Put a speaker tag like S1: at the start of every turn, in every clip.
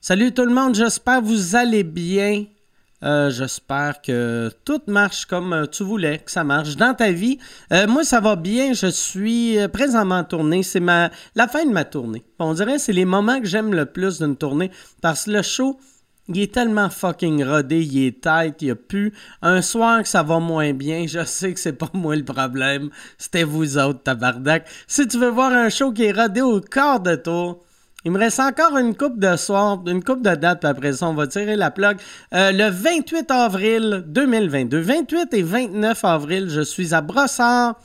S1: Salut tout le monde, j'espère que vous allez bien. Euh, j'espère que tout marche comme euh, tu voulais que ça marche dans ta vie. Euh, moi, ça va bien. Je suis euh, présentement en tournée. C'est ma la fin de ma tournée. On dirait que c'est les moments que j'aime le plus d'une tournée parce que le show, il est tellement fucking rodé, il est tight, il a pu. Un soir que ça va moins bien, je sais que c'est pas moi le problème. C'était vous autres, tabarnak. Si tu veux voir un show qui est rodé au quart de tour, il me reste encore une coupe de soir, une coupe de date, puis après ça, on va tirer la plug. Euh, le 28 avril 2022, 28 et 29 avril, je suis à Brossard.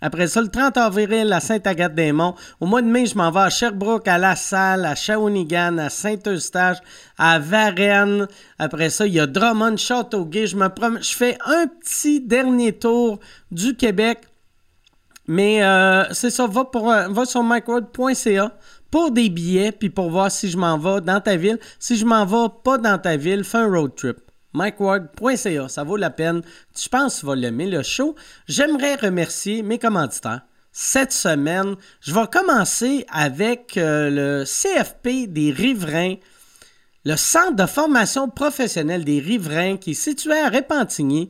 S1: Après ça, le 30 avril à Sainte-Agathe-des-Monts. Au mois de mai, je m'en vais à Sherbrooke, à La Salle, à Shawinigan, à Saint-Eustache, à Varennes. Après ça, il y a Drummond, Châteauguay. Je, me prom- je fais un petit dernier tour du Québec. Mais euh, c'est ça, va, pour, euh, va sur micworld.ca pour des billets, puis pour voir si je m'en vais dans ta ville. Si je m'en vais pas dans ta ville, fais un road trip. MikeWard.ca, ça vaut la peine. Tu penses que tu vas l'aimer, le show. J'aimerais remercier mes commanditaires. Cette semaine, je vais commencer avec euh, le CFP des riverains le centre de formation professionnelle des riverains qui est situé à Repentigny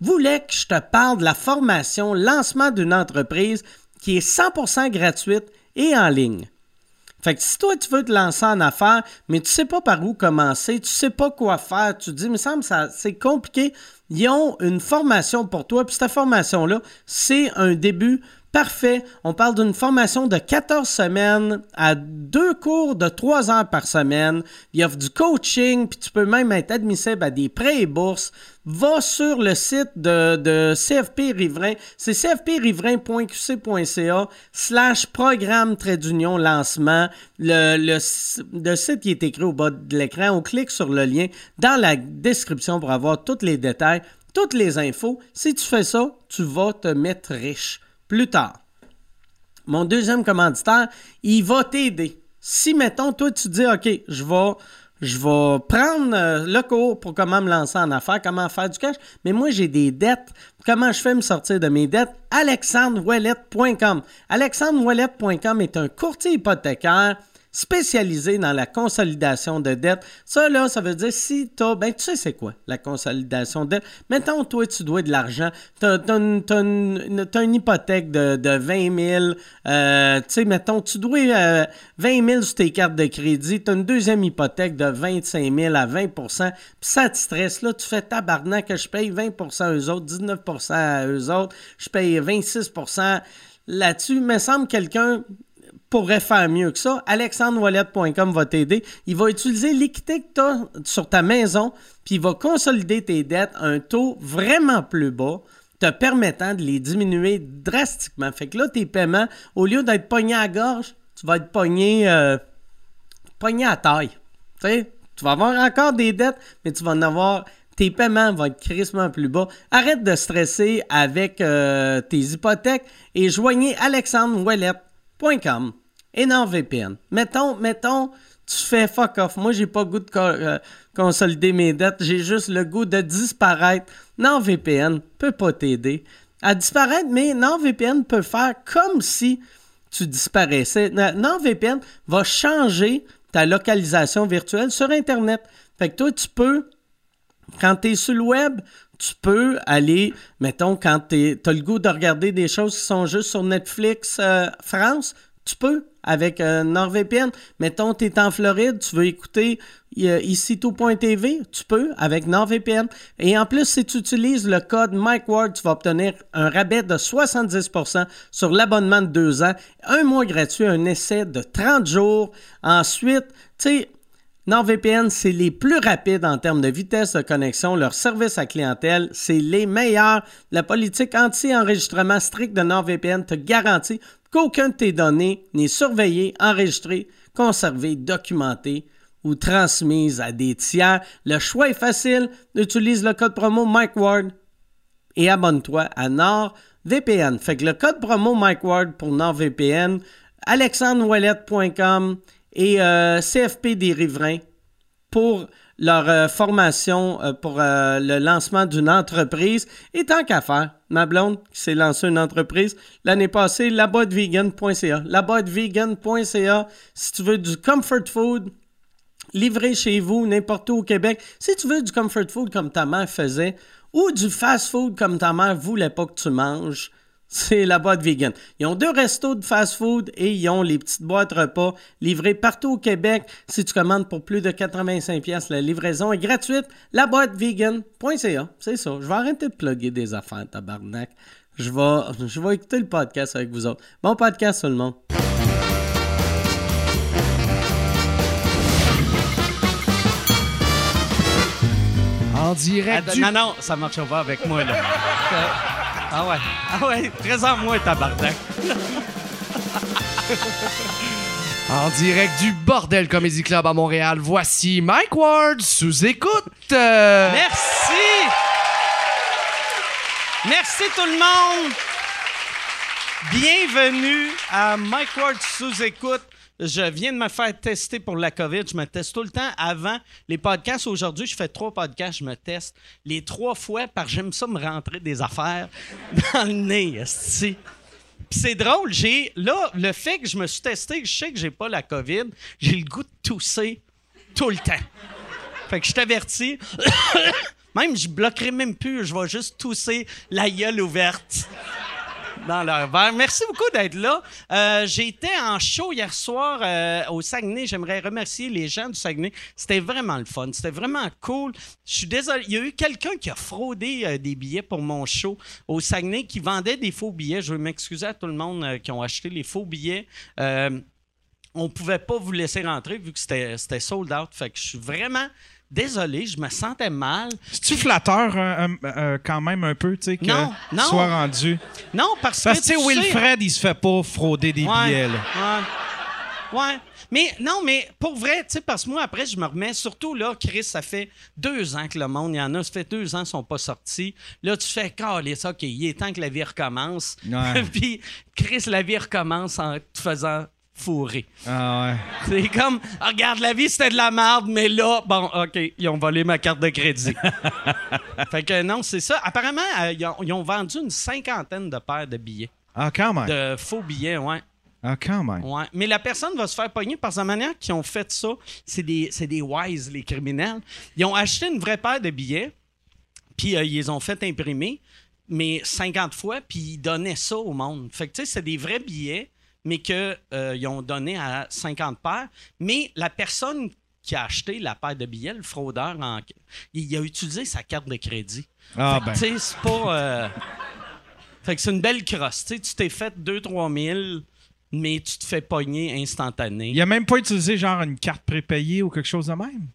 S1: voulait que je te parle de la formation lancement d'une entreprise qui est 100% gratuite et en ligne. Fait que si toi tu veux te lancer en affaires, mais tu sais pas par où commencer, tu sais pas quoi faire, tu te dis, il me semble ça c'est compliqué. Ils ont une formation pour toi, puis cette formation-là, c'est un début parfait. On parle d'une formation de 14 semaines à deux cours de 3 heures par semaine. Ils offrent du coaching, puis tu peux même être admissible à des prêts et bourses. Va sur le site de, de CFP Riverain. C'est cfpriverain.qc.ca slash programme trait d'union lancement. Le, le, si- le site qui est écrit au bas de l'écran. On clique sur le lien dans la description pour avoir tous les détails, toutes les infos. Si tu fais ça, tu vas te mettre riche plus tard mon deuxième commanditaire, il va t'aider. Si, mettons, toi, tu dis, OK, je vais, je vais prendre euh, le cours pour comment me lancer en affaires, comment faire du cash, mais moi, j'ai des dettes. Comment je fais me sortir de mes dettes? AlexandreWallet.com. AlexandreWallet.com est un courtier hypothécaire spécialisé dans la consolidation de dettes. Ça, là, ça veut dire si tu ben, tu sais c'est quoi la consolidation de dettes. Mettons, toi, tu dois de l'argent, tu as, une hypothèque de, de 20 000, euh, tu sais, mettons, tu dois euh, 20 000 sur tes cartes de crédit, tu as une deuxième hypothèque de 25 000 à 20 puis ça te stresse, là, tu fais tabarnak que je paye 20 à eux autres, 19 à eux autres, je paye 26 là-dessus. Me semble quelqu'un pourrait faire mieux que ça. AlexandreWallet.com va t'aider. Il va utiliser l'équité que tu sur ta maison, puis il va consolider tes dettes à un taux vraiment plus bas, te permettant de les diminuer drastiquement. Fait que là, tes paiements, au lieu d'être pogné à la gorge, tu vas être pogné, euh, pogné à taille. Tu sais, tu vas avoir encore des dettes, mais tu vas en avoir. Tes paiements vont être crissement plus bas. Arrête de stresser avec euh, tes hypothèques et joignez alexandrewallet.com et NordVPN. Mettons, mettons, tu fais fuck off. Moi, j'ai pas le goût de co- euh, consolider mes dettes. J'ai juste le goût de disparaître. NordVPN peut pas t'aider à disparaître, mais NordVPN peut faire comme si tu disparaissais. Na- NordVPN va changer ta localisation virtuelle sur Internet. Fait que toi, tu peux, quand tu es sur le web, tu peux aller, mettons, quand tu as le goût de regarder des choses qui sont juste sur Netflix euh, France, tu peux avec euh, NordVPN. Mettons, tu es en Floride, tu veux écouter euh, ici tout.tv, tu peux avec NordVPN. Et en plus, si tu utilises le code MikeWard, tu vas obtenir un rabais de 70% sur l'abonnement de deux ans, un mois gratuit, un essai de 30 jours. Ensuite, tu sais, NordVPN, c'est les plus rapides en termes de vitesse de connexion. Leur service à clientèle, c'est les meilleurs. La politique anti-enregistrement stricte de NordVPN te garantit qu'aucune de tes données n'est surveillée, enregistrée, conservée, documentée ou transmise à des tiers. Le choix est facile. Utilise le code promo MikeWard et abonne-toi à NordVPN. Fait que le code promo Mike Ward pour NordVPN, alexandrewallet.com et euh, CFP des riverains pour leur euh, formation euh, pour euh, le lancement d'une entreprise. Et tant qu'à faire, ma blonde qui s'est lancée une entreprise l'année passée, laboitevegan.ca. Laboitevegan.ca, si tu veux du comfort food,
S2: livré chez vous, n'importe où au Québec. Si tu veux du comfort food comme ta mère faisait, ou du fast food comme ta mère voulait pas que tu manges, c'est la boîte vegan. Ils ont deux restos de fast-food et ils ont les petites boîtes repas livrées partout au Québec. Si tu commandes pour plus de 85 pièces, la livraison est gratuite. Laboîtevegan.ca. C'est ça. Je vais arrêter de plugger des affaires, tabarnak. Je vais, je vais écouter le podcast avec vous autres. Bon podcast tout le monde.
S3: En direct
S1: Ah,
S3: du...
S1: Non, non, ça marchera pas avec moi, là. Euh, ah ouais, ah ouais, présente-moi, tabarnak.
S3: en direct du Bordel Comedy Club à Montréal, voici Mike Ward sous écoute. Euh,
S1: Merci! Merci tout le monde! Bienvenue à Mike Ward sous écoute. Je viens de me faire tester pour la COVID. Je me teste tout le temps avant les podcasts. Aujourd'hui, je fais trois podcasts. Je me teste les trois fois par j'aime ça me rentrer des affaires dans le nez. esti. Puis c'est drôle, j'ai là le fait que je me suis testé, que je sais que j'ai pas la COVID, j'ai le goût de tousser tout le temps. Fait que je t'avertis, même je bloquerai même plus, je vais juste tousser la gueule ouverte dans leur verre. Merci beaucoup d'être là. Euh, J'étais en show hier soir euh, au Saguenay. J'aimerais remercier les gens du Saguenay. C'était vraiment le fun. C'était vraiment cool. Je suis désolé. Il y a eu quelqu'un qui a fraudé euh, des billets pour mon show au Saguenay qui vendait des faux billets. Je veux m'excuser à tout le monde euh, qui ont acheté les faux billets. Euh, on pouvait pas vous laisser rentrer vu que c'était c'était sold out. Fait que je suis vraiment désolé. Je me sentais mal.
S4: C'est-tu flatteur euh, euh, euh, quand même un peu, tu sais, que
S1: Non, non.
S4: soit rendu?
S1: Non, parce,
S4: Parce que, tu
S1: tu
S4: sais, Wilfred, il se fait pas frauder des
S1: Ouais,
S4: billets, là.
S1: Ouais. Ouais. Mais non, mais pour vrai, tu sais, parce que moi, après, je me remets, surtout là, Chris, ça fait deux ans que le monde, il y en a, ça fait deux ans qu'ils sont pas sortis. Là, tu fais, calisse, OK, il est temps que la vie recommence.
S4: Ouais.
S1: Puis, Chris, la vie recommence en te faisant fourrer.
S4: Ah
S1: C'est comme, Ah, regarde, la vie, c'était de la merde, mais là, bon, OK, ils ont volé ma carte de crédit. fait que non, c'est ça. Apparemment, euh, ils, ont, ils ont vendu une cinquantaine de paires de billets,
S4: Ah, quand même.
S1: de faux billets, ouais.
S4: Ah, quand même.
S1: Ouais. Mais la personne va se faire pogner par la manière qu'ils ont fait ça. C'est des, c'est des wise, les criminels. Ils ont acheté une vraie paire de billets, puis euh, ils les ont fait imprimer, mais 50 fois, puis ils donnaient ça au monde. Fait que, tu sais, c'est des vrais billets, mais qu'ils ont donné à 50 paires. Mais la personne qui a acheté la paire de billets, le fraudeur, en- il a utilisé sa carte de crédit.
S4: Ah,
S1: Fait que,
S4: ben.
S1: Tu sais, c'est pas. euh, Fait que c'est une belle crosse. Tu sais, tu t'es fait 2-3 000, mais tu te fais pogner instantané.
S4: Il a même pas utilisé, genre, une carte prépayée ou quelque chose de même?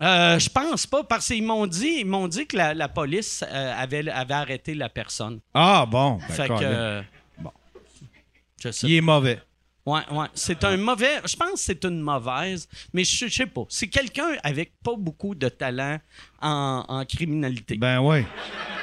S1: Euh, je pense pas, parce qu'ils m'ont dit, ils m'ont dit que la, la police euh, avait, avait arrêté la personne.
S4: Ah, bon. ben,
S1: fait que.
S4: câlin.
S1: euh, Bon. Je sais.
S4: Il est mauvais.
S1: Ouais, ouais. C'est un mauvais. Je pense que c'est une mauvaise, mais je, je sais pas. C'est quelqu'un avec pas beaucoup de talent en, en criminalité.
S4: Ben oui.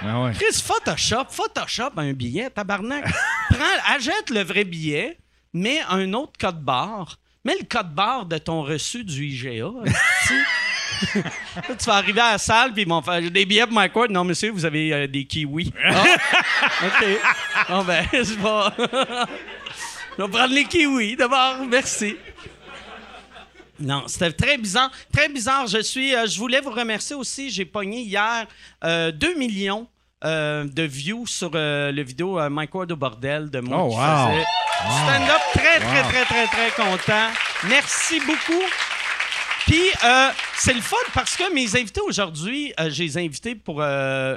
S4: Ben oui.
S1: Chris, Photoshop, Photoshop un billet, tabarnak. Prends, achète le vrai billet, mets un autre code barre, mets le code barre de ton reçu du IGA. esti. Là, tu vas arriver à la salle, puis ils vont faire J'ai des billets pour ma cour. Non, monsieur, vous avez euh, des kiwis. Ah, OK. Bon, ben, je vais. je vais prendre les kiwis d'abord. Merci. Non, c'était très bizarre. Très bizarre. Je suis. euh, je voulais vous remercier aussi. J'ai pogné hier euh, 2 millions euh, de views sur euh, le vidéo euh, Mike Ward au bordel de moi
S4: Oh,
S1: qui
S4: wow.
S1: faisais stand-up. Très, très,
S4: Wow.
S1: très, très, très content. Merci beaucoup. Puis, euh, c'est le fun parce que mes invités aujourd'hui, euh, je les ai invités pour euh,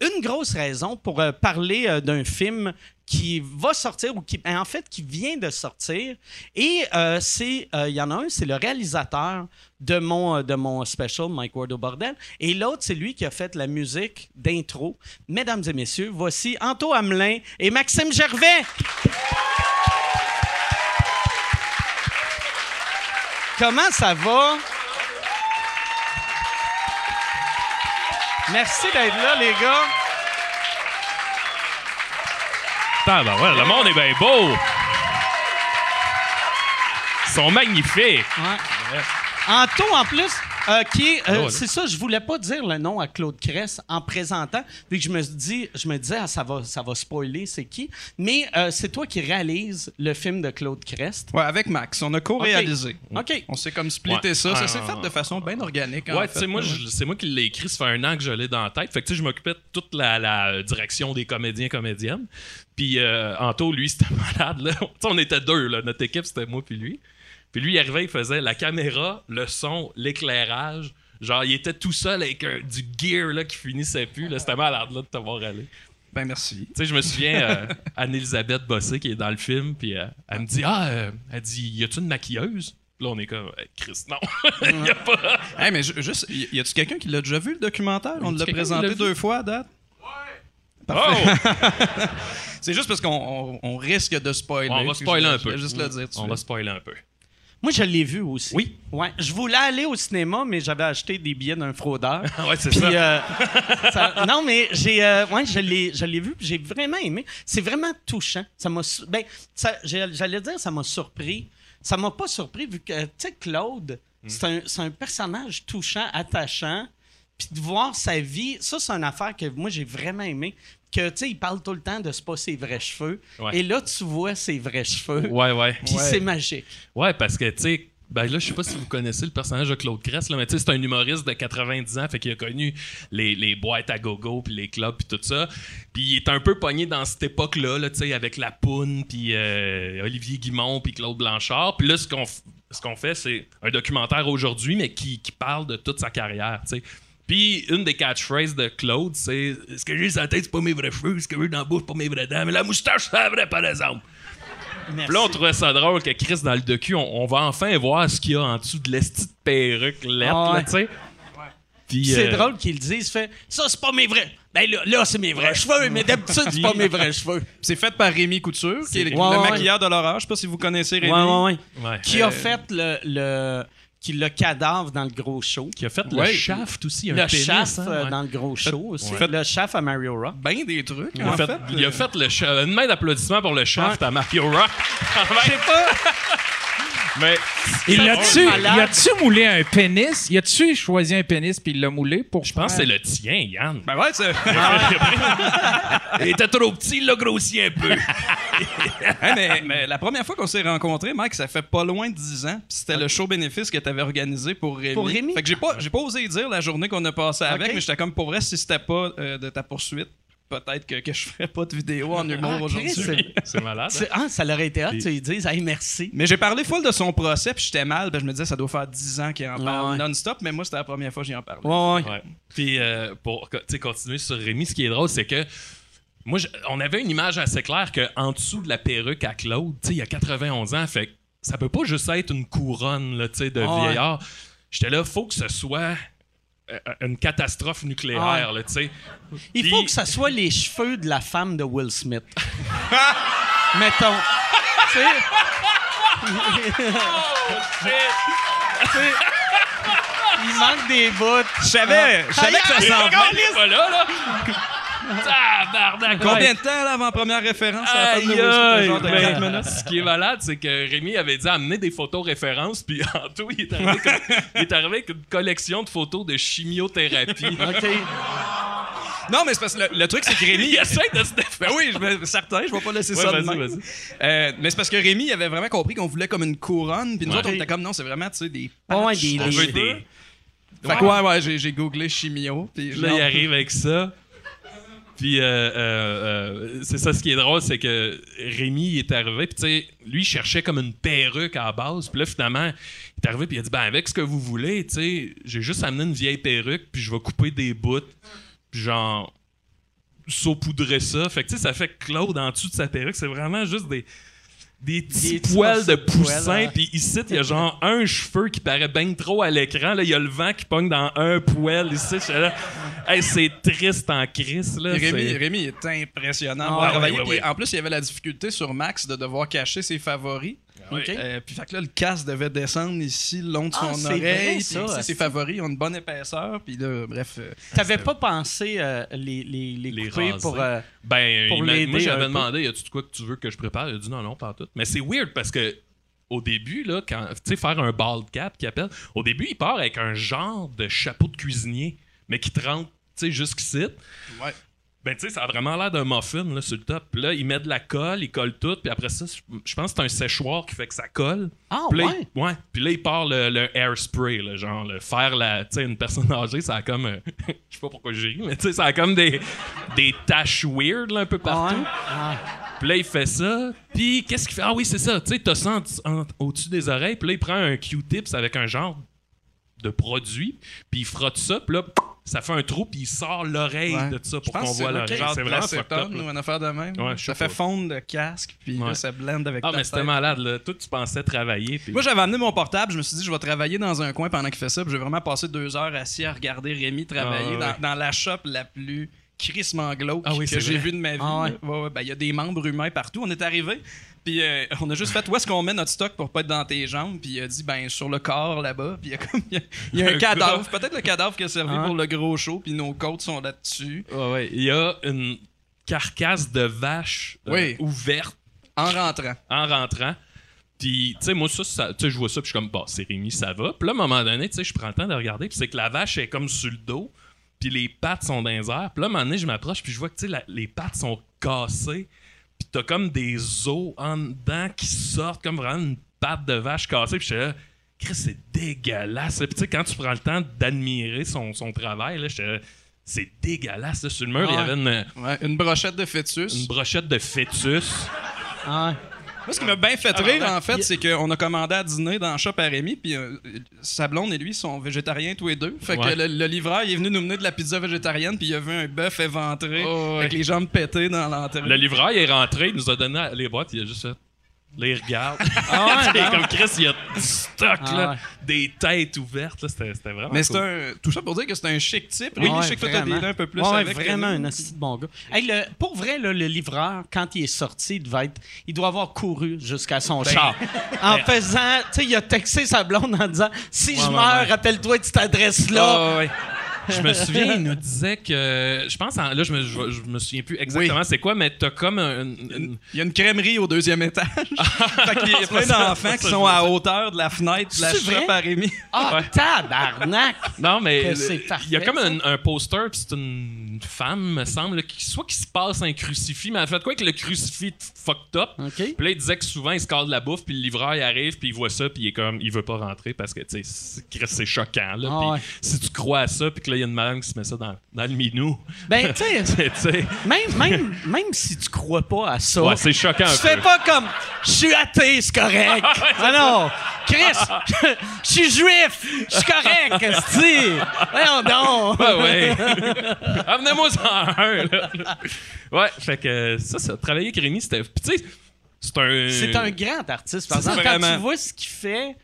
S1: une grosse raison, pour euh, parler euh, d'un film qui va sortir ou qui, en fait, qui vient de sortir. Et euh, c'est, euh, il y en a un, c'est le réalisateur de mon, euh, de mon special, Mike Ward au bordel. Et l'autre, c'est lui qui a fait la musique d'intro. Mesdames et messieurs, voici Anto Hamelin et Maxime Gervais. Comment ça va? Merci d'être là, les gars.
S5: Putain, ben ouais, le monde est bien beau. Ils sont magnifiques.
S1: Ouais. Anto, en plus, Euh, qui, euh,
S5: Allô, allô.
S1: c'est ça, je voulais pas dire le nom à Claude Cress en présentant, vu que je me dis, je me disais, ah, ça va, ça va spoiler, c'est qui. Mais euh, c'est toi qui réalises le film de Claude Crest.
S6: Ouais, avec Max, on a co-réalisé.
S1: Ok.
S6: On s'est comme splitté
S5: Ouais.
S6: ça.
S5: Ah,
S6: Ça s'est
S5: ah,
S6: fait de façon bien organique. en
S5: Ouais,
S6: fait.
S5: tu sais, moi, je- c'est moi qui l'ai écrit, ça fait un an que je l'ai dans la tête. Fait que, tu sais, je m'occupais de toute la, la direction des comédiens, comédiennes. Puis, euh, Anto, lui, c'était malade, là. Tu sais, on était deux, là. Notre équipe, c'était moi puis lui. Puis lui, il arrivait, il faisait la caméra, le son, l'éclairage. Genre, il était tout seul avec un- du gear, là, qui finissait plus, là. C'était malade, là, de te voir aller.
S6: Ben merci.
S5: Tu sais, je me souviens, euh, Anne-Elisabeth Bossé, qui est dans le film, puis euh, elle me dit Ah, euh, elle dit, y a-tu une maquilleuse Puis Là, on est comme, Eh, Chris, non. y a pas.
S6: Hey, mais ju- juste, y y a-tu quelqu'un qui l'a déjà vu le documentaire On
S5: Y a-tu
S6: l'a
S5: quelqu'un qui
S6: présenté
S5: l'a vu?
S6: deux fois à date.
S5: Oh!
S6: C'est juste parce qu'on on- on risque de spoiler.
S5: on va
S6: Puis
S5: spoiler
S6: je-
S5: un
S6: je vais
S5: peu.
S6: juste le dire. tout de
S5: On va
S6: suite.
S5: spoiler un peu.
S1: Moi, je l'ai vu aussi.
S5: Oui.
S1: Ouais. Je voulais aller au cinéma, mais j'avais acheté des billets d'un fraudeur.
S5: Ah ouais, c'est
S1: Puis,
S5: ça.
S1: euh, ça- non, mais j'ai, euh, ouais, je l'ai, je l'ai vu, puis j'ai vraiment aimé. C'est vraiment touchant. Ça m'a, su- ben, ça- j'ai- j'allais dire, ça m'a surpris. Ça m'a pas surpris vu que, euh, tu sais, Claude,
S5: Mm.
S1: c'est, un, c'est un personnage touchant, attachant. Puis de voir sa vie, ça, c'est une affaire que moi, j'ai vraiment aimé. Que, tu sais, il parle tout le temps de c'est pas ses vrais cheveux.
S5: Ouais.
S1: Et là, tu vois ses vrais cheveux.
S5: Ouais, ouais.
S1: Puis c'est magique.
S5: Ouais, parce que, tu sais, ben là, je sais pas si vous connaissez le personnage de Claude Cress, là, mais tu sais, c'est un humoriste de 90 ans, fait qu'il a connu les, les boîtes à gogo, puis les clubs, puis tout ça. Puis il est un peu pogné dans cette époque-là, là, tu sais, avec La Poune, puis euh, Olivier Guimont, puis Claude Blanchard. Puis là, ce qu'on f- ce qu'on fait, c'est un documentaire aujourd'hui, mais qui, qui parle de toute sa carrière, tu sais. Puis une des catchphrases de Claude, c'est « Ce que j'ai sur la tête, c'est pas mes vrais cheveux, ce que j'ai dans la bouche, c'est pas mes vrais dents, mais la moustache, c'est la vraie, par exemple. »
S1: Merci.
S5: Puis là, on trouvait ça drôle que Chris, dans le docu, on, on va enfin voir ce qu'il y a en dessous de l'esti de perruque lettre,
S1: Ah ouais.
S5: là, tu sais. Puis,
S1: Puis c'est
S5: euh,
S1: drôle qu'ils le disent, fait ça c'est pas mes vrais. Ben là, là, c'est mes vrais cheveux, mais d'habitude c'est pas mes vrais cheveux.
S6: C'est fait par Rémi Couture, qui est le,
S1: Ouais,
S6: le
S1: ouais.
S6: maquilleur de l'horreur. Je sais pas si vous connaissez Rémi.
S1: ouais.
S5: Ouais.
S1: Qui a fait le, le qui le cadavre dans le gros show.
S5: Qui a fait le
S6: Ouais.
S5: shaft aussi, un
S1: Le
S5: pénis,
S1: chaf
S5: hein,
S1: euh,
S5: ouais.
S1: dans le gros show aussi.
S6: Fait-
S1: Le chaf à Mario Rock.
S6: Ben des trucs.
S5: il, a
S6: en
S5: fait,
S6: fait.
S5: il a fait le shaft. Une main d'applaudissement pour le shaft à Mario Rock. Quand même. Mais
S4: Il
S1: Oh,
S4: a-tu,
S1: malade.
S4: il a-tu moulé un pénis? Il a-tu choisi un pénis puis il l'a moulé pour.
S5: je pense que c'est le tien, Yann.
S6: Ben ouais, c'est-
S1: Ah.
S5: Il était trop petit, il l'a grossi un peu.
S6: Hey, mais, mais la première fois qu'on s'est rencontrés, Mike, ça fait pas loin de 10 ans. Puis c'était le show bénéfice que t'avais organisé pour Rémi.
S1: Pour Rémi?
S6: Fait que j'ai pas, j'ai pas osé dire la journée qu'on a passée avec,
S1: Ok.
S6: mais j'étais comme pour vrai, si c'était pas euh, de ta poursuite, peut-être que, que je ferais pas de vidéo en humour
S1: Ah, Chris,
S6: aujourd'hui.
S1: c'est-
S5: C'est malade. hein?
S1: c'est- Ah, ça leur été hot, tu ils disent hey merci.
S6: Mais j'ai parlé full de son procès, puis j'étais mal, puis je me disais, ça doit faire 10 ans qu'il en parle
S1: Ouais.
S6: non-stop, mais moi, c'était la première fois que j'y en parlais.
S1: Ouais,
S5: Ouais. Puis euh, pour co- tu sais, continuer sur Rémi, ce qui est drôle, c'est que moi, je- on avait une image assez claire qu'en dessous de la perruque à Claude, tu sais, il y a 91 ans, fait que ça peut pas juste être une couronne là, tu sais, de
S1: Ah ouais.
S5: vieillard. J'étais là, faut que ce soit euh, une catastrophe nucléaire,
S1: Ah
S5: là, tu sais.
S1: Il
S5: Puis-
S1: faut que ça soit les cheveux de la femme de Will Smith. Mettons. Tu sais,
S5: Oh,
S1: il manque des bouts.
S5: Ah.
S6: Je savais, je savais que ça
S5: Mais
S6: s'en
S5: encore, il est pas là, là. Tabarnak, ouais.
S6: Combien de temps, là, avant première référence à la femme de
S5: Aïe,
S6: Will Smith? Un
S5: aïe, ben.
S6: genre de
S5: mais
S6: quatre minutes.
S5: Ce qui est malade, c'est que Rémi avait dit amener des photos références, puis en tout, il est arrivé, comme- il est arrivé avec une collection de photos de chimiothérapie.
S1: OK.
S6: Non, mais c'est parce que le, le truc, c'est que Rémi,
S5: il essaie de se défaire.
S6: Ben oui, je me- certain, je vais pas laisser
S5: Ouais,
S6: ça de
S5: vas-y,
S6: même.
S5: vas-y.
S6: Euh, mais c'est parce que Rémi il avait vraiment compris qu'on voulait comme une couronne, puis nous
S5: Ouais.
S6: autres, on était comme non, c'est vraiment, tu sais, des.
S1: Ouais, ouais, des-
S5: On
S1: des-
S5: veut des.
S6: Fait que ouais, ouais, j'ai, j'ai googlé chimio, puis
S5: Puis Là,
S6: genre-
S5: il arrive avec ça. Puis, euh, euh, euh, c'est ça, ce qui est drôle, c'est que Rémi il est arrivé, puis tu sais, lui, il cherchait comme une perruque à la base. Puis là, finalement, il est arrivé, puis il a dit, ben, avec ce que vous voulez, tu sais, j'ai juste amené une vieille perruque, puis je vais couper des bouts, puis genre, saupoudrer ça. Fait que, tu sais, ça fait que Claude en dessous de sa perruque, c'est vraiment juste des. Des petits
S1: Des petits
S5: poils de
S1: morceaux de poils,
S5: poussin,
S1: hein.
S5: puis ici, il y a genre un cheveu qui paraît bien trop à l'écran. Là, il y a le vent qui pogne dans un poil ici. j'étais là, Hey, c'est triste en crise, là.
S6: Rémi,
S5: c'est- Ah,
S6: Rémi est impressionnant. pour
S5: ouais,
S6: travailler,
S5: ouais, ouais,
S6: puis
S5: ouais.
S6: En plus, il y avait la difficulté sur Max de devoir cacher ses favoris.
S5: Ouais.
S6: Euh, puis fait que là, le casque devait descendre ici, le long de
S1: Ah,
S6: son
S1: c'est
S6: oreille.
S1: vrai,
S6: puis
S1: ça,
S6: ici,
S1: ouais.
S6: ses favoris ont une bonne épaisseur. Puis là, bref. euh,
S1: T'avais pas pensé euh, les, les, les,
S5: Les
S1: couper
S5: raser.
S1: pour. euh,
S5: Ben,
S1: Pour
S5: il m'a-
S1: l'aider
S5: moi,
S1: un
S5: j'avais
S1: peu.
S5: demandé, y a-tu de quoi que tu veux que je prépare? Il a dit non, non, pas en tout. Mais c'est weird parce que au début, là, quand, tu sais, faire un bald cap qui appelle, au début, il part avec un genre de chapeau de cuisinier, mais qui te rentre, tu sais, jusqu'ici.
S6: Ouais.
S5: Ben, tu sais, ça a vraiment l'air d'un muffin, là, sur le top. Puis là, il met de la colle, il colle tout, puis après ça, je- je pense que c'est un séchoir qui fait que ça colle.
S1: Ah,
S5: Puis là,
S1: ouais?
S5: il- ouais. Puis là, il part le, le air spray, là, genre, le faire la. Tu sais, une personne âgée, ça a comme. euh, je sais pas pourquoi j'ai ri, mais tu sais, ça a comme des, des taches weird, là, un peu partout.
S1: Ah,
S5: Puis là, il fait ça. Puis qu'est-ce qu'il fait? Ah oui, c'est ça. Tu sais, t'as ça en- en- au-dessus des oreilles. Puis là, il prend un Q-tips avec un genre de produit. Puis il frotte ça. Puis là, ça fait un trou. Puis il sort l'oreille
S6: Ouais.
S5: de ça
S6: Je
S5: pour
S6: pense
S5: qu'on
S6: que
S5: voit
S6: c'est
S5: l'oreille.
S6: genre
S5: C'est
S6: de
S5: vraiment fucked up,
S6: l'acétone
S5: là.
S6: ou une affaire de même.
S5: Ouais, je
S6: ça
S5: sais
S6: fait
S5: pas.
S6: fondre le casque, puis là,
S5: Ouais.
S6: ça blende avec
S5: Ah,
S6: ta
S5: mais c'était
S6: tête.
S5: malade, là. Toi, tu pensais travailler. Puis...
S6: Moi, j'avais amené mon portable. Je me suis dit, je vais travailler dans un coin pendant qu'il fait ça. Puis j'ai vraiment passé deux heures assis à regarder Rémi travailler
S5: Ah, ouais,
S6: dans,
S5: ouais.
S6: dans la shop la plus crissement glauque
S5: Ah oui,
S6: que
S5: c'est
S6: j'ai
S5: vrai.
S6: vue de ma vie.
S1: Ah ouais.
S6: là. Ouais, ouais, ben, il y a des membres humains partout. On est arrivé. Puis euh, on a juste fait où est-ce qu'on met notre stock pour pas être dans tes jambes. Puis il a dit, ben, sur le corps là-bas. Puis il y a comme. Il y a, il y a un
S5: Un
S6: cadavre. Peut-être le cadavre qui a servi
S1: Ah.
S6: pour le gros show. Puis nos côtes sont là-dessus.
S5: Ouais, ouais. Il y a une carcasse de vache euh,
S6: Oui.
S5: ouverte
S6: En rentrant.
S5: en rentrant. Puis, tu sais, moi, ça, ça- tu sais, je vois ça, puis je suis comme, bah, c'est Rémi, ça va. Puis là, à un moment donné, tu sais, je prends le temps de regarder, puis c'est que la vache est comme sur le dos, puis les pattes sont dans les airs. Puis là, à un moment donné, je m'approche, puis je vois que, tu sais, la- les pattes sont cassées, puis t'as comme des os en dedans qui sortent, comme vraiment une patte de vache cassée. Puis je suis là, Chris, c'est dégueulasse. Puis, tu sais, quand tu prends le temps d'admirer son, son travail, là, je suis là, c'est dégueulasse. là. sur le mur, il y
S6: Ouais.
S5: avait une,
S6: Ouais, une brochette de fœtus.
S5: une brochette de fœtus.
S1: Ah, ouais.
S6: Moi, ce qui m'a bien
S5: Ah,
S6: fait rire, en fait,
S1: Il-
S6: c'est qu'on a commandé à dîner dans le shop à Rémi, puis euh, sa blonde et lui sont végétariens tous les deux. Fait
S5: Ouais.
S6: que le, le livreur, il est venu nous mener de la pizza végétarienne, puis il a vu un bœuf éventré,
S5: Oh, ouais.
S6: avec les jambes pétées dans l'entrée.
S5: Le livreur, il est rentré, il nous a donné les boîtes, il a juste fait. Là, il regarde.
S1: Ah ouais,
S5: Il est
S1: non.
S5: comme Chris, il y a du stock,
S1: Ah
S5: là,
S1: ouais.
S5: des têtes ouvertes. là, C'était c'était vraiment.
S6: Mais c'est
S5: cool.
S6: un. Tout ça pour dire que c'est un chic type. Rémi,
S1: Ah, Ouais,
S6: je sais que toi, t'as
S1: vraiment.
S6: dealé un peu plus
S1: Ouais, ouais,
S6: avec euh,
S1: vraiment
S6: Rémi.
S1: un assis de bon gars. Hey, le- pour vrai, là, le livreur, quand il est sorti, il devait être- il doit avoir couru jusqu'à son char. En faisant, tu sais, il a texté sa blonde en disant Si je
S5: ouais,
S1: meurs,
S5: ouais.
S1: rappelle-toi de cette adresse-là.
S5: Ah ouais. Je me souviens, il nous disait que. Je pense, en- là, je me, je, je me souviens plus exactement c'est quoi, mais t'as comme un- une- une-
S6: Il y a une crèmerie au deuxième étage. fait qu'il y a
S5: c'est
S6: plein
S5: pas ça, c'est
S6: d'enfants
S5: pas
S6: qui
S5: ça,
S6: sont
S5: je
S6: à hauteur de la fenêtre de la
S1: C'est
S6: shop
S1: vrai?
S6: à Rémi.
S1: Ah,
S5: Ouais.
S1: tabarnak
S5: Non, mais.
S1: Que c'est parfait,
S5: Il y a comme un, un poster, puis c'est une femme, me semble, là, qui, soit qui se passe un crucifix, mais elle fait de quoi que le crucifix fucked up.
S1: OK.
S5: Puis là, il disait que souvent, il se casse de la bouffe, puis le livreur, il arrive, puis il voit ça, puis il est comme, il veut pas rentrer parce que, tu sais, c'est- Chris, c'est choquant, là.
S1: Ah
S5: Puis
S1: ouais.
S5: si tu crois à ça, puis que là, il y a une madame qui se met ça dans, dans le minou,
S1: Ben, tu sais,
S5: tu sais,
S1: même, même, même si tu crois pas à ça,
S5: ouais, c'est
S1: Je
S5: choquant un
S1: Oh. fais
S5: peu.
S1: pas comme je suis athée, c'est correct. ah non, Chris, je suis juif, je suis correct, esti. Voyons donc.
S5: Ah ouais. Amenez-moi ça un, là. Ouais, fait que ça, ça, travailler avec Rémi, c'était. Puis tu sais, c'est un.
S1: C'est un grand artiste, par
S6: C'est
S1: exemple. Quand
S6: vraiment-
S1: tu vois ce qu'il fait,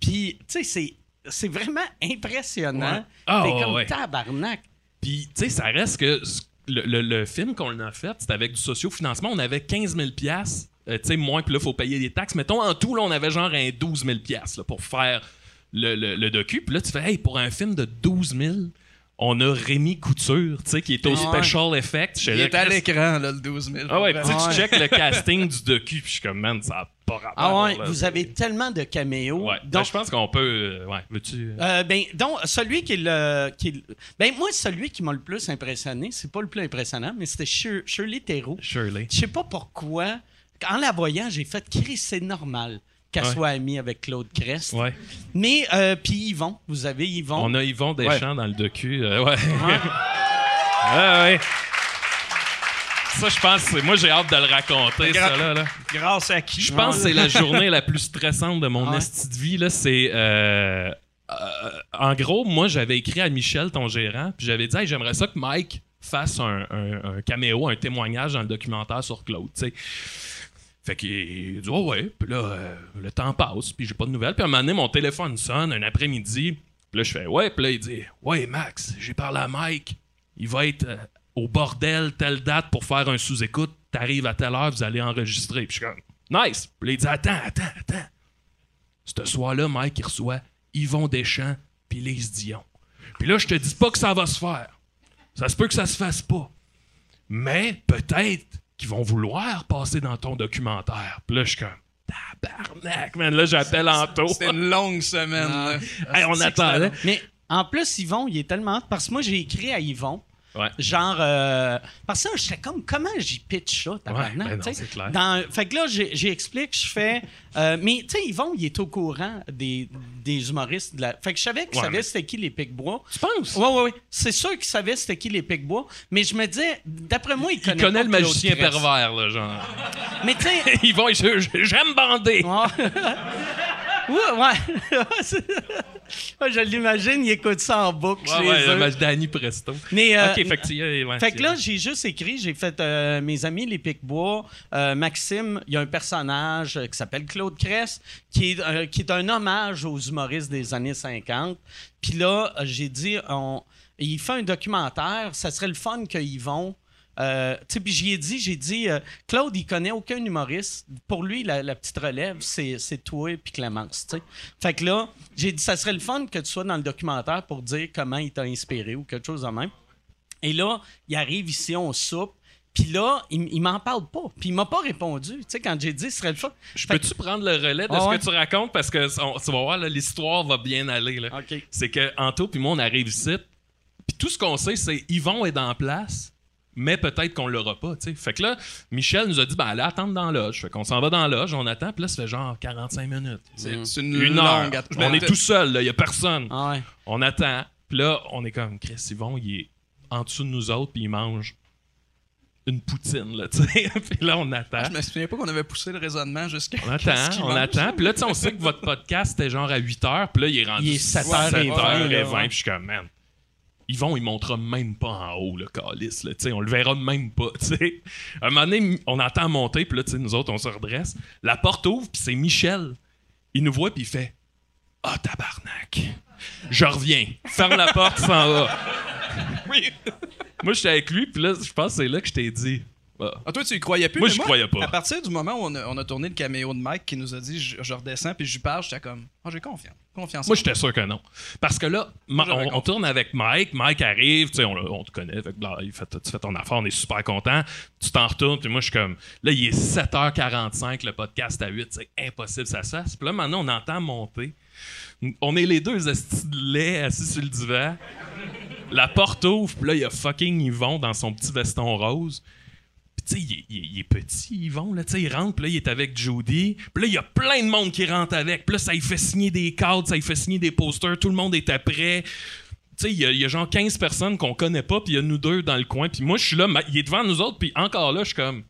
S1: puis tu sais, c'est. C'est vraiment impressionnant.
S5: Ouais. Ah,
S1: T'es
S5: ouais,
S1: comme
S5: ouais.
S1: tabarnak.
S5: Puis, tu sais, ça reste que ce- le, le- le film qu'on a fait, c'était avec du socio-financement. On avait 15 000 piastres, euh, tu sais, moins, puis là, faut payer des taxes. Mettons, en tout, là, on avait genre un 12 000 piastres, là, pour faire le, le- le docu. Puis là, tu fais, hey, pour un film de 12 000, on a Rémi Couture, tu sais, qui est au
S1: Ah ouais.
S5: special effect.
S6: Il est à l'écran, là, le 12 000.
S5: Ah ouais, puis tu sais,
S1: Ah ouais.
S5: tu check le casting du docu, puis je suis comme, man, ça a pas rapport.
S1: Ah ouais,
S5: là.
S1: vous avez tellement de caméos.
S5: Ouais, Ben,
S1: Donc,
S5: je pense qu'on peut. euh, ouais, veux-tu. euh,
S1: Euh, ben, donc, celui qui est le. qui est le- ben, moi, celui qui m'a le plus impressionné, c'est pas le plus impressionnant, mais c'était Shir- Shirley Theroux.
S5: Shirley.
S1: Je sais pas pourquoi. En la voyant, j'ai fait Chris, c'est normal qu'elle
S5: Ouais.
S1: soit amie avec Claude Crest.
S5: Ouais.
S1: Mais, euh, puis Yvon, vous avez Yvon.
S5: On a Yvon Deschamps dans le docu. euh, ouais. Ah ouais. Ça, je pense, c'est- moi j'ai hâte de le raconter,
S6: Gra-
S5: ça là. là.
S6: Grâce à qui?
S5: Je pense que c'est la journée la plus stressante de mon
S1: Ouais.
S5: esti de vie. là. C'est. euh, euh, en gros, moi j'avais écrit à Michel, ton gérant, puis j'avais dit Hey, j'aimerais ça que Mike fasse un, un- un caméo, un témoignage dans le documentaire sur Claude. tu sais. Fait qu'il dit Oh ouais, puis là, euh, le temps passe, puis j'ai pas de nouvelles. Puis à un moment donné, mon téléphone sonne un après-midi. Puis là, je fais Ouais, puis là, il dit Ouais, Max, j'ai parlé à Mike. Il va être euh, au bordel telle date pour faire un sous-écoute. T'arrives à telle heure, vous allez enregistrer. Puis je suis comme Nice. Puis là, il dit Attends, attends, attends. Ce soir-là, Mike, il reçoit Yvon Deschamps, puis Lise Dion. Puis là, je te dis pas que ça va se faire. Ça se peut que ça se fasse pas. Mais peut-être qu'ils vont vouloir passer dans ton documentaire. Puis là, je suis comme, Tabarnak, man. Là, j'appelle Anto.
S6: C'était une longue semaine.
S5: Ah.
S6: là.
S5: Hey, on
S6: c'est que
S5: attendait.
S1: Euh, Mais en plus, Yvon, il est tellement hot. Parce que moi, j'ai écrit à Yvon.
S5: Ouais.
S1: Genre, euh, parce que là, j'étais comme, comment j'y pitch ça, tabarnak,
S5: ben non,
S1: tu sais?
S5: c'est clair.
S1: Dans- fait que là, j'ai- j'explique, je fais, euh, mais tu sais, Yvon, il est au courant des, des humoristes. De la... Fait que je savais qu'il
S5: Ouais,
S1: savait
S5: mais-
S1: c'était qui les Picbois.
S5: Tu penses?
S1: Oui, oui, oui. C'est sûr qu'il savait c'était qui les Picbois, mais je me disais, d'après moi, il
S5: Il
S1: connaît,
S5: connaît
S1: pas
S5: le
S1: Claude
S5: magicien
S1: Crest.
S5: pervers, là, genre.
S1: Mais tu sais,
S5: Ils vont, je- je- j'aime bander.
S1: Ah. ouais, ouais. C'est- Ouais, je l'imagine, il écoute ça en boucle.
S5: Ouais,
S1: chez
S5: ouais,
S1: eux.
S5: le mag- Danny Presto.
S1: Mais, euh,
S5: ok, fait que, tu- euh, ouais,
S1: Fait que
S5: tu-
S1: là, j'ai juste écrit, j'ai fait euh, mes amis les Picbois, euh, Maxime, il y a un personnage euh, qui s'appelle Claude Cress, qui est, euh, qui est un hommage aux humoristes des années 50. Puis là, euh, j'ai dit, on, il fait un documentaire, ça serait le fun qu'ils vont. Euh, tu sais, puis j'y ai dit, j'ai dit, euh, Claude, il connaît aucun humoriste. Pour lui, la, la petite relève, c'est, c'est toi et puis Clémence. tu sais. Fait que là, j'ai dit, ça serait le fun que tu sois dans le documentaire pour dire comment il t'a inspiré ou quelque chose de même. Et là, il arrive ici, on soupe. Puis là, il, il m'en parle pas. Puis il m'a pas répondu. Tu sais, quand j'ai dit, ce serait le fun.
S5: Je peux-tu prendre le relais de
S1: Ah
S5: ce
S1: ouais.
S5: que tu racontes? Parce que on- tu vas voir, là, l'histoire va bien aller. là.
S1: OK.
S5: C'est que Anto puis moi, on arrive ici. Puis tout ce qu'on sait, c'est Yvon est en place, mais peut-être qu'on l'aura pas. tu sais. Fait que là, Michel nous a dit, ben allez attendre dans la loge. Fait qu'on s'en va dans la loge, on attend. Puis là, ça fait genre 45 minutes.
S6: C'est c'est une,
S5: Mm. Une heure.
S6: longue. att-
S5: On
S6: Mais
S5: est tout seul, il y a personne.
S1: Ah ouais.
S5: On attend. Puis là, on est comme Chris Yvon, il est en dessous de nous autres, puis il mange une poutine, là, tu sais. puis là, on attend.
S6: Je me souviens pas qu'on avait poussé le raisonnement jusqu'à.
S5: Hein? On
S6: Qu'est-ce
S5: attend,
S6: qu'il
S5: on
S6: mange?
S5: attend. Puis là, tu sais, on sait que votre podcast était genre à 8 heures, puis là, il est rendu
S1: Il est 7h20,
S5: 7h20,
S1: là, ouais.
S5: Puis je suis comme, man, ils vont, ils montrera même pas en haut, le calice, là, tu sais. On le verra même pas, tu sais. À un moment donné, on entend monter, puis là, tu sais, nous autres, on se redresse. La porte ouvre, puis c'est Michel. Il nous voit, puis il fait, ah, tabarnak. Je reviens. Ferme la porte, s'en va.
S6: Oui.
S5: Moi, j'étais avec lui, puis là, je pense que c'est là que je t'ai dit. Ah.
S6: Ah, toi, tu y croyais plus.
S5: Moi,
S6: mais
S5: j'y croyais pas.
S6: À partir du moment où on a, on a tourné le caméo de Mike qui nous a dit je, je redescends puis je lui parle, j'étais comme Ah, j'ai confiance. Confiance.
S5: Moi, j'étais sûr que non. Parce que là, ma-
S6: j'avais
S5: on, on tourne avec Mike. Mike arrive, tu sais, on, le- on te connaît. fait que bla, il fait- tu fais ton affaire, on est super content. Tu t'en retournes, puis moi, je suis comme. Là, il est 7h45, le podcast à 8, c'est impossible, ça se fasse. Puis là, maintenant, on entend monter. On est les deux estis de lait assis sur le divan. La porte ouvre, puis là, il y a fucking Yvon dans son petit veston rose. Puis, tu sais, il est- il, est- il est petit, Yvon, là, tu sais, il rentre, puis là, il est avec Judy. Puis là, il y a plein de monde qui rentre avec. Puis là, ça lui fait signer des cartes, ça lui fait signer des posters, tout le monde est après. Tu sais, il y, a- il y a genre 15 personnes qu'on connaît pas, puis il y a nous deux dans le coin. Puis moi, je suis là, ma- il est devant nous autres, puis encore là, je suis comme,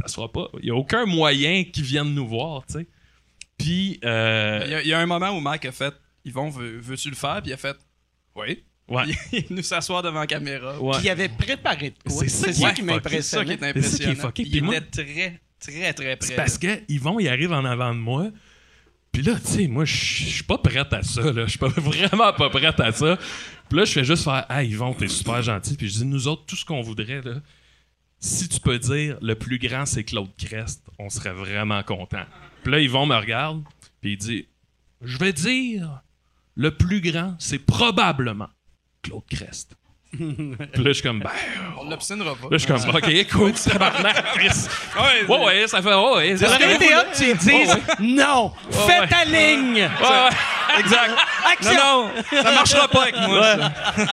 S5: ça se fera pas. Il y a aucun moyen qu'il vienne nous voir, tu sais. Puis, euh,
S6: Il y, a, il y a un moment où Mike a fait Yvon, veux- veux-tu le faire Puis il a fait Oui.
S5: Ouais.
S6: Puis Il est venu s'asseoir devant la caméra.
S5: ouais.
S1: Puis il avait préparé de quoi.
S5: C'est ça qui est
S1: qui
S5: fucké.
S6: C'est ça qui
S1: m'impressionnait.
S6: est impressionnant.
S5: C'est ça qui est fucké.
S6: Puis
S5: Puis
S6: il
S5: moi-
S6: était très, très, très près.
S5: C'est parce que Yvon, il arrive en avant de moi. Puis là, tu sais, moi, je je suis pas prête à ça. là. Je suis pas- vraiment pas prête à ça. Puis là, je fais juste faire Ah, Yvon, t'es super gentil. Puis je dis Nous autres, tout ce qu'on voudrait, là, si tu peux dire le plus grand, c'est Claude Crest, on serait vraiment content. Puis là, Yvon me regarde. Puis il dit Je vais dire le plus grand, c'est probablement Claude Crest. Puis là, je suis comme Ben.
S6: là. On l'obstinera pas.
S5: Là, je suis comme Ok, écoute, tabarnak, Chris. Ouais, ouais, ça fait. Ouais, ouais.
S1: Ça aurait été hot que tu dises
S5: Ouais,
S1: non, fais
S5: ouais.
S1: ta ligne.
S5: Ouais, ouais. Exact.
S1: Action.
S6: Ça marchera pas avec moi. ça.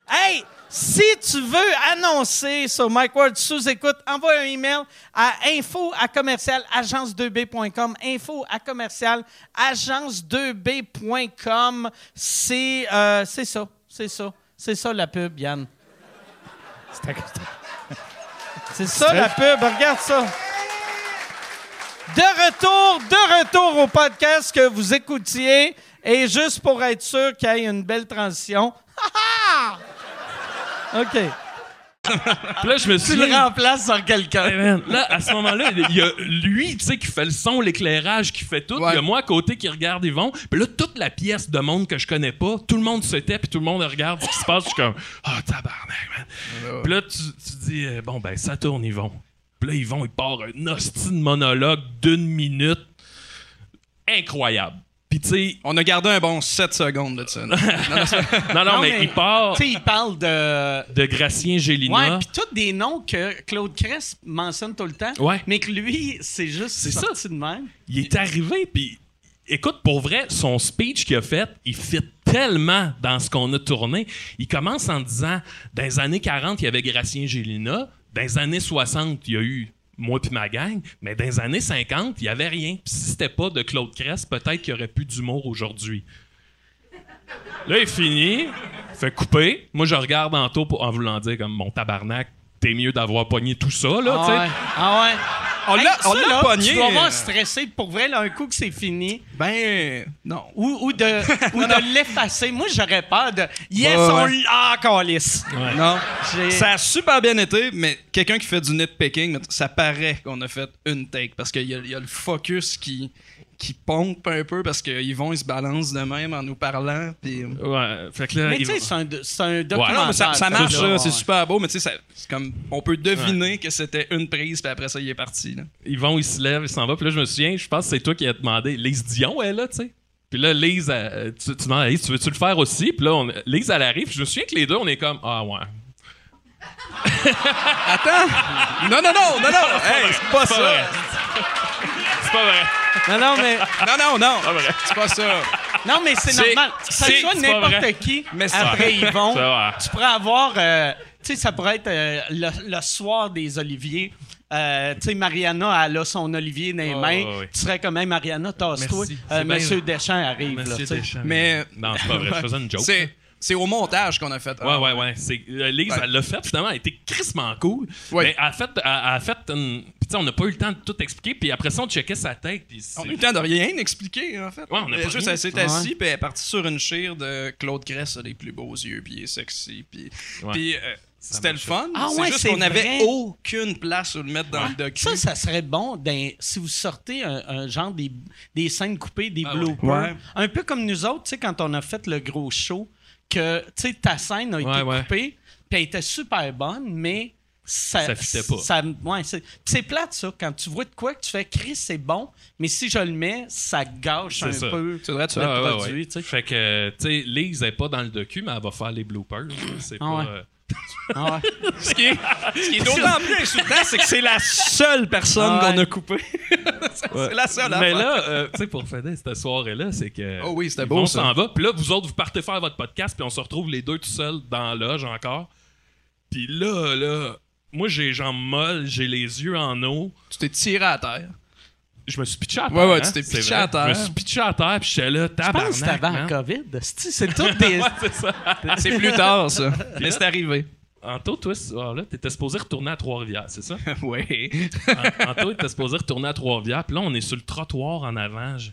S1: Hey, si tu veux annoncer sur Mike Ward sous écoute, envoie un email à info à commercial agence 2b.com. Info à commercial agence 2b.com. C'est euh, c'est ça, c'est ça, c'est ça la pub, Yann. C'est ça la pub, regarde ça. De retour, de retour au podcast que vous écoutiez. Et juste pour être sûr qu'il y ait une belle transition. Ha, ha! OK.
S5: Puis là, je me suis
S1: Tu le
S5: dit,
S1: remplaces sur quelqu'un.
S5: Hey, man, là, à ce moment-là, il y a lui, tu sais, qui fait le son, l'éclairage, qui fait tout. Il
S6: Ouais.
S5: y a moi à côté qui regarde Yvon. Puis là, toute la pièce de monde que je connais pas, tout le monde se tait, puis tout le monde regarde ce qui se passe. Je suis comme, ah, tabarnak, man. Puis là, tu, tu dis, euh, bon, ben, ça tourne, Yvon. Puis là, Yvon, il part un hostile monologue d'une minute. Incroyable. Puis tu sais,
S6: On a gardé un bon 7 secondes de ça. là.
S5: non, non,
S1: Non,
S5: mais,
S1: mais-
S5: il part
S1: Tu sais, il parle de.
S5: de Gracien
S1: Ouais,
S5: Gélina.
S1: puis tous des noms que Claude Cress mentionne tout le temps.
S5: Ouais.
S1: Mais que lui, c'est juste
S5: C'est ça.
S1: sorti de même.
S5: il est arrivé, puis écoute, pour vrai, son speech qu'il a fait, il fit tellement dans ce qu'on a tourné. Il commence en disant dans les années 40, il y avait Gracien Gélina. Dans les années 60, il y a eu moi puis ma gang, mais dans les années 50, il y avait rien. Puis si c'était pas de Claude Cress, peut-être qu'il y aurait plus d'humour aujourd'hui. Là, il finit, fait couper. Moi, je regarde en taux pour- en voulant dire comme mon tabarnak, t'es mieux d'avoir pogné tout ça, là, tu sais.
S1: ouais. Ah ouais.
S6: On
S1: Hey,
S6: l'a
S1: ça,
S6: on l'a
S1: là,
S6: pogné.
S1: Tu dois avoir stressé pour vrai, là, un coup que c'est fini.
S6: Ben, non.
S1: Ou, ou de, ou de l'effacer. Moi, j'aurais peur de. Yes,
S6: Ouais, ouais.
S1: on l'a, ah, calice.
S6: Non.
S1: J'ai-
S6: Ça a super bien été, mais quelqu'un qui fait du nitpicking, ça paraît qu'on a fait une take parce qu'il y, a- il y a le focus qui, qui pompe un peu parce qu'ils vont, ils se balancent de même en nous parlant. Puis... Ah
S5: Ouais, fait que là,
S1: Mais tu
S5: il
S1: sais,
S5: va-
S1: c'est un, do- c'est un
S5: Ouais.
S1: documentaire.
S5: Non,
S6: mais ça, ça marche,
S1: là,
S6: là,
S1: ouais.
S6: c'est super beau, mais tu sais, ça- c'est comme on peut deviner que c'était une prise, puis après ça, il est parti. Là.
S5: ils vont, ils se lèvent, ils s'en vont. Puis là, je me souviens, je pense que c'est toi qui as demandé. Lise Dion est là, tu sais. Puis là, Lise, elle- euh, tu, tu demandes à Lise, tu veux-tu le faire aussi? Puis là, on, Lise, elle arrive. Puis je me souviens que les deux, on est comme, ah ouais.
S6: Non, non, non, non, non! Ah, Hey, c'est pas
S5: C'est pas vrai.
S6: ça!
S5: C'est pas vrai.
S1: Non, non, mais,
S6: Non, non, non!
S5: vrai.
S6: C'est pas ça!
S1: non, mais c'est
S5: C'est-
S1: normal. Ça
S5: c'est-
S1: soit
S5: c'est pas vrai.
S1: n'importe qui.
S6: Mais c'est
S1: après, ils vont.
S5: C'est vrai.
S1: Tu pourrais avoir. euh, tu sais, ça pourrait être euh, le, le soir des Oliviers. Euh, tu sais, Mariana, elle a son Olivier dans les
S5: Oh,
S1: mains.
S5: ouais, ouais.
S1: Tu serais quand même Mariana, tasse-toi.
S5: Merci.
S1: Euh,
S5: C'est bien-
S1: Monsieur Deschamps arrive. là,
S5: Monsieur
S1: tu sais.
S5: Deschamps.
S6: Mais-
S5: Non, c'est pas vrai. Je faisais une joke.
S6: C'est, c'est au montage qu'on a fait.
S5: Ouais, ouais, ouais. C'est, euh, Lise,
S6: Ouais.
S5: elle l'a fait, finalement, elle était crissement cool.
S6: Ouais.
S5: Mais elle a fait, elle, a fait une. Puis, tu sais, on n'a pas eu le temps de tout expliquer. Puis après ça, on checkait sa tête. Puis c'est-
S6: On a eu le temps de rien expliquer, en fait.
S5: on a
S6: Elle
S5: pas
S6: juste,
S5: rien.
S6: elle s'est assise, puis elle est partie sur une chire de Claude Gress, a les plus beaux yeux, puis il est sexy, puis...
S5: Ouais.
S6: puis, euh, c'était le
S5: marche.
S6: fun.
S1: Ah
S6: c'est
S1: ouais,
S6: juste
S1: c'est
S6: qu'on
S1: vrai.
S6: n'avait aucune place où le mettre dans le docu.
S1: Ça, ça serait bon d'un- si vous sortez un, un genre des, des scènes coupées, des
S5: Ah ouais.
S1: bloopers.
S6: Ouais.
S1: Un peu comme nous autres, tu sais, quand on a fait le gros show, que tu sais, ta scène a
S5: Ouais,
S1: été
S5: ouais.
S1: coupée, puis elle était super bonne, mais ça.
S5: Ça fitait pas.
S1: ça- ouais, c'est, pis c'est plate, ça. Quand tu vois de quoi que tu fais, Chris, c'est bon, mais si je le mets, ça gâche
S5: C'est
S1: un
S5: ça.
S1: peu.
S6: C'est vrai, tu
S5: Ah, ouais,
S6: l'as
S5: ouais.
S6: produit.
S1: tu sais.
S5: Fait que, tu sais, Lise n'est pas dans le docu, mais elle va faire les bloopers. C'est
S1: Ah
S5: pas.
S1: ouais.
S5: euh,
S1: Ah ouais.
S6: Ce qui est, ce qui est d'autant plus insultant, c'est que c'est la seule personne
S1: Ah ouais.
S6: qu'on a coupée. c'est la seule
S5: Mais
S6: affaire.
S5: là, euh, tu sais, pour Fede, cette soirée-là, c'est que.
S6: Oh oui, c'était
S5: ils
S6: beau,
S5: vont,
S6: ça.
S5: s'en va. Puis là, vous autres, vous partez faire votre podcast, puis on se retrouve les deux tout seuls dans la loge encore. Puis là, là, moi, j'ai les jambes molles, j'ai les yeux en eau.
S6: Tu t'es tiré à terre.
S5: Je me suis pitché à terre.
S6: Ouais, ouais,
S5: hein,
S6: tu t'es
S5: c'est
S6: pitché
S5: vrai.
S6: à terre.
S5: Je me suis pitché à terre, puis j'étais là,
S1: Je
S5: tabarnak.
S1: pense que c'était avant la
S5: man.
S1: COVID. C'est, c'est tout des.
S5: Ouais, c'est ça.
S6: C'est plus tard, ça. Mais c'est arrivé.
S5: Anto, toi, ce soir-là, t'étais supposé retourner à Trois-Rivières, c'est ça?
S6: oui.
S5: An- Anto était supposé retourner à Trois-Rivières. Puis là, on est sur le trottoir en avant. Je-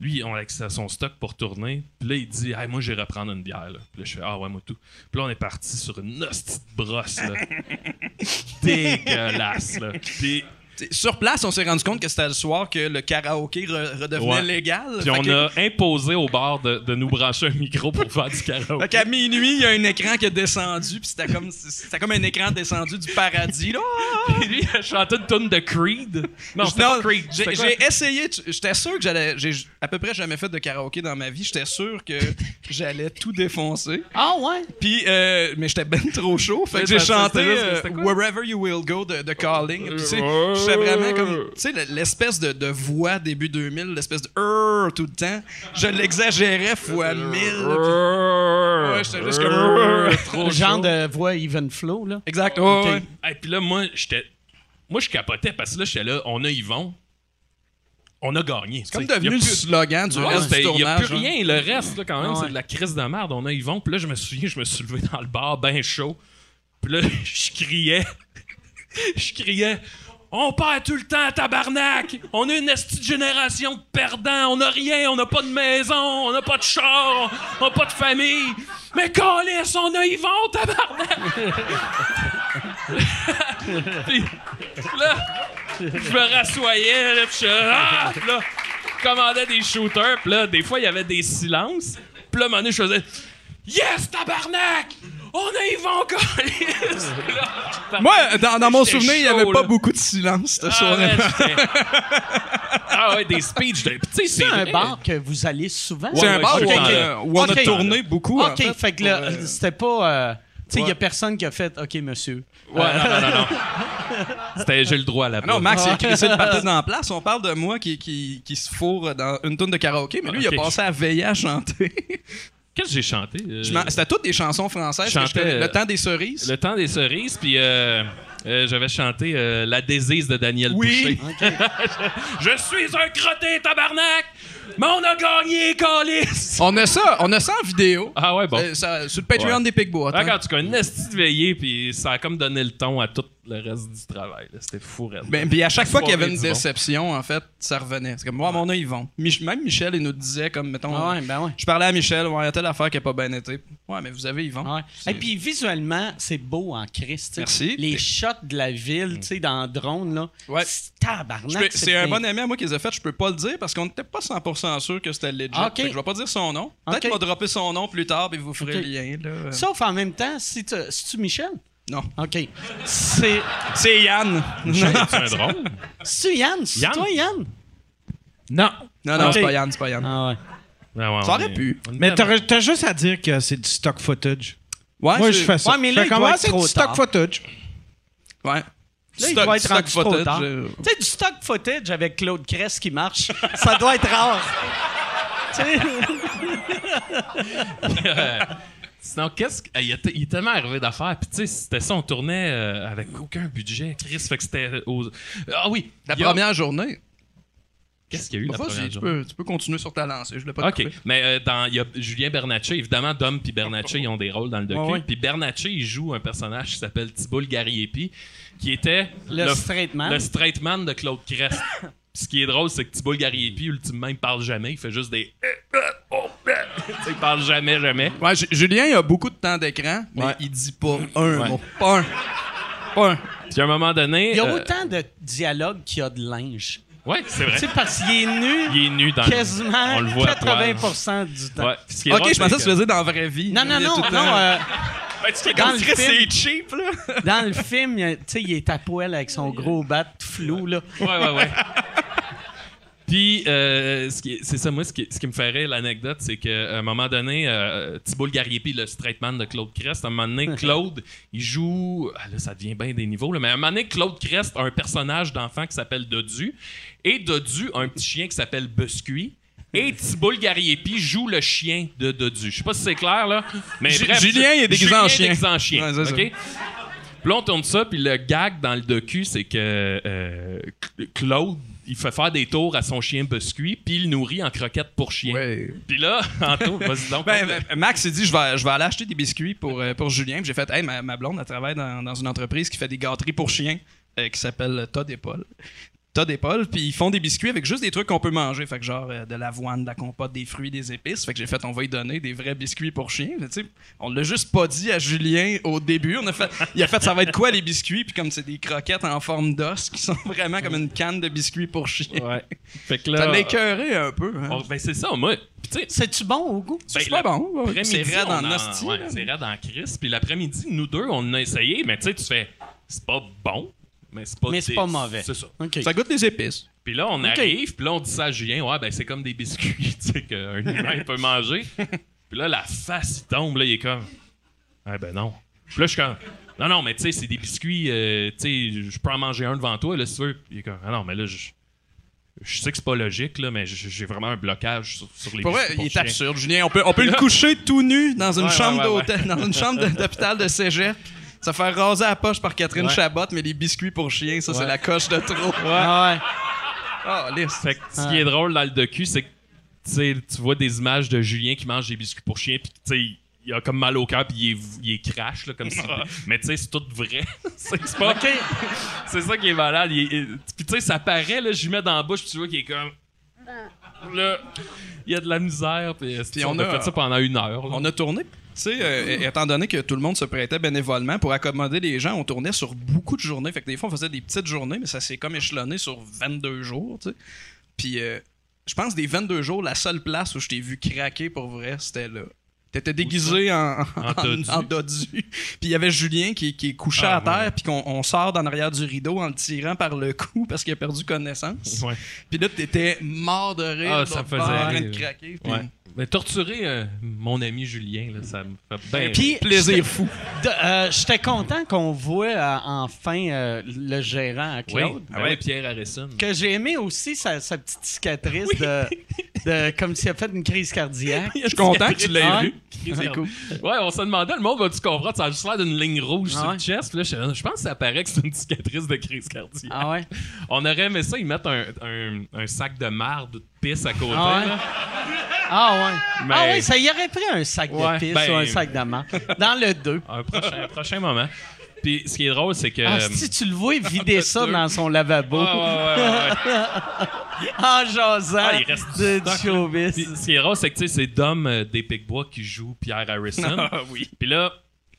S5: Lui, on avec sa- son stock pour tourner. Puis là, il dit hey, Moi, j'irai prendre une bière. Là. Puis là, je fais Ah ouais, moi tout. Puis là, on est parti sur une hostie de brosse. Là. Dégueulasse. Là. Puis,
S6: T'sais, Sur place, on s'est rendu compte que c'était le soir que le karaoké re- redevenait
S5: Ouais.
S6: légal.
S5: puis
S6: Fait
S5: on
S6: que-
S5: a imposé au bar de, de nous brancher un micro pour faire du karaoké.
S6: Fait qu'à minuit, il y a un écran qui est descendu, puis c'était comme, c'était comme un écran descendu du paradis. Là.
S5: Puis lui, il a chanté une tonne de Creed. Non, Ah, c'était
S6: Non,
S5: pas Creed.
S6: j'ai,
S5: c'était quoi?
S6: j'ai essayé, tu- j'étais sûr que j'allais. J'ai à peu près jamais fait de karaoké dans ma vie, j'étais sûr que j'allais tout défoncer.
S1: Ah ouais?
S6: Puis, euh, mais j'étais ben trop chaud, fait
S5: Mais
S6: que j'ai
S5: ça,
S6: chanté
S5: c'était juste-
S6: euh,
S5: c'était quoi?
S6: Wherever You Will Go de, de Calling. Puis, tu sais, j'étais vraiment comme. Tu sais, le- l'espèce de, de voix début 2000, l'espèce de Err tout le temps, je l'exagérais fois mille. là, puis- Ouais, j'étais juste comme.
S5: Trop
S1: genre
S5: chaud.
S1: de voix even flow, là.
S6: Exact, ouais,
S1: Ok.
S6: ouais.
S5: Et puis là, moi, j'étais. Moi, je capotais parce que là, j'étais là, on a Yvon. On a gagné.
S6: C'est comme
S5: t'sais. Y
S6: devenu
S5: a
S6: le
S5: plus-
S6: slogan du
S5: Ouais,
S6: reste
S5: c'était-
S6: du
S5: y a
S6: tournage.
S5: plus
S6: hein.
S5: rien. Le reste, là, quand même,
S1: Ah ouais.
S5: c'est de la crise de merde. On a Yvon. Puis là, je me souviens, je me suis levé dans le bar, ben chaud. Puis là, je criais. Je criais. On perd tout le temps, tabarnak! On est une esti de génération de perdants! On n'a rien, on n'a pas de maison, on n'a pas de char, on n'a pas de famille! Mais câlisse, on a Yvon, tabarnak! Puis là, je me rassoyais, là, puis je, ah! Puis là, je commandais des shooters, puis là, des fois, il y avait des silences. Puis là, à un moment donné, je faisais « Yes, tabarnak! On a Yvon Collis!
S6: Moi, dans, dans mon
S5: J'étais
S6: souvenir, il n'y
S5: chaud,
S6: avait pas
S5: là.
S6: beaucoup de silence cette
S5: ah,
S6: soirée.
S5: man, j'étais- Ah ouais, des speeches. De... Tu sais,
S1: C'est un
S5: vrai.
S1: bar que vous allez souvent.
S6: C'est un
S5: ouais,
S6: bar
S5: ok,
S6: où, on,
S5: ok.
S6: euh, où on
S1: Ok.
S6: a tourné beaucoup. en
S1: OK,
S6: fait.
S1: fait, que là, c'était pas... euh, tu sais, il y a personne qui a fait « OK, monsieur
S5: Ouais, non, non, non. non. C'était j'ai le droit là-bas.
S6: Ah Non, Max, il a écrit ça de partir dans la place. On parle de moi qui, qui, qui se fourre dans une tonne de karaoké, mais lui,
S5: Ok.
S6: il a passé à veiller à chanter.
S5: Qu'est-ce que j'ai chanté? Euh,
S6: Je m'en- C'était toutes des chansons françaises.
S5: Je
S6: que je
S5: chantais,
S6: connais.
S5: euh,
S6: le temps des cerises.
S5: Le temps des cerises, puis euh, euh, j'avais chanté euh, La désise de Daniel
S6: Oui.
S5: Boucher. je, je suis un crotté, tabarnak! Mais on a gagné, Collis!
S6: On a ça, on a ça en vidéo.
S5: Ah ouais, bon.
S6: Euh, ça- sur le Patreon
S5: Ouais.
S6: des Pigbois.
S5: Ah, quand tu connais une esti de veillée, puis ça a comme donné le ton à tout le reste du travail. là. C'était fou, raide.
S6: Ben, puis à chaque fois qu'il y avait
S5: Soirée
S6: une
S5: du bon.
S6: déception, en fait, ça revenait. C'est comme, moi, mon œil, ils vont. Mich- même Michel, il nous disait, comme, mettons,
S1: Ah ouais, ben ouais.
S6: je parlais à Michel, ouais, il y a telle affaire qui n'a pas bien été. Ouais, mais vous avez, ils vont.
S1: Ouais. Et puis visuellement, c'est beau en Christ. tu sais.
S6: Merci.
S1: Les
S6: T'es-
S1: shots de la ville, tu sais, dans le drone, là.
S6: Ouais.
S1: C'est
S6: Je
S1: tabarnak.
S6: peux- C'est un bon ami à moi qui les a fait, je peux pas le dire parce qu'on n'était pas 100% sûr que c'était legit.
S1: Ah, ok.
S6: Fait que je vais pas dire son nom. Peut-être
S1: Ok.
S6: qu'il va dropper son nom plus tard puis vous ferez
S1: Ok.
S6: le lien. Là. Euh,
S1: Sauf en même temps, si tu... tu Michel?
S6: Non.
S1: OK. C'est...
S6: C'est Yann.
S5: C'est un drôle.
S1: C'est Yann? C'est
S5: Yann?
S1: toi, Yann?
S4: Non.
S6: Non, non,
S1: Ok.
S6: c'est pas Yann, c'est pas Yann.
S1: Ah ouais.
S5: Ah ouais,
S6: Ça
S5: on
S6: aurait
S5: est-
S6: pu.
S5: on est
S4: Mais
S5: tellement-
S4: t'as t'as juste à dire que c'est du stock footage. Moi,
S6: Ouais, Ah, c'est-
S4: je fais ça.
S1: Ouais, mais là,
S4: Fait
S1: il
S4: comme,
S1: doit
S4: ah,
S1: être
S4: c'est
S1: trop
S4: du stock
S1: tard.
S4: footage.
S6: Ouais.
S1: Là, il
S6: Stock-
S1: doit être
S6: stock
S1: rendu trop
S6: footage,
S1: tard.
S6: euh,
S1: Tu sais, du stock footage avec Claude Cress qui marche, ça doit être rare. Tu sais,
S5: Sinon, qu'est-ce qu'il il y a t- il est tellement arrivé d'affaires. Puis, tu sais, c'était ça, on tournait euh, avec aucun budget. Chris, fait que c'était. aux- Ah oui!
S6: La
S5: il y a-
S6: première journée.
S5: Qu'est-ce qu'il y a eu la
S6: Enfin,
S5: première
S6: si, tu,
S5: journée?
S6: peux, tu peux continuer sur ta lancée. Je l'ai pas
S5: OK.
S6: coupé.
S5: Mais euh, dans, il y a Julien Bernatchez. Évidemment, Dom puis Bernatchez, ils ont des rôles dans le docu.
S1: Ouais, ouais.
S5: Puis Bernatchez, il joue un personnage qui s'appelle Thibault Gariepi, qui était
S1: Le straight man.
S5: le straight man de Claude Crest. Ce qui est drôle, c'est que Thibault Gariepi, ultimement, il parle jamais. Il fait juste des... euh, oh, Tu sais, il parle jamais, jamais.
S6: Ouais, Ju- Julien, il a beaucoup de temps d'écran, mais il dit pas un mot. Pas un. Pas un.
S5: Puis à un moment donné...
S1: Il y a
S5: euh,
S1: autant de dialogues qu'il y a de linge.
S5: Ouais, c'est vrai.
S1: Tu sais, parce qu'il est nu
S5: Il est nu dans le-
S1: quasiment
S5: On le voit à poil.
S1: 80 du temps.
S5: Ouais. Puis ce qui est
S6: Ok,
S5: drôle,
S6: je pensais que
S5: c'est
S6: tu faisais dans la vraie vie.
S1: Non, non,
S6: Il y a
S1: non,
S6: tout le temps-
S1: non. euh,
S5: Ben, tu fais
S1: Dans
S5: comme
S1: le
S5: Chris,
S1: film.
S5: c'est cheap, là.
S1: dans le film, il y a- tu sais, il est à poil avec son gros bat tout flou, là.
S5: Ouais, ouais, ouais. Puis, euh, ce qui- c'est ça, moi, ce qui, ce qui me ferait l'anecdote, c'est qu'à un moment donné, euh, Thibault Gariepi, le straight man de Claude Crest, à un moment donné, Claude, il joue. ah, là, ça devient bien des niveaux, là, mais à un moment donné, Claude Crest a un personnage d'enfant qui s'appelle Dodu, et Dodu a un petit chien qui s'appelle Buscuit. Et Thibault Gariepi joue le chien de Dodu. Je sais pas si c'est clair, là. Mais
S6: Ju-
S5: bref,
S6: Julien, il est déguisé
S5: Julien
S6: en
S5: est
S6: chien.
S5: déguisé en chien.
S6: Ouais, c'est ça.
S5: OK? Puis là, on tourne ça, puis le gag dans le docu, c'est que euh, Cl- Claude, il fait faire des tours à son chien Buscuit, puis il nourrit en croquettes pour chien.
S6: Ouais.
S5: Puis là, Anto, vas-y donc.
S6: Ben, ben, Max s'est dit, je vais, je vais aller acheter des biscuits pour, euh, pour Julien. Puis J'ai fait, hey, ma, ma blonde, elle travaille dans, dans une entreprise qui fait des gâteries pour chiens euh, qui s'appelle Todd et Paul. Todd et Paul, puis ils font des biscuits avec juste des trucs qu'on peut manger. Fait que genre euh, de l'avoine, de la compote, des fruits, des épices. Fait que j'ai fait, on va y donner des vrais biscuits pour chiens. Mais tu sais, on l'a juste pas dit à Julien au début. On a fait, il a fait, ça va être quoi les biscuits? Puis comme c'est des croquettes en forme d'os qui sont vraiment comme une canne de biscuits pour chiens.
S5: ouais. Fait que
S6: ben, Ça
S5: Oh là,
S6: l'écœurait un peu. hein.
S5: on- ben, c'est ça, moi. Puis tu sais,
S1: C'est-tu bon au goût?
S5: ben,
S6: C'est pas
S5: la-
S6: bon. ouais.
S5: Après-midi,
S6: C'est raide
S5: on
S6: en hostie.
S5: ouais,
S6: là.
S5: c'est raide en crise. Puis l'après-midi, nous deux, on a essayé, mais tu sais, tu fais, c'est pas bon, mais c'est pas
S1: Mais c'est
S5: dé-
S1: pas mauvais.
S5: C'est ça.
S1: OK.
S6: Ça goûte les épices.
S5: Puis là, on arrive, puis là, on dit ça à Julien, ouais, ben c'est comme des biscuits, tu sais, qu'un humain peut manger. Puis là, la face, il tombe, là, il est comme, ah ben non. Puis là, je suis comme, non, non, mais tu sais, c'est des biscuits, euh, tu sais, je peux en manger un devant toi, là, si tu veux. Puis Il est comme, ah non, mais là, je. Je sais que c'est pas logique, là, mais j- j'ai vraiment un blocage sur, sur les
S6: Pour vrai,
S5: biscuits pour
S6: il est
S5: chien.
S6: absurde, Julien. On peut, on peut le coucher tout nu dans une
S5: Ouais,
S6: chambre
S5: ouais, ouais,
S6: d'hôtel, dans une chambre de- d'hôpital de cégep. Ça fait raser la poche par Catherine Chabot, mais les biscuits pour chien, ça, c'est la coche de trop.
S1: Ah ouais.
S6: Ah, lisse.
S5: Fait que ce qui est drôle dans le docu, c'est que tu sais, tu vois des images de Julien qui mange des biscuits pour chien, puis tu sais, il a comme mal au cœur, puis il est, il est crash, là, comme si. Mais tu sais, c'est tout vrai. c'est c'est pas. C'est ça qui est malade. Il est- il- Puis tu sais, ça paraît, là, je lui mets dans la bouche, puis tu vois qu'il est comme. Là, il y a de la misère, puis, c'est-
S6: Puis
S5: on,
S6: on
S5: a
S6: a-
S5: fait ça pendant une heure. là.
S6: On a tourné. Tu sais, euh, é- étant donné que tout le monde se prêtait bénévolement pour accommoder les gens, on tournait sur beaucoup de journées. Fait que des fois, on faisait des petites journées, mais ça s'est comme échelonné sur 22 jours, tu sais. Puis, euh, je pense, des 22 jours, la seule place où je t'ai vu craquer pour vrai, c'était là. T'étais déguisé en, en,
S5: dodu.
S6: en dodu. Puis il y avait Julien qui, qui est couché
S5: Ah,
S6: à terre,
S5: ouais.
S6: puis qu'on on sort d'en arrière du rideau en le tirant par le cou parce qu'il a perdu connaissance.
S5: Ouais.
S6: Puis là, t'étais mort de rire.
S5: Ah, ça me
S6: de
S5: faisait
S6: peur, en train
S5: rire.
S6: de craquer. Puis,
S5: Ouais. Mais torturer euh, mon ami Julien, là, ça me fait bien.
S1: Puis,
S6: Plaisir
S1: j'étais-
S6: fou.
S1: de- euh, J'étais content qu'on voit euh, enfin euh, le gérant à
S5: oui,
S1: Claude.
S5: ah ouais, Pierre Harrison.
S1: Que j'ai aimé aussi sa, sa petite cicatrice de, de- comme s'il a fait une crise cardiaque.
S6: Je suis content que tu l'aies
S1: Ah,
S6: vu.
S1: C'est cool.
S5: Ouais, on se demandait, le monde va-tu comprendre? Ça a juste l'air d'une ligne rouge
S1: Ah
S5: sur
S1: ouais.
S5: le chest. Puis là, je, je pense que ça paraît que c'est une cicatrice de crise
S1: Ah
S5: cardiaque.
S1: ouais.
S5: On aurait aimé ça, ils mettent un, un- un sac de marde ou de pisse à côté.
S1: Ah ouais.
S5: là.
S1: Ah ouais.
S5: Mais-
S1: Ah ouais, ça y aurait pris un sac
S5: Ouais,
S1: de pisse
S5: ben-
S1: ou un sac d'amande. Dans le 2.
S5: Un prochain, un prochain moment. Puis ce qui est drôle, c'est que.
S1: Ah, si tu le vois vider ça dans son lavabo
S5: Ouais, ouais, ouais, ouais, ouais.
S1: en jasant
S5: Ah, il reste du
S1: de,
S5: stock,
S1: du
S5: là. Puis,
S1: showbiz.
S5: ce qui est drôle, c'est que tu sais, c'est Dom euh, des Picbois qui joue Pierre Harrison.
S6: Ah oui.
S5: Puis là,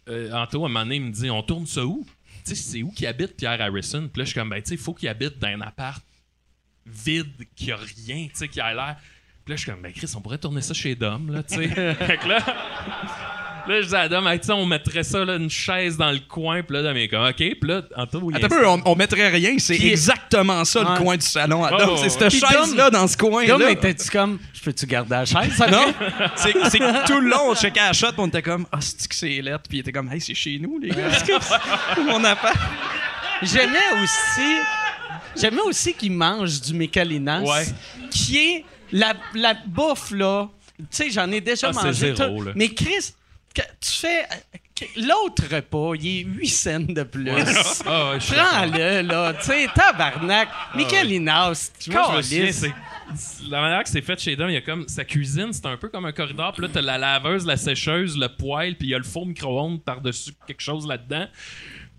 S5: euh, Anto, à un moment donné, il me dit On tourne ça où Tu sais, c'est où qui habite Pierre Harrison Puis là, je suis comme Ben, tu sais, il faut qu'il habite dans un appart vide, qui a rien, tu sais, qui a l'air. Puis là, je suis comme Ben, Chris, on pourrait tourner ça chez Dom, là, tu sais. fait que là. Là, je dis à Dom, Hey, tu sais, on mettrait ça, là, une chaise dans le coin, puis là, Dom, il est comme, OK, puis là, Anto, il
S6: Attends un peu, on, on mettrait rien, c'est
S1: Puis-
S6: exactement ça
S1: Ouais.
S6: le coin du salon à
S5: Oh,
S6: Dom.
S5: ouais.
S6: C'est cette
S1: Puis Dom-
S6: chaise-là dans ce coin-là.
S1: Comme étais-tu comme, je peux-tu garder la chaise? après?
S6: Non, c'est c'est que tout le long, on checkait la shot, puis on était comme, ah, c'est que c'est lettre, puis il était comme, hey, c'est chez nous, les gars. Mon appart.
S1: J'aimais aussi, j'aimais aussi qu'il mange du Mécalinas,
S5: Ouais.
S1: qui est la, la bouffe là. Tu sais, j'en ai déjà
S5: Ah, c'est
S1: mangé.
S5: zéro,
S1: tout.
S5: là.
S1: Mais Chris, que- tu fais que- l'autre repas, il est 8 cents de plus.
S5: Ah, ouais, je suis d'accord.
S1: Prends-le, là. Tu sais, tabarnak.
S5: Ah,
S1: Mécalinas, tu
S5: Moi, je me souviens, c'est- La manière que c'est fait chez Dom, il y a comme sa cuisine, c'est un peu comme un corridor. Puis là, t'as la laveuse, la sécheuse, le poêle, puis il y a le four micro-ondes par-dessus quelque chose là-dedans.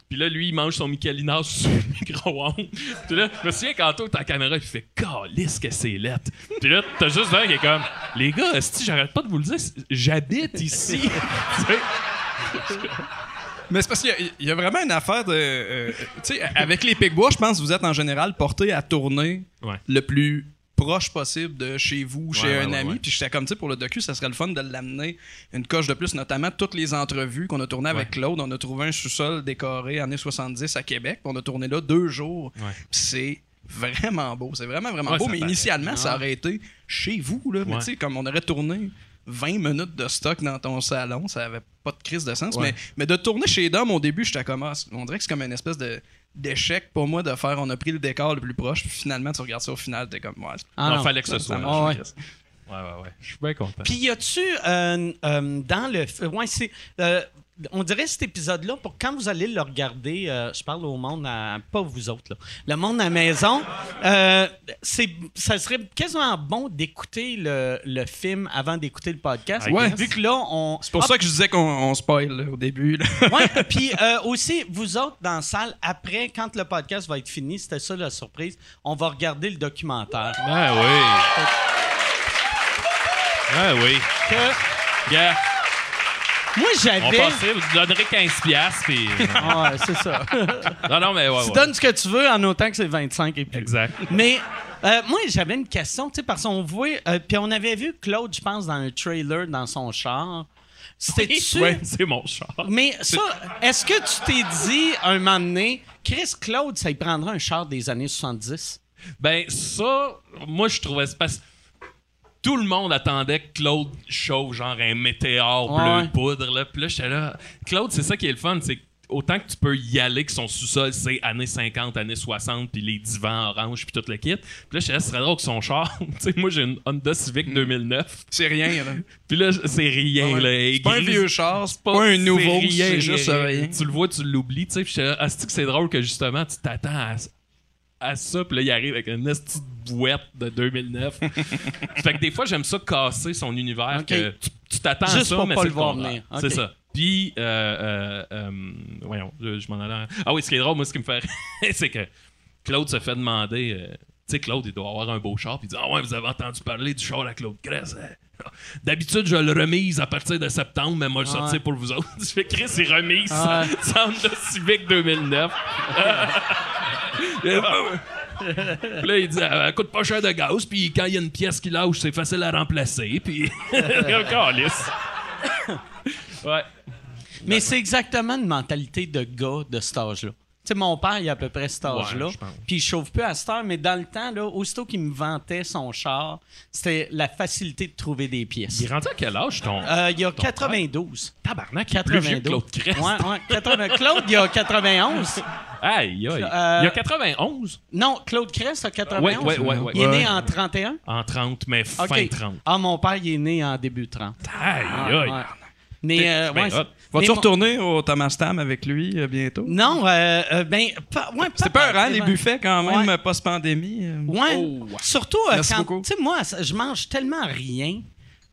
S5: Puis là, lui, il mange son Michelinas sur le micro-ondes. Puis là, je me souviens quand toi, t'as la caméra, puis il fait Calisse que c'est lettre. Puis là, t'as juste un qui est comme Les gars, si j'arrête pas de vous le dire, j'habite ici. Tu sais,
S6: Mais c'est parce qu'il y a- il y, a vraiment une affaire de. euh, tu sais, avec les Picbois, je pense que vous êtes en général porté à tourner
S5: Ouais.
S6: le plus proche possible de chez vous, chez
S5: ouais,
S6: un
S5: ouais,
S6: ami.
S5: ouais.
S6: Puis j'étais comme, tu sais, pour le docu, ça serait le fun de l'amener une coche de plus, notamment toutes les entrevues qu'on a tournées avec
S5: Ouais.
S6: Claude. On a trouvé un sous-sol décoré années 70 à Québec. puis On a tourné là deux jours.
S5: Ouais.
S6: Puis c'est vraiment beau. C'est vraiment, vraiment
S5: Ouais,
S6: beau.
S5: ça
S6: Mais
S5: paraît.
S6: initialement, ça aurait été chez vous. Là. Mais
S5: Ouais.
S6: tu sais, comme on aurait tourné 20 minutes de stock dans ton salon, ça avait pas de crise de sens.
S5: Ouais.
S6: Mais, mais de tourner chez Dom, au début, j'étais comme... ah, c'est- On dirait que c'est comme une espèce de d'échec pour moi de faire on a pris le décor le plus proche puis finalement tu regardes ça au final t'es comme ouais c'est-
S1: Ah,
S5: non,
S1: non.
S5: fallait que ce soit.
S6: ça
S5: Ouais,
S6: marche,
S1: ouais.
S6: Chris.
S5: ouais, ouais. Je suis bien content.
S1: Puis y a-tu euh, euh, dans le f- ouais c'est euh, on dirait cet épisode-là pour quand vous allez le regarder, euh, je parle au monde, à, pas vous autres, là, le monde à la maison, euh, c'est ça serait quasiment bon d'écouter le, le film avant d'écouter le podcast.
S5: I Ouais. guess.
S1: Vu que là, on. Ah,
S6: c'est pour ça que je disais qu'on on spoil là, au début là.
S1: Ouais, puis euh, aussi, vous autres dans la salle, après, quand le podcast va être fini, c'était ça la surprise, on va regarder le documentaire.
S5: Ah oui. Ah oui. Gars,
S1: Moi,
S5: on
S1: j'avais.
S5: passerait, vous donnerez 15$, piastres, puis. euh,
S1: Ouais, c'est ça.
S5: Non, non, mais ouais.
S1: Tu
S5: ouais.
S1: donnes ce que tu veux en autant que c'est 25 et plus.
S5: Exact.
S1: Mais euh, moi, j'avais une question, tu sais, parce qu'on voit. euh, Puis on avait vu Claude, je pense, dans un trailer dans son char. C'était-tu.
S5: Ouais, c'est mon char.
S1: Mais ça, est-ce que tu t'es dit un moment donné, Chris Claude, ça y prendra un char des années 70?
S5: Ben, ça, moi, je trouvais. c'est Parce... Tout le monde attendait que Claude chauffe, genre un météore
S1: Ouais.
S5: bleu poudre, là. Puis là, j'étais là. Claude, c'est ça qui est le fun, c'est que Autant que tu peux y aller, que son sous-sol, c'est années 50, années 60, puis les divans orange, puis tout le kit. Puis là, je sais, ce serait drôle que son char. tu sais, moi, j'ai une Honda Civic 2009.
S6: c'est rien là.
S5: Puis là, c'est rien,
S6: Hmm. Ouais.
S5: là. Elle
S6: c'est pas un
S5: grise.
S6: vieux char c'est pas,
S5: pas-
S6: un nouveau
S5: rien,
S6: c'est
S5: rien,
S6: juste
S5: rien.
S6: rien
S5: euh, Tu le vois, tu l'oublies, tu sais. Puis j'étais là, asti que c'est drôle que justement, tu t'attends à, à ça, puis là, il arrive avec une esti de bouette de 2009. fait que des fois, j'aime ça casser son univers.
S1: Ok.
S5: Que tu- tu t'attends à
S1: Juste
S5: ça,
S1: pour
S5: mais
S1: pas
S5: c'est
S1: le voir
S5: contraire.
S1: venir. Ok.
S5: C'est ça. Puis, euh, euh, euh, voyons, je, je m'en allais. en- Ah oui, ce qui est drôle, moi, ce qui me fait rire, c'est que Claude se fait demander. euh, tu sais, Claude, il doit avoir un beau char, puis il dit Ah ouais, vous avez entendu parler du char à Claude Grèce. hein? D'habitude, je le remise à partir de septembre, mais moi, je sortais
S1: ouais.
S5: pour vous autres. Je fais Chris, il remise
S1: Ah ouais.
S5: sans Honda Civic 2009. Puis là, il dit, Ah, elle coûte pas cher de gaz, puis quand il y a une pièce qui lâche, c'est facile à remplacer, puis... Calice. Ouais.
S1: Mais c'est exactement une mentalité de gars de cet âge-là. Tu sais, mon père, il a à peu près cet âge-là.
S5: Ouais, je pense.
S1: Puis il chauffe peu à cette heure, mais dans le temps, là, aussitôt qu'il me vantait son char, c'était la facilité de trouver des pièces.
S5: Il est rendu à quel âge ton.
S1: Euh, il y a
S5: ton père?
S1: 92.
S5: Tabarnak, il est plus vieux que
S1: 92.
S5: Claude Crest.
S1: Ouais, ouais, 80. Claude, il y a 91.
S5: Aïe, aïe.
S1: Euh,
S5: Il y a 91
S1: Non, Claude Crest a 91.
S5: Ouais, ouais, ouais, ouais.
S1: Il est né
S5: Ouais.
S1: en 31.
S5: en 30, mais
S1: OK.
S5: fin 30.
S1: Ah, mon père, il est né en début 30.
S5: Aïe,
S1: Ah,
S5: aïe.
S1: ouais. Mais, euh,
S5: Ben,
S1: ouais,
S5: hop.
S1: mais
S6: Vas-tu
S1: mon-
S6: retourner au Thomas Tam avec lui euh, bientôt?
S1: Non, euh, euh, ben, pas- ouais,
S6: C'est
S1: pas-
S6: peur, hein, les
S1: ouais.
S6: buffets quand même,
S1: Ouais.
S6: euh, post-pandémie. euh.
S1: Ouais. Surtout euh,
S6: Merci
S1: quand.
S6: beaucoup.
S1: Tu sais, moi, ça- je mange tellement rien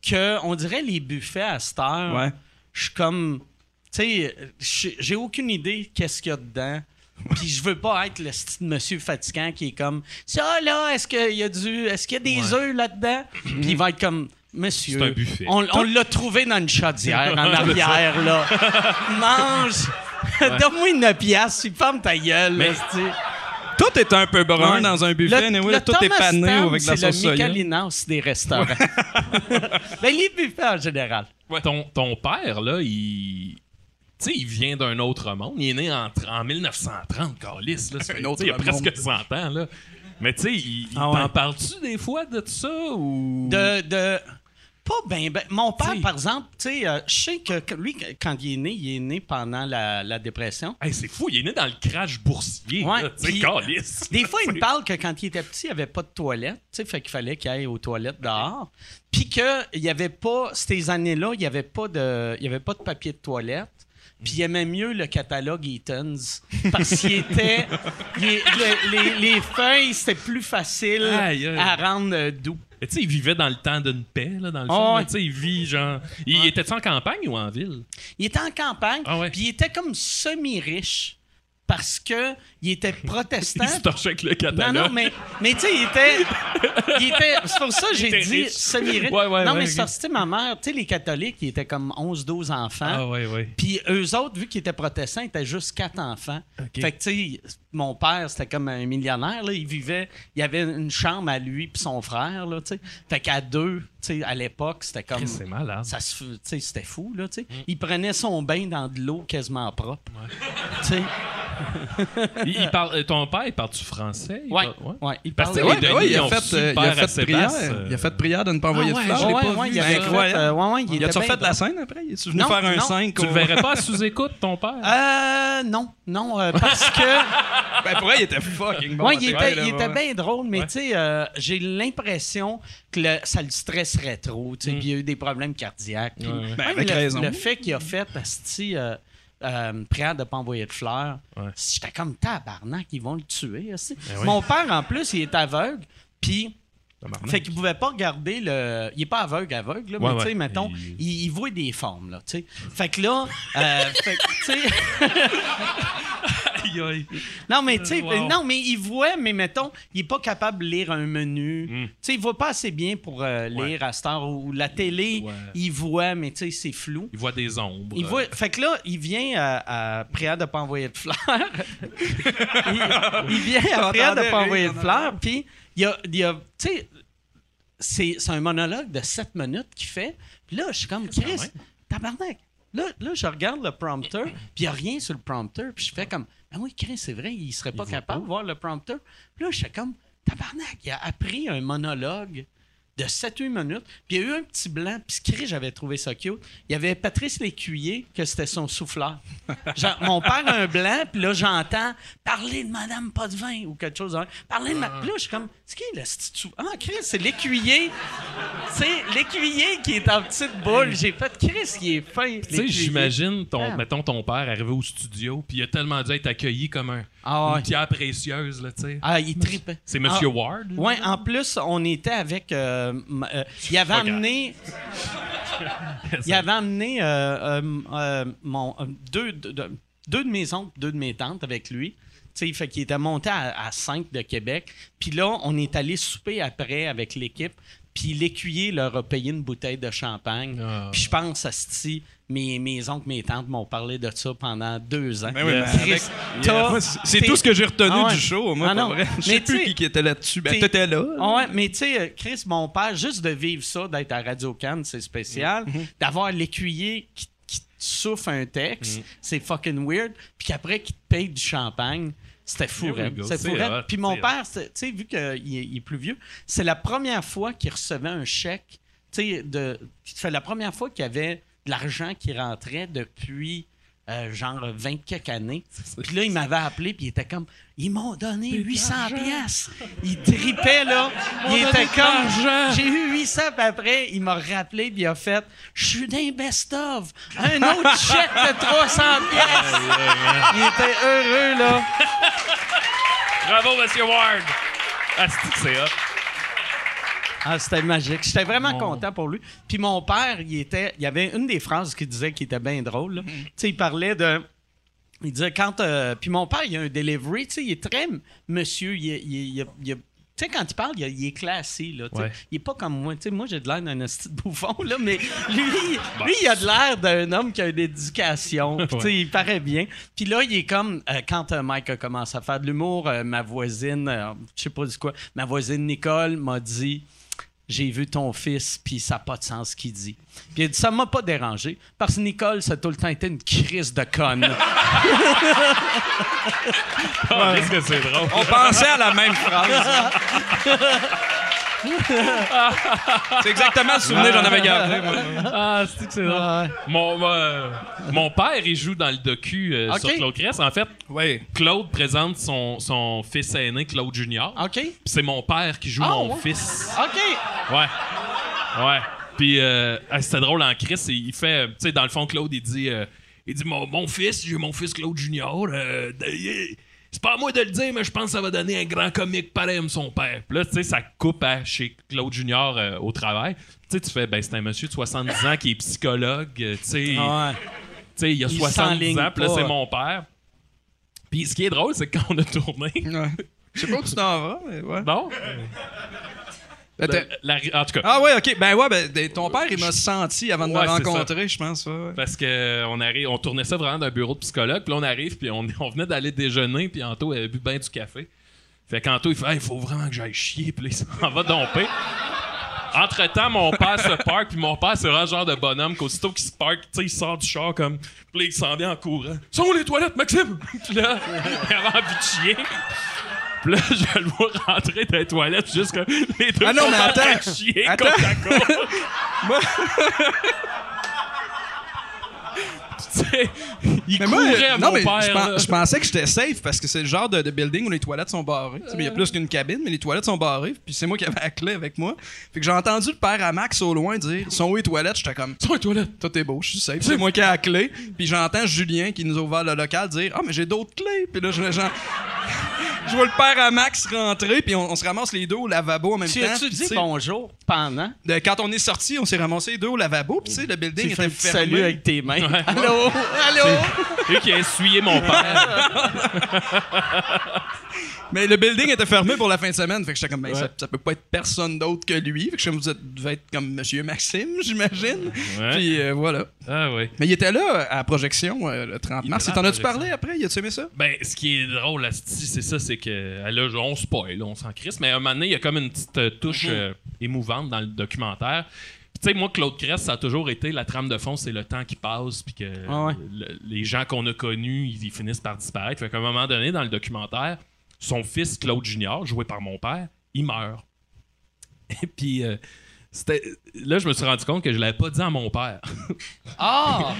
S1: que on dirait les buffets à cette heure.
S6: Ouais.
S1: Je suis comme. Tu sais, je- j'ai aucune idée qu'est-ce qu'il y a dedans. Puis je veux pas être le style de monsieur fatigant qui est comme ça là, est-ce qu'il y a du est-ce qu'il y a des œufs là-dedans Puis il va être comme monsieur.
S5: C'est un buffet.
S1: On, on l'a trouvé dans une chaudière en arrière là. Mange. Donne-moi une pièce, puis ferme ta gueule.
S5: Mais-
S1: là, c'est-
S6: Tout est un peu brun
S1: Ouais.
S6: dans un buffet,
S1: le,
S6: anyway,
S1: le
S6: tout est
S1: Thomas
S6: pané
S1: Tam,
S6: avec de la
S1: c'est
S6: sauce
S1: le
S6: soya.
S1: Michelinos des restaurants. ben, les buffets en général.
S5: Ton, ton père, là, il. Tu sais, il vient d'un autre monde. Il est né en, en 1930, Carlis. Là, ça fait-
S6: Un autre
S5: tu sais, il a
S6: monde.
S5: presque 100 ans, là. Mais tu sais, il, il
S1: Ah ouais.
S5: t'en parles-tu des fois de ça ou.
S1: De, de- Pas ben, ben- Mon père,
S5: T'sais.
S1: par exemple, tu sais, euh, je sais que que lui, quand il est né, il est né pendant la, la dépression.
S5: Hey, c'est fou, il est né dans le crash boursier.
S1: Ouais,
S5: là, tu sais,
S1: puis-
S5: câlisse.
S1: Des fois, il me parle que quand il était petit, il n'y avait pas de toilette. Tu sais, fait qu'il fallait qu'il aille aux toilettes dehors. Puis qu'il n'y avait pas, ces années-là, il n'y avait, pas de- il y avait pas de papier de toilette. Puis il aimait mieux le catalogue Eaton's. Parce qu'il était. il est- le- les, les feuilles, c'était plus facile
S5: Aïe, aïe.
S1: à rendre euh, doux.
S5: Mais tu sais, il vivait dans le temps d'une paix, là, dans le fond.
S1: Ah ouais.
S5: là, Tu sais, il vit, genre. Il était en campagne ou en ville?
S1: Il était en campagne,
S5: Ah ouais.
S1: puis il était comme semi-riche parce que il était protestant.
S5: Il se torchait avec le
S1: Non,
S5: catalogue.
S1: non, mais, mais tu sais, il était. il était- c'est pour ça que j'ai
S5: était
S1: dit
S5: riche.
S1: semi-riche.
S5: Ouais, ouais,
S1: non,
S5: ouais,
S1: mais
S5: ok.
S1: c'est parce que, tu sais, ma mère, tu sais, les catholiques, ils étaient comme 11-12 enfants.
S5: Ah, ouais, ouais.
S1: Puis eux autres, vu qu'ils étaient protestants, ils étaient juste quatre enfants. Fait que, tu sais, mon père, c'était comme un millionnaire, là. Il vivait, il avait une chambre à lui puis son frère, là, tu sais. Fait qu'à deux, tu sais, à l'époque, c'était comme.
S5: Chris, C'est malade. Mm.
S1: Ça se, f- tu sais, c'était fou, là, tu sais. Il prenait son bain dans de l'eau quasiment propre. Tu sais,
S5: Il- il parle- euh, ton père, il parle-tu français? Il
S1: ouais,
S5: parle- ouais.
S1: ouais. Il
S5: Parce que
S1: parlait-
S5: les
S6: Ouais,
S5: Denis,
S6: ben ouais, il
S5: ils ont
S6: a fait, euh, il
S5: super
S6: a
S5: à
S6: fait
S5: Sébastien,
S6: prière.
S5: euh,
S6: Il a fait prière de ne pas envoyer
S5: Ah
S6: de
S5: ouais,
S6: fleurs.
S5: je l'ai
S1: Ouais,
S6: pas
S1: ouais,
S6: vu.
S1: il avait fait,
S6: Incroyable.
S1: euh, ouais, ouais, il
S6: Il
S1: était
S6: a-tu
S1: bien
S6: refait de la
S1: drôle.
S6: scène après? Il est venu
S1: Non,
S6: faire un
S1: non.
S6: 5?
S5: Tu le verrais pas à sous-écoute, ton père?
S1: Euh, non, non, euh, parce que.
S6: Ben pour elle, il était fucking bon.
S1: ouais, il
S6: à TV,
S1: était,
S6: là,
S1: il
S6: ouais.
S1: était bien drôle, mais tu sais, euh, j'ai l'impression que le- ça le stresserait trop, tu sais, puis il y a eu des problèmes cardiaques. puis-
S5: Ouais, ouais.
S6: Ben,
S1: même
S6: avec
S1: le,
S6: raison.
S1: le fait qu'il a fait, asti, euh, euh, prière de ne pas envoyer de fleurs,
S5: Ouais.
S1: j'étais comme tabarnak, ils vont le tuer. asti.
S5: Ben oui.
S1: Mon père, en plus, il est aveugle, puis.
S5: Tabarnak.
S1: Fait qu'il pouvait pas regarder le. Il est pas aveugle, aveugle, là,
S5: Ouais,
S1: mais tu sais,
S5: ouais.
S1: mettons, il...
S5: Il-
S1: il voit des formes, là, tu sais. Fait que là, euh, fait que, tu sais.
S5: Aïe, aïe.
S1: Non, mais tu sais,
S5: wow.
S1: non, mais il voit, mais mettons, il est pas capable de lire un menu.
S5: Mm.
S1: Tu sais, il voit pas assez bien pour euh, lire à cette heure ou la télé,
S5: Ouais.
S1: il voit, mais tu sais, c'est flou.
S5: Il voit des ombres.
S1: Il voit, fait que là, il vient à, à prière de pas envoyer de fleurs. il, il vient à prière de
S6: J'entendais
S1: pas
S6: rire,
S1: envoyer de
S6: j'entendais.
S1: fleurs, puis il y a, il y a- tu sais, c'est, c'est un monologue de 7 minutes qu'il fait. Puis là, je suis comme, Chris,
S5: même.
S1: tabarnak. Là, là, je regarde le prompteur, puis il n'y a rien sur le prompteur, puis je fais comme, ben oui, Chris, c'est vrai, il serait pas capable de voir le prompteur. Puis là, je suis comme, tabarnak, il a appris un monologue de 7-8 minutes, puis il y a eu un petit blanc, puis Chris, j'avais trouvé ça cute. Il y avait Patrice Lécuyer, que c'était son souffleur. Genre, mon père a un blanc, puis là, j'entends parler de Madame Potvin ou quelque chose. de même. Parler de ma...
S5: Ah.
S1: Puis là, je suis comme, c'est qui le petit sou- Ah, Chris, c'est l'écuyer. C'est l'écuyer qui est en petite boule. J'ai fait, Chris, il est fin.
S5: Tu sais, j'imagine, ton,
S1: Ah.
S5: mettons, ton père arrivé au studio, puis il a tellement dû être accueilli comme un,
S1: Ah ouais.
S5: une pierre précieuse, là, tu sais.
S1: Ah, il tripait.
S5: C'est Monsieur
S1: Ah.
S5: Ward?
S1: Ouais, en plus, on était avec. euh, m- euh, il avait
S5: pas grave.
S1: amené. il avait amené euh, euh, euh, mon, euh, deux, deux, deux- deux de mes oncles, deux de mes tantes avec lui. Tu sais, fait qu'il était monté à, à 5 de Québec. Puis là, on est allé souper après avec l'équipe. Puis l'écuyer leur a payé une bouteille de champagne.
S5: Ah.
S1: Puis je pense à Sti, mes, mes oncles, mes tantes m'ont parlé de ça pendant deux ans.
S6: Ben oui, mais
S1: Chris,
S6: avec-
S1: t'as-
S6: Moi, c'est- C'est
S1: t'es-
S6: tout ce que j'ai retenu
S1: Ah ouais.
S6: du show, moi,
S1: Ah
S6: pour
S1: non.
S6: vrai. Je
S1: Mais
S6: sais
S1: tu sais,
S6: plus qui, qui était là-dessus. Ben,
S1: t'es-
S6: t'étais là. là.
S1: Ah ouais, mais tu sais, euh, Chris, mon père, juste de vivre ça, d'être à Radio Cannes, c'est
S6: Mm-hmm.
S1: spécial. D'avoir l'écuyer qui, qui te souffle un texte,
S6: Mm-hmm.
S1: c'est fucking weird. Puis qu'après, qui te paye du champagne, c'était fou,
S5: Here we
S1: raide.
S5: go,
S1: C'était
S5: c'est
S1: fou, raide.
S5: hot,
S1: Puis mon
S5: c'est
S1: père, c'est- tu sais, vu qu'il est, il est plus vieux, c'est la première fois qu'il recevait un chèque. Tu sais, de- c'est la première fois qu'il y avait de l'argent qui rentrait depuis. euh, genre 20 quelques années. Puis là, il m'avait appelé, puis il était comme, ils m'ont donné 800 piastres. Il tripait, là. il était comme, j'ai eu 800, puis après, il m'a rappelé, puis il a fait, je suis d'un best-of. Un autre chèque de 300 piastres. il était heureux, là.
S5: Bravo, Monsieur Ward! Ah, c'est que c'est hot.
S1: Ah, c'était magique. J'étais vraiment content pour lui. Puis mon père, il était, il y avait une des phrases qu'il disait qui était bien drôle. là. Tu sais, il parlait de il disait quand euh, puis mon père, il a un delivery, tu sais, il est très m- monsieur, il, est- il est- il est- il est- tu sais, quand il parle, il, est- il est classé. Là, tu sais.
S5: Ouais.
S1: Il est pas comme moi. Tu sais, moi, j'ai de l'air d'un hostie de bouffon, là, mais lui, lui, il a de l'air d'un homme qui a une éducation. Puis, tu sais, Il paraît bien. Puis là, il est comme euh, quand euh, Mike a commencé à faire de l'humour, euh, ma voisine, euh, je sais pas du quoi, ma voisine Nicole m'a dit j'ai vu ton fils, puis ça n'a pas de sens ce qu'il dit. Puis il a dit, ça m'a pas dérangé, parce que Nicole, ça a tout le temps été une crise de conne.
S5: Ah, Qu'est-ce que c'est drôle?
S6: On pensait à la même phrase. c'est exactement le souvenir que j'en avais gardé. moi.
S5: Ah, c'est que c'est drôle. Mon, euh, mon père, il joue dans le docu euh,
S1: Ok.
S5: sur Claude Cress. En fait, Claude présente son, son fils aîné, Claude Junior.
S1: OK?
S5: Puis C'est mon père qui joue
S1: Ah,
S5: mon
S1: ouais.
S5: fils.
S1: OK!
S5: Ouais. Ouais. Puis euh, ah, c'était drôle en Chris, il il fait, tu sais, dans le fond, Claude, il dit, euh, il dit, mon, mon fils, j'ai mon fils Claude Junior, euh, de- il- c'est pas à moi de le dire, mais je pense que ça va donner un grand comique pareil comme son père. Puis là, tu sais, ça coupe à chez Claude Junior euh, au travail. Tu sais, tu fais, ben, c'est un monsieur de 70 ans qui est psychologue, euh, tu sais, tu sais, il a
S1: Il
S5: 70
S1: s'enligne
S5: ans, puis là,
S1: pas.
S5: c'est mon père. Puis ce qui est drôle, c'est que quand on a tourné,
S6: Ouais. Je sais pas où tu t'en vas, mais ouais.
S5: non?
S6: Attends.
S5: La- la- en tout cas,
S6: Ah ouais, ok. Ben ouais, ben, de- ton père, il m'a senti avant de
S5: Ouais,
S6: me
S5: c'est ça.
S6: rencontrer, je pense. ouais, ouais.
S5: Parce que euh, on arrive, on tournait ça vraiment d'un bureau de psychologue, puis là, on arrive, puis on, on venait d'aller déjeuner, puis Anto avait bu bien du café. Fait qu'Anto, il fait Hey, faut vraiment que j'aille chier, puis là, il s'en va domper. Entre-temps, mon père se parque, puis mon père, c'est vraiment le genre de bonhomme qu'aussitôt qu'il se parque, tu sais, il sort du char comme. Puis là, il s'en vient en courant. Sont où les toilettes, Maxime Puis là, il avait envie de chier. Puis là, je le vois rentrer dans les toilettes jusque les deux
S6: Ah non,
S5: sont
S6: mais
S5: en train
S6: attends.
S5: de chier
S6: Attends.
S5: côte à côte. Tu sais, il
S6: Mais moi,
S5: courait à
S6: euh, non,
S5: mon
S6: mais
S5: père.
S6: je, pen-
S5: là.
S6: je pensais que j'étais safe parce que c'est le genre de, de building où les toilettes sont barrées. Tu sais, mais Il y a plus qu'une cabine, mais les toilettes sont barrées. Puis c'est moi qui avais la clé avec moi. Fait que j'ai entendu le père à Max au loin dire Sont où les toilettes J'étais comme Sont où les toilettes Toi, t'es beau, je suis safe. C'est moi qui ai la clé. Puis j'entends Julien qui nous a ouvert le local dire Ah, mais j'ai d'autres clés. Puis là, je, genre, je vois le père à Max rentrer. Puis on, on se ramasse les deux au lavabo en même
S1: Tu
S6: temps.
S1: as-tu
S6: puis
S1: dit
S6: tu sais,
S1: bonjour pendant?
S6: de- quand on est sorti, on s'est ramassé les deux au lavabo. Puis tu sais, le building
S1: Tu fais
S6: était
S1: un petit salut
S6: fermé.
S1: avec tes mains.
S5: Ouais.
S1: Allô? Allô?
S5: Lui qui a essuyé mon père.
S6: Mais le building était fermé pour la fin de semaine. Fait que j'étais comme, ben, ça, ça peut pas être personne d'autre que lui. Fait que je suis comme, vous êtes- vous devez être comme Monsieur Maxime, j'imagine.
S5: Ouais.
S6: Puis euh, voilà.
S5: Ah oui.
S6: Mais il était là à la projection euh, le 30 mars.
S5: était là à
S6: Et T'en
S5: la
S6: as-tu
S5: projection.
S6: parlé après? Il a-tu aimé ça?
S5: Ben, ce qui est drôle, asti, c'est ça, c'est que là, je- on spoil, on s'en crisse, mais à un moment donné, il y a comme une petite euh, touche euh, émouvante dans le documentaire. Puis, Tu sais, moi, Claude Crest, ça a toujours été la trame de fond, c'est le temps qui passe, puis que
S1: Ah ouais.
S5: le- les gens qu'on a connus, ils, ils finissent par disparaître. Fait qu'à un moment donné, dans le documentaire, son fils, Claude Junior, joué par mon père, il meurt. Et puis, euh, c'était, là, je me suis rendu compte que je l'avais pas dit à mon père.
S1: Ah!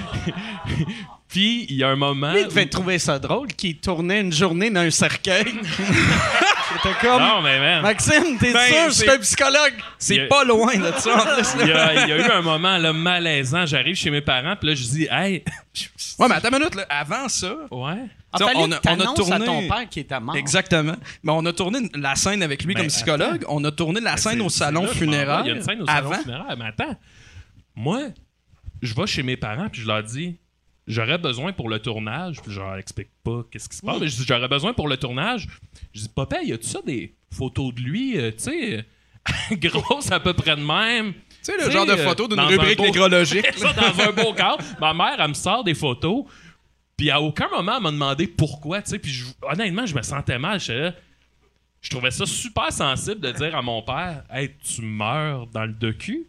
S5: Puis, il y a un moment.
S1: Lui, il
S5: où-
S1: devait trouver ça drôle qu'il tournait une journée dans un cercueil. C'était comme,
S5: Non, mais man.
S1: Maxime, t'es
S6: Ben,
S1: sûr? Je
S6: c'est-
S1: suis un psychologue.
S6: C'est
S5: Il a-
S6: pas loin de ça. en plus, là.
S5: il y, a, il y a eu un moment là, malaisant. J'arrive chez mes parents, puis là, je dis, hey,
S6: Ouais, mais attends une minute. là. Avant ça,
S5: ouais.
S1: Ah,
S6: T'sais,
S1: fallait
S6: on
S1: que
S6: a- on a
S1: t'annonces à
S6: tourné-
S1: ton père qui était mort.
S6: Exactement. Mais on a tourné la scène avec lui
S5: Mais
S6: comme psychologue. On a tourné la scène
S5: Ben, C'est-
S6: au
S5: c'est
S6: salon
S5: là, je m'en
S6: funéraire.
S5: vais. Il y a une scène au
S6: avant.
S5: salon funéraire. Mais attends, moi, je vais chez mes parents, puis je leur dis, j'aurais besoin pour le tournage, puis je leur explique pas qu'est-ce qui se
S6: Mm.
S5: passe, mais je dis, j'aurais besoin pour le tournage. Je dis, papa, y a-tu ça des photos de lui, euh, tu sais, grosse à peu près de même.
S6: Tu sais, le
S5: Tu
S6: genre de
S5: sais, euh,
S6: photo d'une
S5: dans un
S6: rubrique
S5: beau-
S6: nécrologique.
S5: ça dans un beau corps. Ma mère, elle me sort des photos. Puis à aucun moment, elle m'a demandé pourquoi, tu sais. Puis je- honnêtement, je me sentais mal. Je, sais, je trouvais ça super sensible de dire à mon père Hey, tu meurs dans le docu.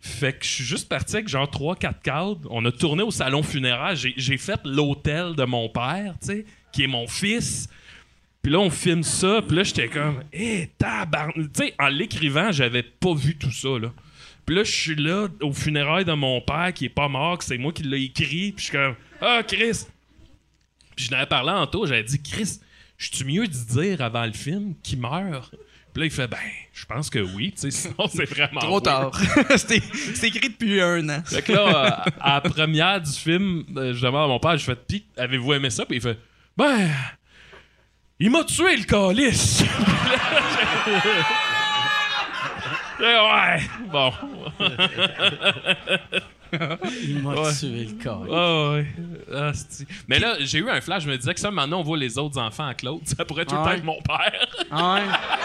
S5: Fait que je suis juste parti avec genre 3-4 cadres. On a tourné au salon funéraire. J'ai j'ai fait l'hôtel de mon père, tu sais, qui est mon fils. Puis là, on filme ça. Puis là, j'étais comme, hé, tabarn... Tu sais, en l'écrivant, j'avais pas vu tout ça, là. Puis là, je suis là, au funérail de mon père qui est pas mort, que c'est moi qui l'ai écrit. Puis je suis comme, ah, Chris. Puis je l'avais parlé en tôt, j'avais dit, Chris, je suis mieux de dire avant le film qu'il meurt. Puis là, il fait, ben, je pense que oui, tu sais, sinon c'est vraiment.
S6: Trop
S5: weird.
S6: tard. C'était- C'est écrit depuis un an.
S5: Fait que là, euh, à la première du film, euh, je demande à mon père, je fais Pis, avez-vous aimé ça? Puis il fait Ben, il m'a tué le calice! Puis là, j'ai- Eh ouais, bon.
S1: Il m'a
S5: Ouais.
S1: tué le corps.
S5: Ah ouais. Ah, c'ti. Mais là, j'ai eu un flash, je me disais que ça, maintenant, on voit les autres enfants à Claude. Ça pourrait tout le
S1: Ah
S5: temps
S1: ouais.
S5: être mon père.
S1: Ah ouais.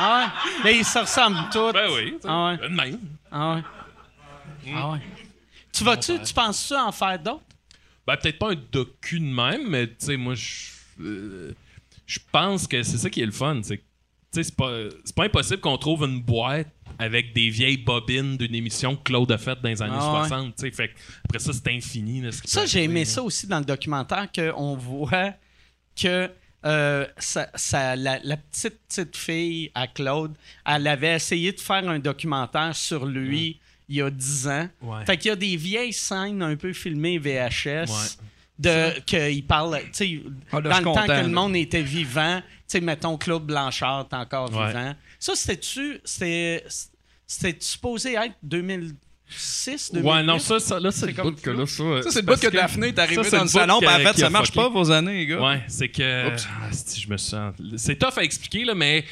S1: Ah ouais. Mais ils se ressemblent tous.
S5: Ben oui. tu sais,
S1: Ah ouais.
S5: de même.
S1: Ah ouais. Ah ouais. Tu vas-tu, tu penses-tu en faire d'autres?
S5: Ben, peut-être pas un docu de même, mais tu sais, moi, je. euh, je pense que c'est ça qui est le fun. C'est que, tu sais, c'est pas, c'est pas impossible qu'on trouve une boîte avec des vieilles bobines d'une émission que Claude a faite dans les années
S1: Ah ouais.
S5: 60. tu sais. Fait que après ça, c'est infini. là, ce qui
S1: Ça,
S5: peut
S1: j'ai
S5: arriver,
S1: aimé
S5: là.
S1: ça aussi dans le documentaire, qu'on voit que euh, ça- ça- la, la petite, petite fille à Claude, elle avait essayé de faire un documentaire sur lui il y a 10 ans.
S5: Ouais.
S1: Fait qu'il y a des vieilles scènes un peu filmées VHS.
S5: Ouais.
S1: De, qu'il parle, tu sais,
S6: Ah, là, je
S1: dans
S6: suis
S1: le
S6: content,
S1: temps que
S6: là.
S1: le monde était vivant, tu sais, mettons Claude Blanchard est encore
S5: Ouais.
S1: vivant. Ça, c'était-tu, c'était, c'était supposé être 2006, 2008?
S5: Ouais, non, ça, ça là, c'est le bout que là, ça.
S6: Ça, c'est le bout
S5: parce
S6: que de la fenêtre est arrivée dans le salon, puis
S5: puis
S6: en fait, ça marche pas vos années, les gars.
S5: Ouais, c'est que.
S6: Oups.
S5: Ah, si, je me sens. C'est tough à expliquer, là, mais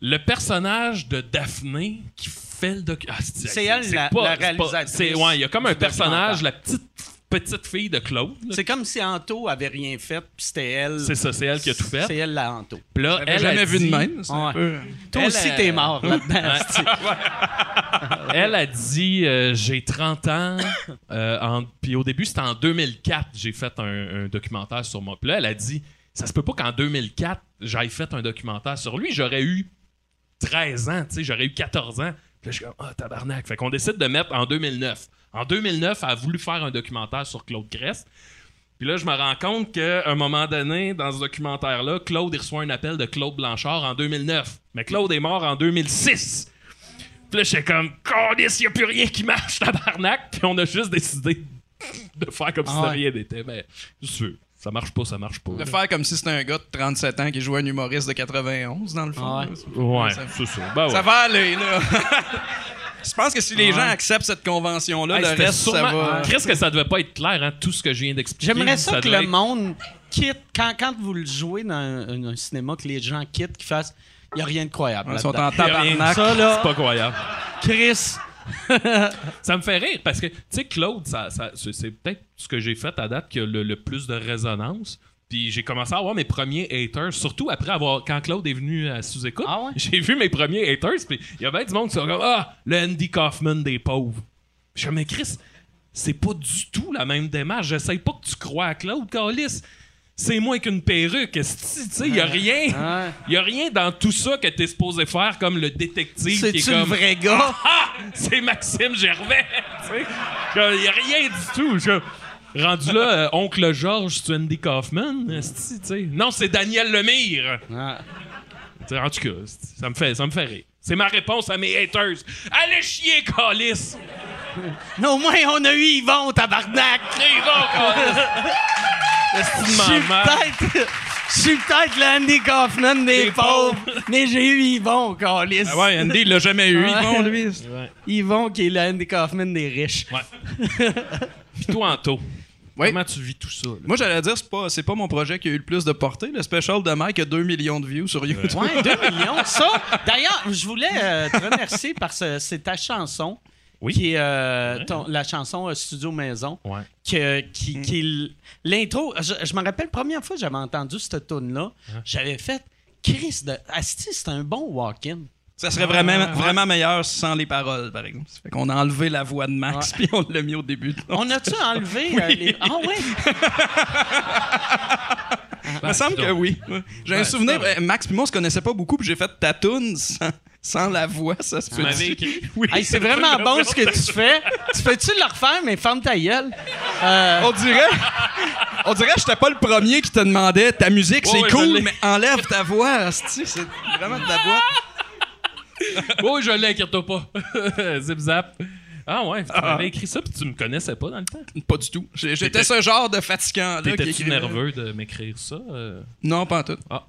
S5: le personnage de Daphné qui fait le docu. Ah, si,
S1: C'est elle, la-
S5: pas-
S1: la
S5: c'est pas-
S1: réalisatrice
S5: c'est- Ouais, il y a comme un
S1: du documentaire.
S5: personnage, la petite, petite fille de Claude. là.
S1: C'est comme si Anto avait rien fait, puis c'était elle.
S5: C'est ça, c'est elle qui a tout fait.
S1: C'est elle, la Anto.
S5: Puis là,
S6: J'avais
S5: elle a
S6: jamais vu
S5: dit-
S6: de même. c'est un
S1: Ouais.
S6: peu-
S1: Toi
S5: Elle,
S1: aussi,
S5: euh,
S1: t'es mort là-dedans. c'est-tu.
S5: Elle a dit euh, J'ai 30 ans. euh, en- Puis au début, c'était en 2004, j'ai fait un, un documentaire sur moi. Puis là, elle a dit Ça se peut pas qu'en 2004, j'aille fait un documentaire sur lui. J'aurais eu 13 ans, tu sais, j'aurais eu 14 ans. Puis là, je suis comme Ah, tabarnak. Fait qu'on décide de mettre en 2009. En 2009, elle a voulu faire un documentaire sur Claude Crest. Puis là, je me rends compte qu'à un moment donné, dans ce documentaire-là, Claude il reçoit un appel de Claude Blanchard en 2009. Mais Claude est mort en 2006. Puis là, j'étais comme, Cordis, il a plus rien qui marche, tabarnak. Puis on a juste décidé de faire comme si
S1: Ah
S5: de
S1: ouais.
S5: rien n'était. Mais je suis sûr, ça marche pas, ça marche pas.
S6: De faire comme si c'était un gars de 37 ans qui jouait un humoriste de 91, dans le fond.
S1: Ouais.
S6: là.
S5: Ouais,
S6: Ça-
S5: c'est ça. Ben ouais.
S6: Ça va aller, là. Je pense que si les gens acceptent cette convention-là,
S5: Hey,
S6: le
S5: c'était
S6: reste, ça
S5: sûrement-
S6: va.
S5: Chris, que ça devait pas être clair, hein, tout ce que je viens d'expliquer.
S1: J'aimerais ça, que
S5: devait
S1: le
S5: être-
S1: monde quitte, quand, quand vous le jouez dans un, un- un cinéma, que les gens quittent, qu'ils fassent, il n'y a rien de croyable.
S6: Ils sont
S1: là-dedans.
S6: en tabarnak.
S1: Ça, là,
S5: C'est pas croyable.
S1: Chris,
S5: Ça me fait rire parce que, tu sais, Claude, ça, ça- c'est, c'est peut-être ce que j'ai fait à date qui a le, le plus de résonance. Puis j'ai commencé à avoir mes premiers haters, surtout après avoir. Quand Claude est venu à sous-écoute,
S1: Ah ouais?
S5: j'ai vu mes premiers haters. Puis il y avait du monde qui sont comme Ah, le Andy Kaufman des pauvres. Je me mais Chris, c'est pas du tout la même démarche. J'essaye pas que tu crois à Claude, Calis. C'est moins qu'une perruque. esti, Tu sais,
S1: Ah.
S5: il y a
S1: Ouais.
S5: rien. Il y a rien dans tout ça que t'es supposé faire comme le détective qui est
S1: c'est-tu le
S5: comme.
S1: vrai gars?
S5: Ah! C'est Maxime Gervais! Il n'y a rien du tout. Je- Rendu là, euh, oncle Georges, c'est Andy Kaufman? esti, tu sais. Non, c'est Daniel Lemire!
S1: Ah.
S5: Tu sais, En tout cas, esti, ça me fait, ça me fait rire. C'est ma réponse à mes haters. Allez chier, Calis!
S1: Non, au moins, on a eu Yvon, tabarnak!
S5: Allez, va, Calis!
S1: Je
S5: Esti de
S1: suis
S5: maman.
S1: peut-être... Je suis peut-être le Andy Kaufman des,
S5: Des
S1: pauvres, mais j'ai eu Yvon, Calis.
S6: Ah ouais, Andy, il l'a jamais eu.
S1: Ouais.
S6: Bon, lui.
S1: Yvon qui est le Andy Kaufman des riches.
S5: Puis toi, Anto,
S6: Oui.
S5: comment tu vis tout ça? là?
S6: Moi, j'allais dire, c'est pas, c'est pas mon projet qui a eu le plus de portée. Le special de Mike a 2 millions de views sur YouTube.
S1: Ouais, 2 millions. Ça, d'ailleurs, je voulais euh, te remercier parce que c'est ta chanson.
S5: Oui.
S1: Qui est euh, ton- la chanson euh, Studio Maison.
S5: Ouais.
S1: Que, qui, qui l- L'intro, je, je me rappelle, première fois que j'avais entendu cette tune là j'avais fait Chris de. Asti, c'est un bon walk-in.
S6: Ça serait vraiment, vraiment meilleur sans les paroles, par exemple. Ça fait qu'on a enlevé la voix de Max, puis on l'a mis au début.
S1: On a-tu enlevé euh, les. Ah oui!
S6: Il me semble que oui. J'ai un souvenir, euh, Max puis moi, on se connaissait pas beaucoup, puis j'ai fait ta toune sans, sans la voix, ça se peut.
S5: m'avais écrit.
S6: Oui.
S1: Hey, c'est vraiment bon ce que tu fais. Tu peux-tu le refaire, mais ferme ta gueule? Euh,
S6: On dirait, on dirait que j'étais pas le premier qui te demandait ta musique, c'est
S5: Ouais, ouais, je
S6: cool,
S5: l'ai.
S6: mais enlève ta voix, asti, c'est vraiment de la voix.
S5: Oh, je l'ai, inquiète-toi pas. Zip zap. Ah ouais, tu m'avais écrit ça, puis tu me connaissais pas dans le temps.
S6: Pas du tout. J'ai- J'étais ce genre de fatigant là qui
S5: T'étais-tu
S6: écrivait.
S5: nerveux de m'écrire ça? euh?
S6: Non, pas en tout.
S5: Ah.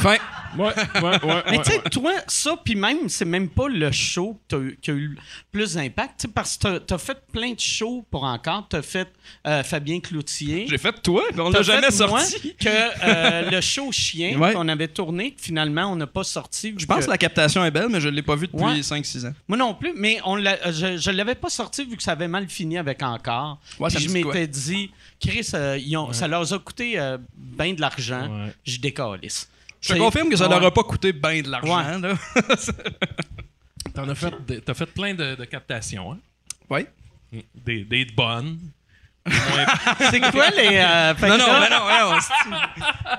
S6: Fin.
S5: Ouais, ouais, ouais.
S1: mais tu sais, toi, ça, puis même, c'est même pas le show que t'as eu- qui a eu le plus d'impact, tu sais, parce que t'as- t'as fait plein de shows pour encore. T'as fait euh, Fabien Cloutier.
S6: J'ai fait toi, puis on
S1: T'as
S6: l'a jamais
S1: fait, moi,
S6: sorti.
S1: que euh, le show Chien
S6: Ouais.
S1: qu'on avait tourné, que finalement, on n'a pas sorti.
S6: Je pense que la captation est belle, mais je l'ai pas vue depuis
S1: Ouais.
S6: 5-6 ans.
S1: Moi non plus, mais on l'a- euh, je, je l'avais pas sorti vu que ça avait mal fini avec encore.
S6: Ouais,
S1: Puis
S6: ça me
S1: je
S6: dit quoi.
S1: m'étais dit, Chris, euh, ils ont- ça leur a coûté euh, ben de l'argent.
S5: Ouais.
S1: Je décalisse.
S6: Je te
S1: C'est-
S6: confirme que ça
S1: Ouais.
S6: leur a pas coûté bien de l'argent. là.
S5: T'en as fait, des- t'as fait plein de, de captations, hein?
S6: Ouais.
S5: Mm. Des, des bonnes.
S1: C'est quoi les. euh, fait
S6: Non,
S1: que
S6: non,
S1: là,
S6: mais non, mais non.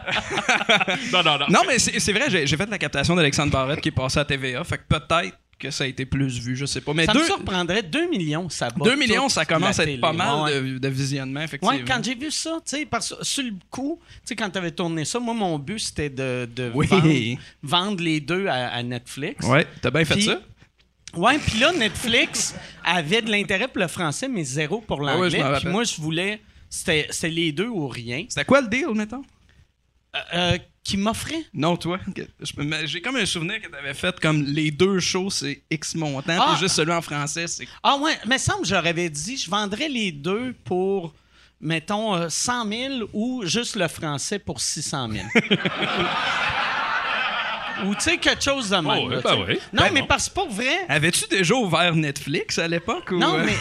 S5: Non, non, non.
S6: Non, mais c'est c'est vrai, j'ai j'ai fait la captation d'Alexandre Barrette qui est passée à TVA. Fait que peut-être que ça a été plus vu, je sais pas. Mais
S1: Ça me
S6: deux,
S1: surprendrait 2 millions, ça va.
S6: 2 millions, ça
S1: toute
S6: commence
S1: la
S6: à être pas
S1: télé.
S6: mal
S1: Ouais.
S6: de, de visionnement, effectivement.
S1: Ouais, quand j'ai vu ça, tu sais, parce sur le coup, tu sais, quand t'avais tourné ça, moi, mon but, c'était de, de
S6: Oui.
S1: vendre, vendre les deux à, à Netflix.
S6: Ouais, t'as bien fait
S1: Puis-
S6: ça.
S1: Ouais, puis là, Netflix avait de l'intérêt pour le français, mais zéro pour
S6: ouais, je
S1: l'anglais.
S6: m'en
S1: puis
S6: rappelle.
S1: moi, je voulais. C'était c'était les deux ou rien.
S6: C'était quoi le deal, mettons?
S1: Euh, euh, qui m'offrait.
S6: Non, toi. que- je me- mais J'ai comme un souvenir que t'avais fait comme les deux shows, c'est X montant,
S1: Ah!
S6: puis juste celui en français, c'est.
S1: Ah ouais, mais semble que j'aurais dit, je vendrais les deux pour, mettons, euh, 100 000 ou juste le français pour 600 000. ou tu sais, quelque chose de même.
S5: Oh, ouais,
S1: là,
S5: ben
S1: tu sais.
S5: oui.
S1: Non,
S6: Ben
S1: mais
S6: non.
S1: parce que pour vrai,
S6: Avais-tu déjà ouvert Netflix à l'époque? ou- euh?
S1: Non, mais,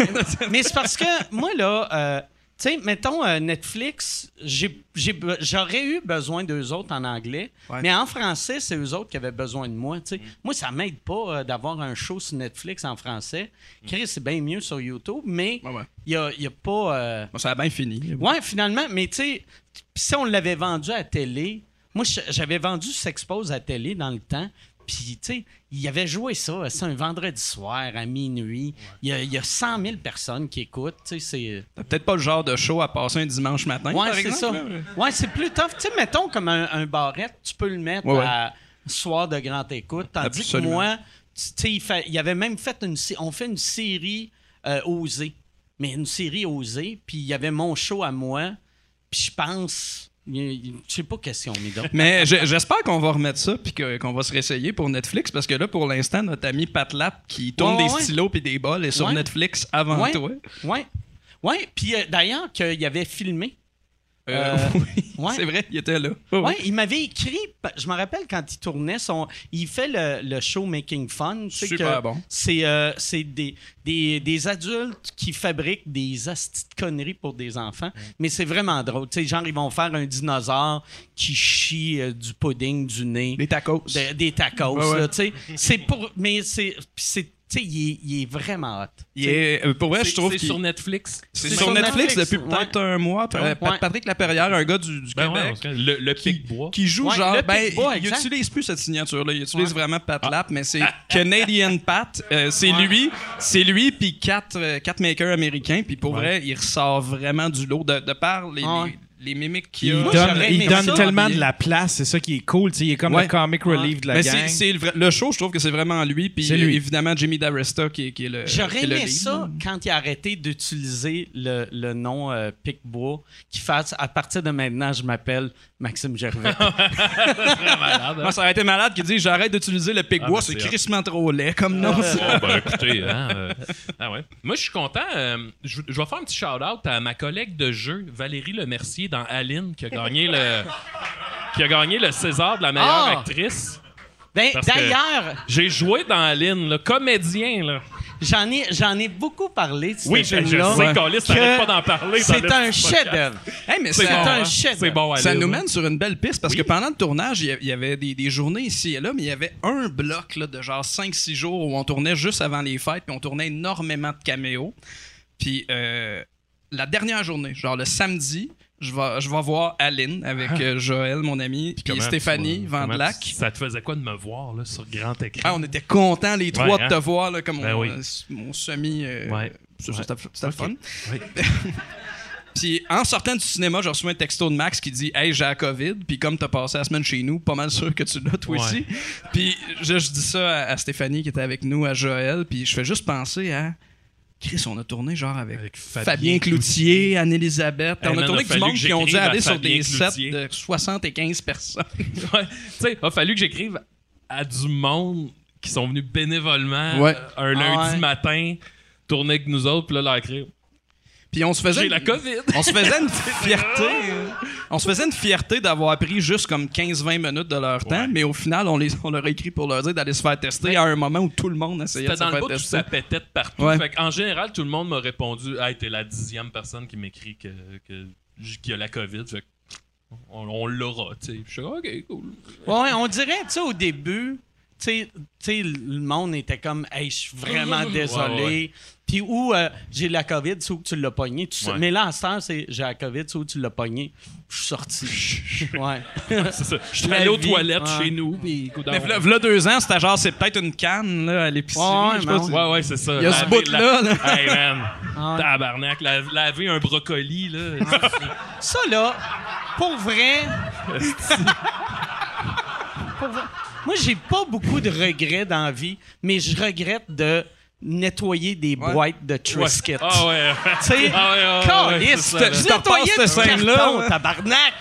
S1: mais c'est parce que moi, là, euh, tu sais, mettons euh, Netflix, j'ai- j'ai be- j'aurais eu besoin d'eux autres en anglais,
S6: Ouais. Mm.
S1: mais en français, c'est eux autres qui avaient besoin de moi. tu sais. Moi, ça m'aide pas euh, d'avoir un show sur Netflix en français. Chris, c'est bien mieux sur YouTube, mais il
S6: Mm. Ouais, ouais.
S1: n'y a, y a pas. euh,
S6: Bon, ça a bien fini.
S1: Ouais, finalement, mais tu sais, pis si on l'avait vendu à télé, moi je- j'avais vendu S'expose à télé dans le temps. Puis, tu sais, il avait joué ça, c'est un vendredi soir à minuit. Il y a- il y, a 100 000 personnes qui écoutent. Tu sais, c'est.
S6: T'as peut-être pas le genre de show à passer un dimanche matin.
S1: Ouais,
S6: par
S1: c'est
S6: exemple,
S1: ça.
S6: là.
S1: Hein? Ouais, c'est plus tough. Tu sais, mettons comme un, un barrette, tu peux le mettre
S6: Ouais, ouais.
S1: à soir de grande écoute. Tandis
S6: Absolument.
S1: que moi, tu tu sais, il, fa- il avait même fait une. sé- On fait une série euh, osée. Mais une série osée, puis il y avait mon show à moi. Puis je pense. il- il- Je sais pas question, mais donc.
S6: Mais je- j'espère qu'on va remettre ça puis que- qu'on va se réessayer pour Netflix parce que là, pour l'instant, notre ami Pat Lap qui tourne
S1: Ouais,
S6: des
S1: ouais.
S6: stylos puis des bols est sur
S1: Ouais.
S6: Netflix avant
S1: Ouais.
S6: toi. Euh,
S1: Ouais. Ouais, puis euh, d'ailleurs, qu'il avait filmé.
S6: Euh,
S1: Euh,
S6: oui,
S1: ouais.
S6: c'est vrai, il était là.
S1: Ouais, il m'avait écrit, pa- je me rappelle quand il tournait son. Il fait le, le show Making Fun. tu sais
S6: Super
S1: que
S6: bon.
S1: C'est euh, c'est des, des, des adultes qui fabriquent des astis de conneries pour des enfants, mais c'est vraiment drôle. Tu sais, genre, ils vont faire un dinosaure qui chie euh, du pudding du nez.
S6: Des tacos.
S1: de- des tacos,
S6: Ouais, ouais.
S1: là, tu sais. C'est pour. Mais c'est. puis c'est- Tu sais, il, est- il est vraiment hot.
S6: Il est- euh, pour vrai, je trouve
S5: C'est
S6: qu'il-
S5: sur Netflix.
S6: c'est
S1: c'est
S6: sur,
S1: sur
S6: Netflix,
S1: Netflix,
S6: depuis
S1: ouais.
S6: peut-être un mois. Pa-
S1: Ouais.
S6: Pa- Patrick Laperrière, un gars du, du
S5: Ben ouais,
S6: Québec.
S5: on se connaît. le, le pic bois.
S6: qui joue
S1: Ouais,
S6: genre
S1: le
S6: ben
S1: Pic Bois,
S6: il
S1: exact.
S6: utilise plus cette signature là il utilise vraiment Pat Lap mais c'est Canadian Pat Euh, c'est lui c'est lui puis quatre euh, quatre makers américains puis pour vrai il ressort vraiment du lot de, de par les,
S1: Ouais.
S6: les, les mimiques qu'il
S4: Il
S6: a
S1: Moi,
S4: donne,
S1: j'aurais
S4: il
S1: aimé
S4: donne
S1: ça.
S4: tellement de la place, c'est ça qui est cool. tu sais, Il est comme
S6: Ouais.
S4: le comic relief de la
S6: mais c'est
S4: gang.
S6: c'est le, vrai- le show je trouve que c'est vraiment lui puis
S4: C'est lui.
S6: évidemment Jimmy D'Aresta qui, est- qui est le qui
S1: J'aurais
S6: est le
S1: aimé
S6: lead.
S1: ça quand il a arrêté d'utiliser le, le nom euh, Picbois, qu'il fasse à partir de maintenant, je m'appelle Maxime Gervais.
S5: malade. hein?
S6: Moi, ça aurait été malade qu'il dit j'arrête d'utiliser le pic
S5: Ah,
S6: bois,
S5: ben,
S6: c'est
S5: c'est hot.
S6: crissement trop laid comme nom. ça.
S5: Bon, ben écoutez, hein, euh, ah ouais. Moi, je suis content. euh, je, je vais faire un petit shout-out à ma collègue de jeu, Valérie Lemercier, dans Aline, qui a gagné le, qui a gagné le César de la meilleure
S1: Ah!
S5: actrice.
S1: Ben,
S5: Parce que-
S1: D'ailleurs,
S5: J'ai joué dans Aline, le comédien, là.
S1: J'en ai, j'en ai beaucoup parlé de ce
S5: Oui, ben, je
S1: film-là.
S5: sais, Calis, t'arrêtes
S1: que
S5: pas d'en parler. dans
S1: C'est
S5: le
S1: un
S5: podcast.
S1: chef-d'œuvre.
S6: Hey, mais
S5: C'est
S6: ça-
S5: bon,
S1: un
S5: hein?
S1: chef.
S5: C'est bon,
S6: Ça
S5: allez,
S6: nous
S5: oui.
S6: mène sur une belle piste parce
S5: Oui.
S6: que pendant le tournage, il y a- il y avait des, des journées ici et là, mais il y avait un bloc là, de genre 5-6 jours où on tournait juste avant les fêtes, puis on tournait énormément de caméos. Puis euh, la dernière journée, genre le samedi, je vais, je vais voir Aline avec euh, Joël, mon ami, puis,
S5: Ah. Comment
S6: Stéphanie
S5: tu-
S6: Van
S5: comment
S6: Black.
S5: tu- Ça te faisait quoi de me voir là, sur grand
S6: Ah,
S5: écran?
S6: on était contents les trois
S5: Ouais, hein?
S6: de te voir, là, comme
S5: Ben
S6: on,
S5: oui.
S6: mon semi. euh,
S5: Ouais.
S6: ça,
S5: Ouais.
S6: C'était c'était le fun.
S5: Oui.
S6: Puis en sortant du cinéma, j'ai reçu un texto de Max qui dit Hey, j'ai la COVID. Puis comme t'as passé la semaine chez nous, pas mal sûr que tu l'as toi
S5: Ouais.
S6: aussi. Puis je, je dis ça à, à Stéphanie qui était avec nous, à Joël. Puis je fais juste penser à. Chris, on a tourné genre avec,
S5: Avec
S6: Fabien,
S5: Fabien
S6: Cloutier, Anne-Elisabeth.
S5: Hey,
S6: on
S5: man,
S6: a
S5: a
S6: tourné avec
S5: fallu
S6: du monde
S5: que
S6: qui ont dû
S5: j'écrive à
S6: aller sur
S5: Fabien
S6: des sets
S5: Cloutier.
S6: de 75 personnes.
S5: Ouais. Tu sais, il a fallu que j'écrive à du monde qui sont venus bénévolement
S6: Ouais.
S5: euh, un lundi
S6: ouais.
S5: matin tourner avec nous autres, puis là, leur écrire
S6: Puis on se faisait.
S5: J'ai la COVID.
S6: On se faisait une fierté. hein. On se faisait une fierté d'avoir pris juste comme 15-20 minutes de leur temps,
S5: Ouais.
S6: mais au final, on, les, on leur a écrit pour leur dire d'aller se faire tester à un moment où tout le monde essayait de
S5: C'était
S6: se
S5: dans le
S6: faire
S5: bout où
S6: tester.
S5: ça pétait de partout.
S6: Ouais.
S5: Fait en général, tout le monde m'a répondu Hey, t'es la dixième personne qui m'écrit que, que, j- qu'il y a la COVID. Fait que on, on l'aura, tu sais. Je suis OK, cool.
S1: Ouais, on dirait, tu sais, au début, tu sais- tu sais, le monde était comme, hey, je suis vraiment désolé.
S5: Ouais, ouais.
S1: Puis où euh, j'ai la COVID, c'est où que tu l'as pogné. Tu sais-
S5: Ouais.
S1: Mais là, à cette heure, c'est j'ai la COVID, c'est où tu l'as pogné. Je suis sorti. ouais.
S5: C'est ça. Je suis
S1: La
S5: allé aux
S1: vie,
S5: toilettes
S1: ouais.
S5: chez nous, puis écoute,
S6: Mais
S5: on-
S6: v'là, v'là deux ans, c'était genre, c'est peut-être une canne là, à l'épicerie.
S1: Ouais,
S6: je sais
S1: mais
S6: pas
S1: on-
S6: si-
S5: Ouais, ouais, c'est ça.
S6: Il y a ce
S5: Laver la-
S6: bout-là, là.
S5: Hey, man.
S1: Ah.
S5: Tabarnak. la- Laver un brocoli, là.
S1: Ça, là, pour vrai. Pour vrai, Moi, j'ai pas beaucoup de regrets dans la vie, mais je regrette de nettoyer des boîtes de Triscuits.
S5: Ah ouais.
S1: Tu sais,
S5: Ah ouais, ouais, ouais, ouais,
S1: caliste,
S5: c'est ça, là.
S1: tu
S6: Je te
S1: nettoyais
S6: repasse cette
S1: du
S6: scène-là,
S1: carton,
S6: ouais.
S1: tabarnak!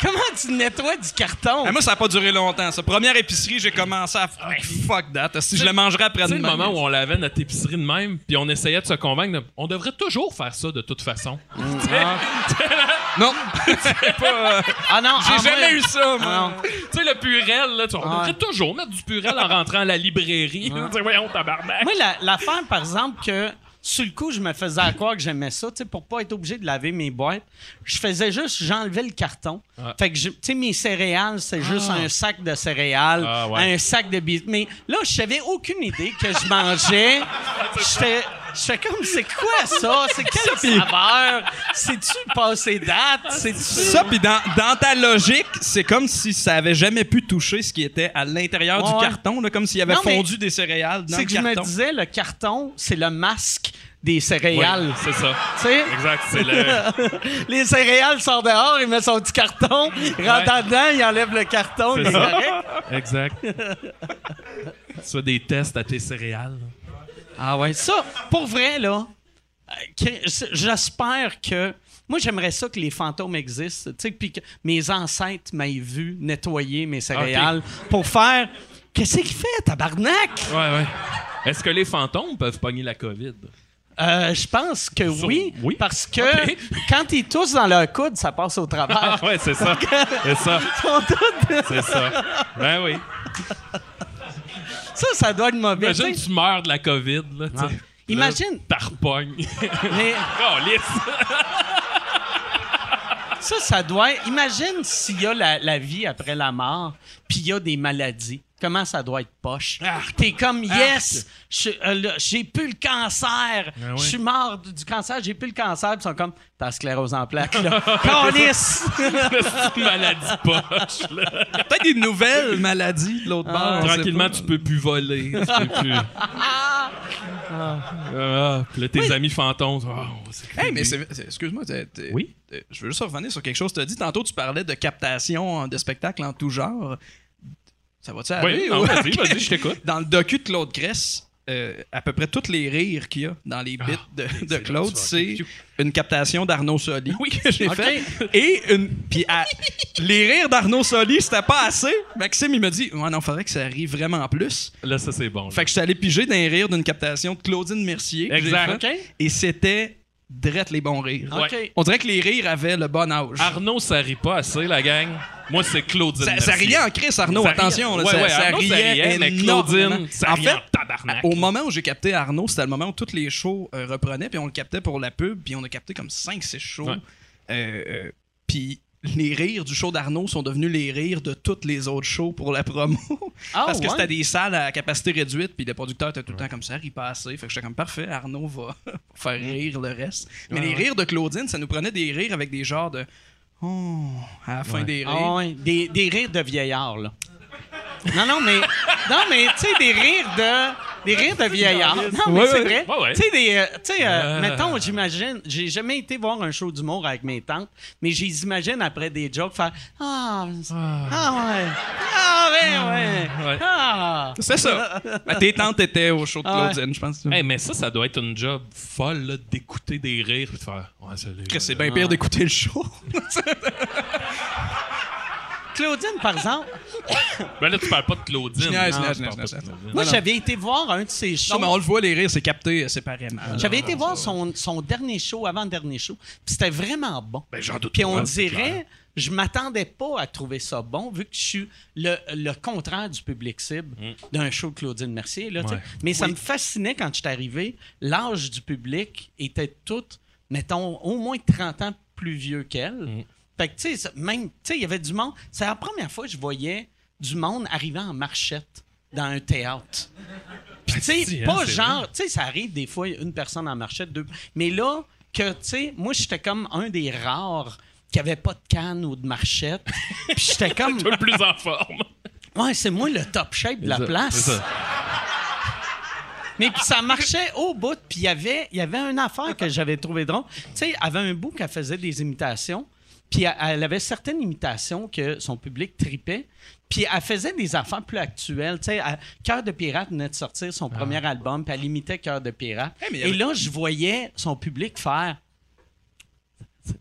S1: Comment tu nettoies du carton?
S6: Ah, moi, ça n'a pas duré longtemps. Ça. Première épicerie, j'ai commencé à. faire fuck that. Si je le mangerai après
S5: C'est le
S6: demain.
S5: moment où on lavait notre épicerie de même, puis on essayait de se convaincre de- on devrait toujours faire ça de toute façon.
S1: Mm.
S6: Non,
S5: euh,
S1: Ah non,
S6: j'ai
S1: ah,
S6: jamais
S1: moi-
S6: eu ça, moi.
S1: Ah non.
S5: tu sais, le purel, là, tu- on
S1: Ouais.
S5: devrait toujours mettre du purel en rentrant à la librairie. là. Tu sais, voyons, tabarnak.
S1: Moi, la- l'affaire, par exemple, que sur le coup, je me faisais à croire que j'aimais ça, tu sais, pour pas être obligé de laver mes boîtes. Je faisais juste, j'enlevais le carton.
S5: Ah.
S1: Fait que, je- tu sais, mes céréales, c'est juste un sac de céréales,
S5: Ah, ouais.
S1: un sac de bis. Mais là, je savais aucune idée que je mangeais. J'étais. Je fais comme, c'est quoi ça? C'est quelle saveur? C'est-tu passé date? C'est-tu.
S6: Ça, puis dans, dans ta logique, c'est comme si ça avait jamais pu toucher ce qui était à l'intérieur
S1: Ouais.
S6: du carton, là, comme s'il avait
S1: Non, mais
S6: fondu des céréales dans
S1: C'est
S6: le
S1: que je me
S6: carton.
S1: disais, le carton, c'est le masque des
S5: Ouais,
S1: céréales.
S5: c'est ça.
S1: Tu sais?
S5: Exact, c'est le.
S1: les céréales sortent dehors, il met son petit carton, il rentre
S5: Ouais.
S1: dedans, il enlève le carton, il est
S5: C'est ça.
S1: correct.
S5: Exact. tu fais des tests à tes céréales.
S1: Ah ouais, ça, pour vrai, là, euh, que- j'espère que. Moi, j'aimerais ça que les fantômes existent, tu sais, puis que mes ancêtres m'aient vu nettoyer mes céréales pour faire. Qu'est-ce qu'il fait, tabarnak?
S5: Ouais, ouais. Est-ce que les fantômes peuvent pogner la COVID?
S1: Euh, je pense que oui,
S5: oui.
S1: parce que
S5: Ok.
S1: quand ils toussent dans leur coude, ça passe au travers.
S5: ouais, c'est ça. C'est ça. C'est ça. Ben oui.
S1: Ça, ça doit être mauvais.
S5: Imagine,
S1: Ben, tu sais.
S5: tu meurs de la COVID, là. tu sais.
S1: Ah. Imagine.
S5: T'as repogne.
S1: Mais-
S5: Calisse.
S1: Ça, ça doit. Imagine s'il y a la, la vie après la mort, puis il y a des maladies. Comment ça doit être poche? T'es comme, yes, je- euh, là, j'ai plus le cancer. Je suis mort du, du cancer, j'ai plus le cancer. Puis ils sont comme, t'as sclérose en plaques, là. Câlisse!
S5: C'est une maladie poche, là.
S6: Peut-être des nouvelles maladies de
S1: Ah.
S6: l'autre bord. on sait
S5: Tranquillement,
S6: Ah, pas.
S5: tu peux plus voler. Tu peux plus. Ah, puis là, tes amis fantômes. oh, c'est
S6: Hey, mais c'est- c'est- excuse-moi, t'es- t'es-
S5: Oui?
S6: t'es- je veux juste revenir sur quelque chose. Tu as dit tantôt, tu parlais de captation hein, de spectacles en tout genre. Ça va-tu aller?
S5: Oui, non,
S6: ou-
S5: vas-y,
S6: Ok.
S5: vas-y, je t'écoute.
S6: Dans le docu de Claude Cress, euh, à peu près tous les rires qu'il y a dans les bits de,
S5: Ah,
S6: de Claude, c'est une captation d'Arnaud Soli que j'ai
S1: Ok.
S6: fait. Et une. Puis à- les rires d'Arnaud Soli, c'était pas assez. Maxime, il me dit Ouais, non, faudrait que ça rie vraiment plus.
S5: Là, ça, c'est bon. là.
S6: Fait que je suis allé piger d'un rire d'une captation de Claudine Mercier. que j'ai
S5: Exact.
S6: faite. Et c'était drette les bons rires.
S1: OK.
S5: Ouais.
S6: On dirait que les rires avaient le bon âge.
S5: Arnaud, ça rit pas assez, la gang. Moi, c'est Claudine.
S6: ça, ça
S5: Mercier.
S6: riait en crise, Arnaud,
S5: Ça riait.
S6: attention. là,
S5: Ouais,
S6: ça,
S5: ouais,
S6: ça
S5: Arnaud, ça
S6: riait
S5: riait, mais
S6: énormément.
S5: Claudine, ça
S6: en
S5: riait
S6: fait,
S5: en tabarnak.
S6: Au moment où j'ai capté Arnaud, c'était le moment où tous les shows euh, reprenaient, puis on le captait pour la pub, puis on a capté comme 5-6 shows.
S5: Ouais.
S6: Euh, euh, puis les rires du show d'Arnaud sont devenus les rires de toutes les autres shows pour la promo.
S1: Ah,
S6: Parce que
S1: ouais?
S6: c'était des salles à capacité réduite, puis le producteur était tout le temps comme ça, il pas assez. Fait que j'étais comme parfait, Arnaud va faire
S1: Mm.
S6: rire le reste. Mais les rires de Claudine, ça nous prenait des rires avec des genres de. Oh, à la fin des rires.
S1: Ah ouais, des, des rires de vieillard, là. Non, non, mais. Non, mais, tu sais, des rires de. Des rires de vieillard. Non, mais
S5: Ouais,
S1: c'est
S5: ouais.
S1: vrai.
S5: Ouais, ouais.
S1: Tu sais, des, euh, tu sais, euh,
S5: Euh.
S1: mettons, j'imagine. J'ai jamais été voir un show d'humour avec mes tantes, mais j'imagine après des jokes faire Ah, c'est- ah ouais. Ah ouais, ouais.
S5: Ah, ouais.
S1: Ah.
S6: C'est ça. Ben, tes tantes étaient au show de
S1: Ah ouais.
S6: Claudine, je pense.
S5: Hey, mais ça, ça doit être une job folle là, d'écouter des rires et de faire. Ouais, ça, les
S6: Chris, C'est
S5: gars,
S6: bien pire d'écouter le show.
S1: Claudine, par exemple,
S5: là. Ben là, tu parles pas de Claudine.
S6: Je niaise,
S5: Non,
S6: niaise,
S5: tu parles
S6: niaise,
S5: pas de
S6: niaise.
S5: Claudine.
S1: moi,
S6: non.
S1: j'avais été voir un de ses shows.
S6: Non, mais on le voit, les rires, c'est capté euh, séparément.
S1: J'avais été voir son, son dernier show, avant-dernier show, puis c'était vraiment bon.
S5: Ben, j'en doute
S1: Puis
S5: pas,
S1: on
S5: c'est
S1: dirait,
S5: clair.
S1: je m'attendais pas à trouver ça bon, vu que je suis le, le contraire du public cible d'un show de Claudine Mercier. Là, tu sais.
S5: Mm. Ouais.
S1: Mais ça me fascinait quand je suis arrivé. L'âge du public était tout, mettons, au moins 30 ans plus vieux qu'elle.
S5: Mm.
S1: Fait que, tu sais, ça- même, tu sais, il y avait du monde. C'est la première fois que je voyais du monde arriver en marchette dans un théâtre. Puis, tu sais,
S5: si, hein,
S1: pas
S5: c'est
S1: genre, Ah, tu sais, ça arrive des fois, une personne en marchette, deux. Mais là, que, tu sais, moi, j'étais comme un des rares qui avait pas de canne ou de marchette. Puis j'étais comme,
S5: Toi, le plus en forme.
S1: ouais, c'est moi le top shape de la
S5: C'est ça,
S1: place.
S5: c'est ça.
S1: Mais puis ça marchait au bout. Puis il y avait, il y avait une affaire que j'avais trouvé drôle. Tu sais, elle avait un bout qu'elle faisait des imitations. Puis elle- elle avait certaines imitations que son public tripait. Puis elle faisait des affaires plus actuelles. Tu sais, elle- Cœur de pirate venait de sortir son premier album. Puis elle imitait Cœur de pirate.
S6: Eh, mais il y
S1: Et
S6: avait-
S1: là, je voyais son public faire...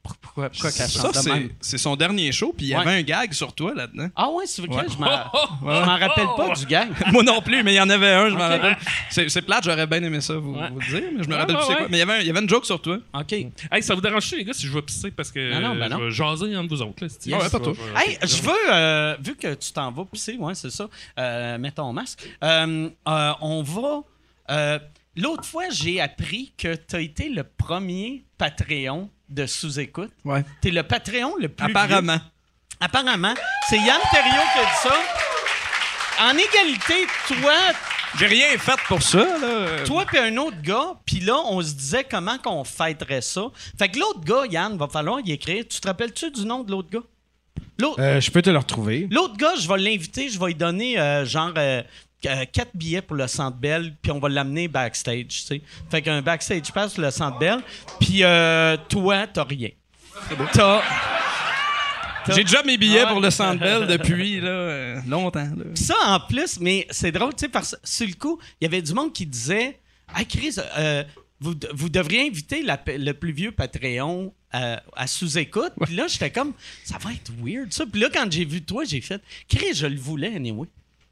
S1: Pourquoi, pourquoi qu'elle
S6: Ça,
S1: chante de même?
S6: c'est- c'est son dernier show, puis il y
S1: Ouais.
S6: avait un gag sur toi là-dedans.
S1: Ah ouais, c'est vrai,
S6: Ouais.
S1: je m'en
S5: Oh,
S1: je m'en rappelle pas du gars.
S6: Moi non plus, mais il y en avait un, je m'en
S1: Ok.
S6: rappelle. C'est c'est plate, j'aurais bien aimé ça vous, vous le dire, mais je me
S5: Ouais,
S6: rappelle
S5: ouais,
S6: plus c'est
S5: ouais.
S6: quoi. Mais il y, avait un- il y avait une joke sur toi.
S1: OK.
S5: Hey, ça vous dérange les gars, si je vais pisser parce que
S1: Non, non, ben
S5: euh,
S1: non.
S5: je vais jaser entre vous autres. Là, c'est-
S6: Ah ouais, pas toi.
S5: Je vais-
S1: Hey, je veux, euh, vu que tu t'en vas pisser, ouais, c'est ça, euh, mets ton masque. Euh, euh, on va. euh, L'autre fois, j'ai appris que tu as été le premier Patreon de sous-écoute.
S6: Ouais.
S1: Tu es le Patreon le plus. vieux.
S6: Apparemment.
S1: Apparemment. C'est Yann Terriot qui a dit ça. En égalité, toi,
S6: J'ai rien fait pour ça, là.
S1: toi puis un autre gars, puis là, on se disait comment qu'on fêterait ça. Fait que l'autre gars, Yann, va falloir y écrire. Tu te rappelles-tu du nom de l'autre gars? L'autre
S7: Euh, je peux te le retrouver.
S1: L'autre gars, je vais l'inviter, je vais lui donner euh, genre euh, euh, quatre billets pour le Centre Bell, puis on va l'amener backstage, tu sais. Fait qu'un backstage pass pour le Centre Bell, puis euh, toi, t'as rien. T'as-
S6: J'ai déjà mes billets
S1: Ah ouais.
S6: pour le Centre Bell depuis là, euh, longtemps. là.
S1: Puis ça, en plus, mais c'est drôle, tu sais, parce que sur le coup, il y avait du monde qui disait Ah, Chris, euh, vous, de- vous devriez inviter la pe- le plus vieux Patreon euh, à sous-écoute. Puis là, j'étais comme Ça va être weird, ça. Puis là, quand j'ai vu toi, j'ai fait Chris, je le voulais, anyway.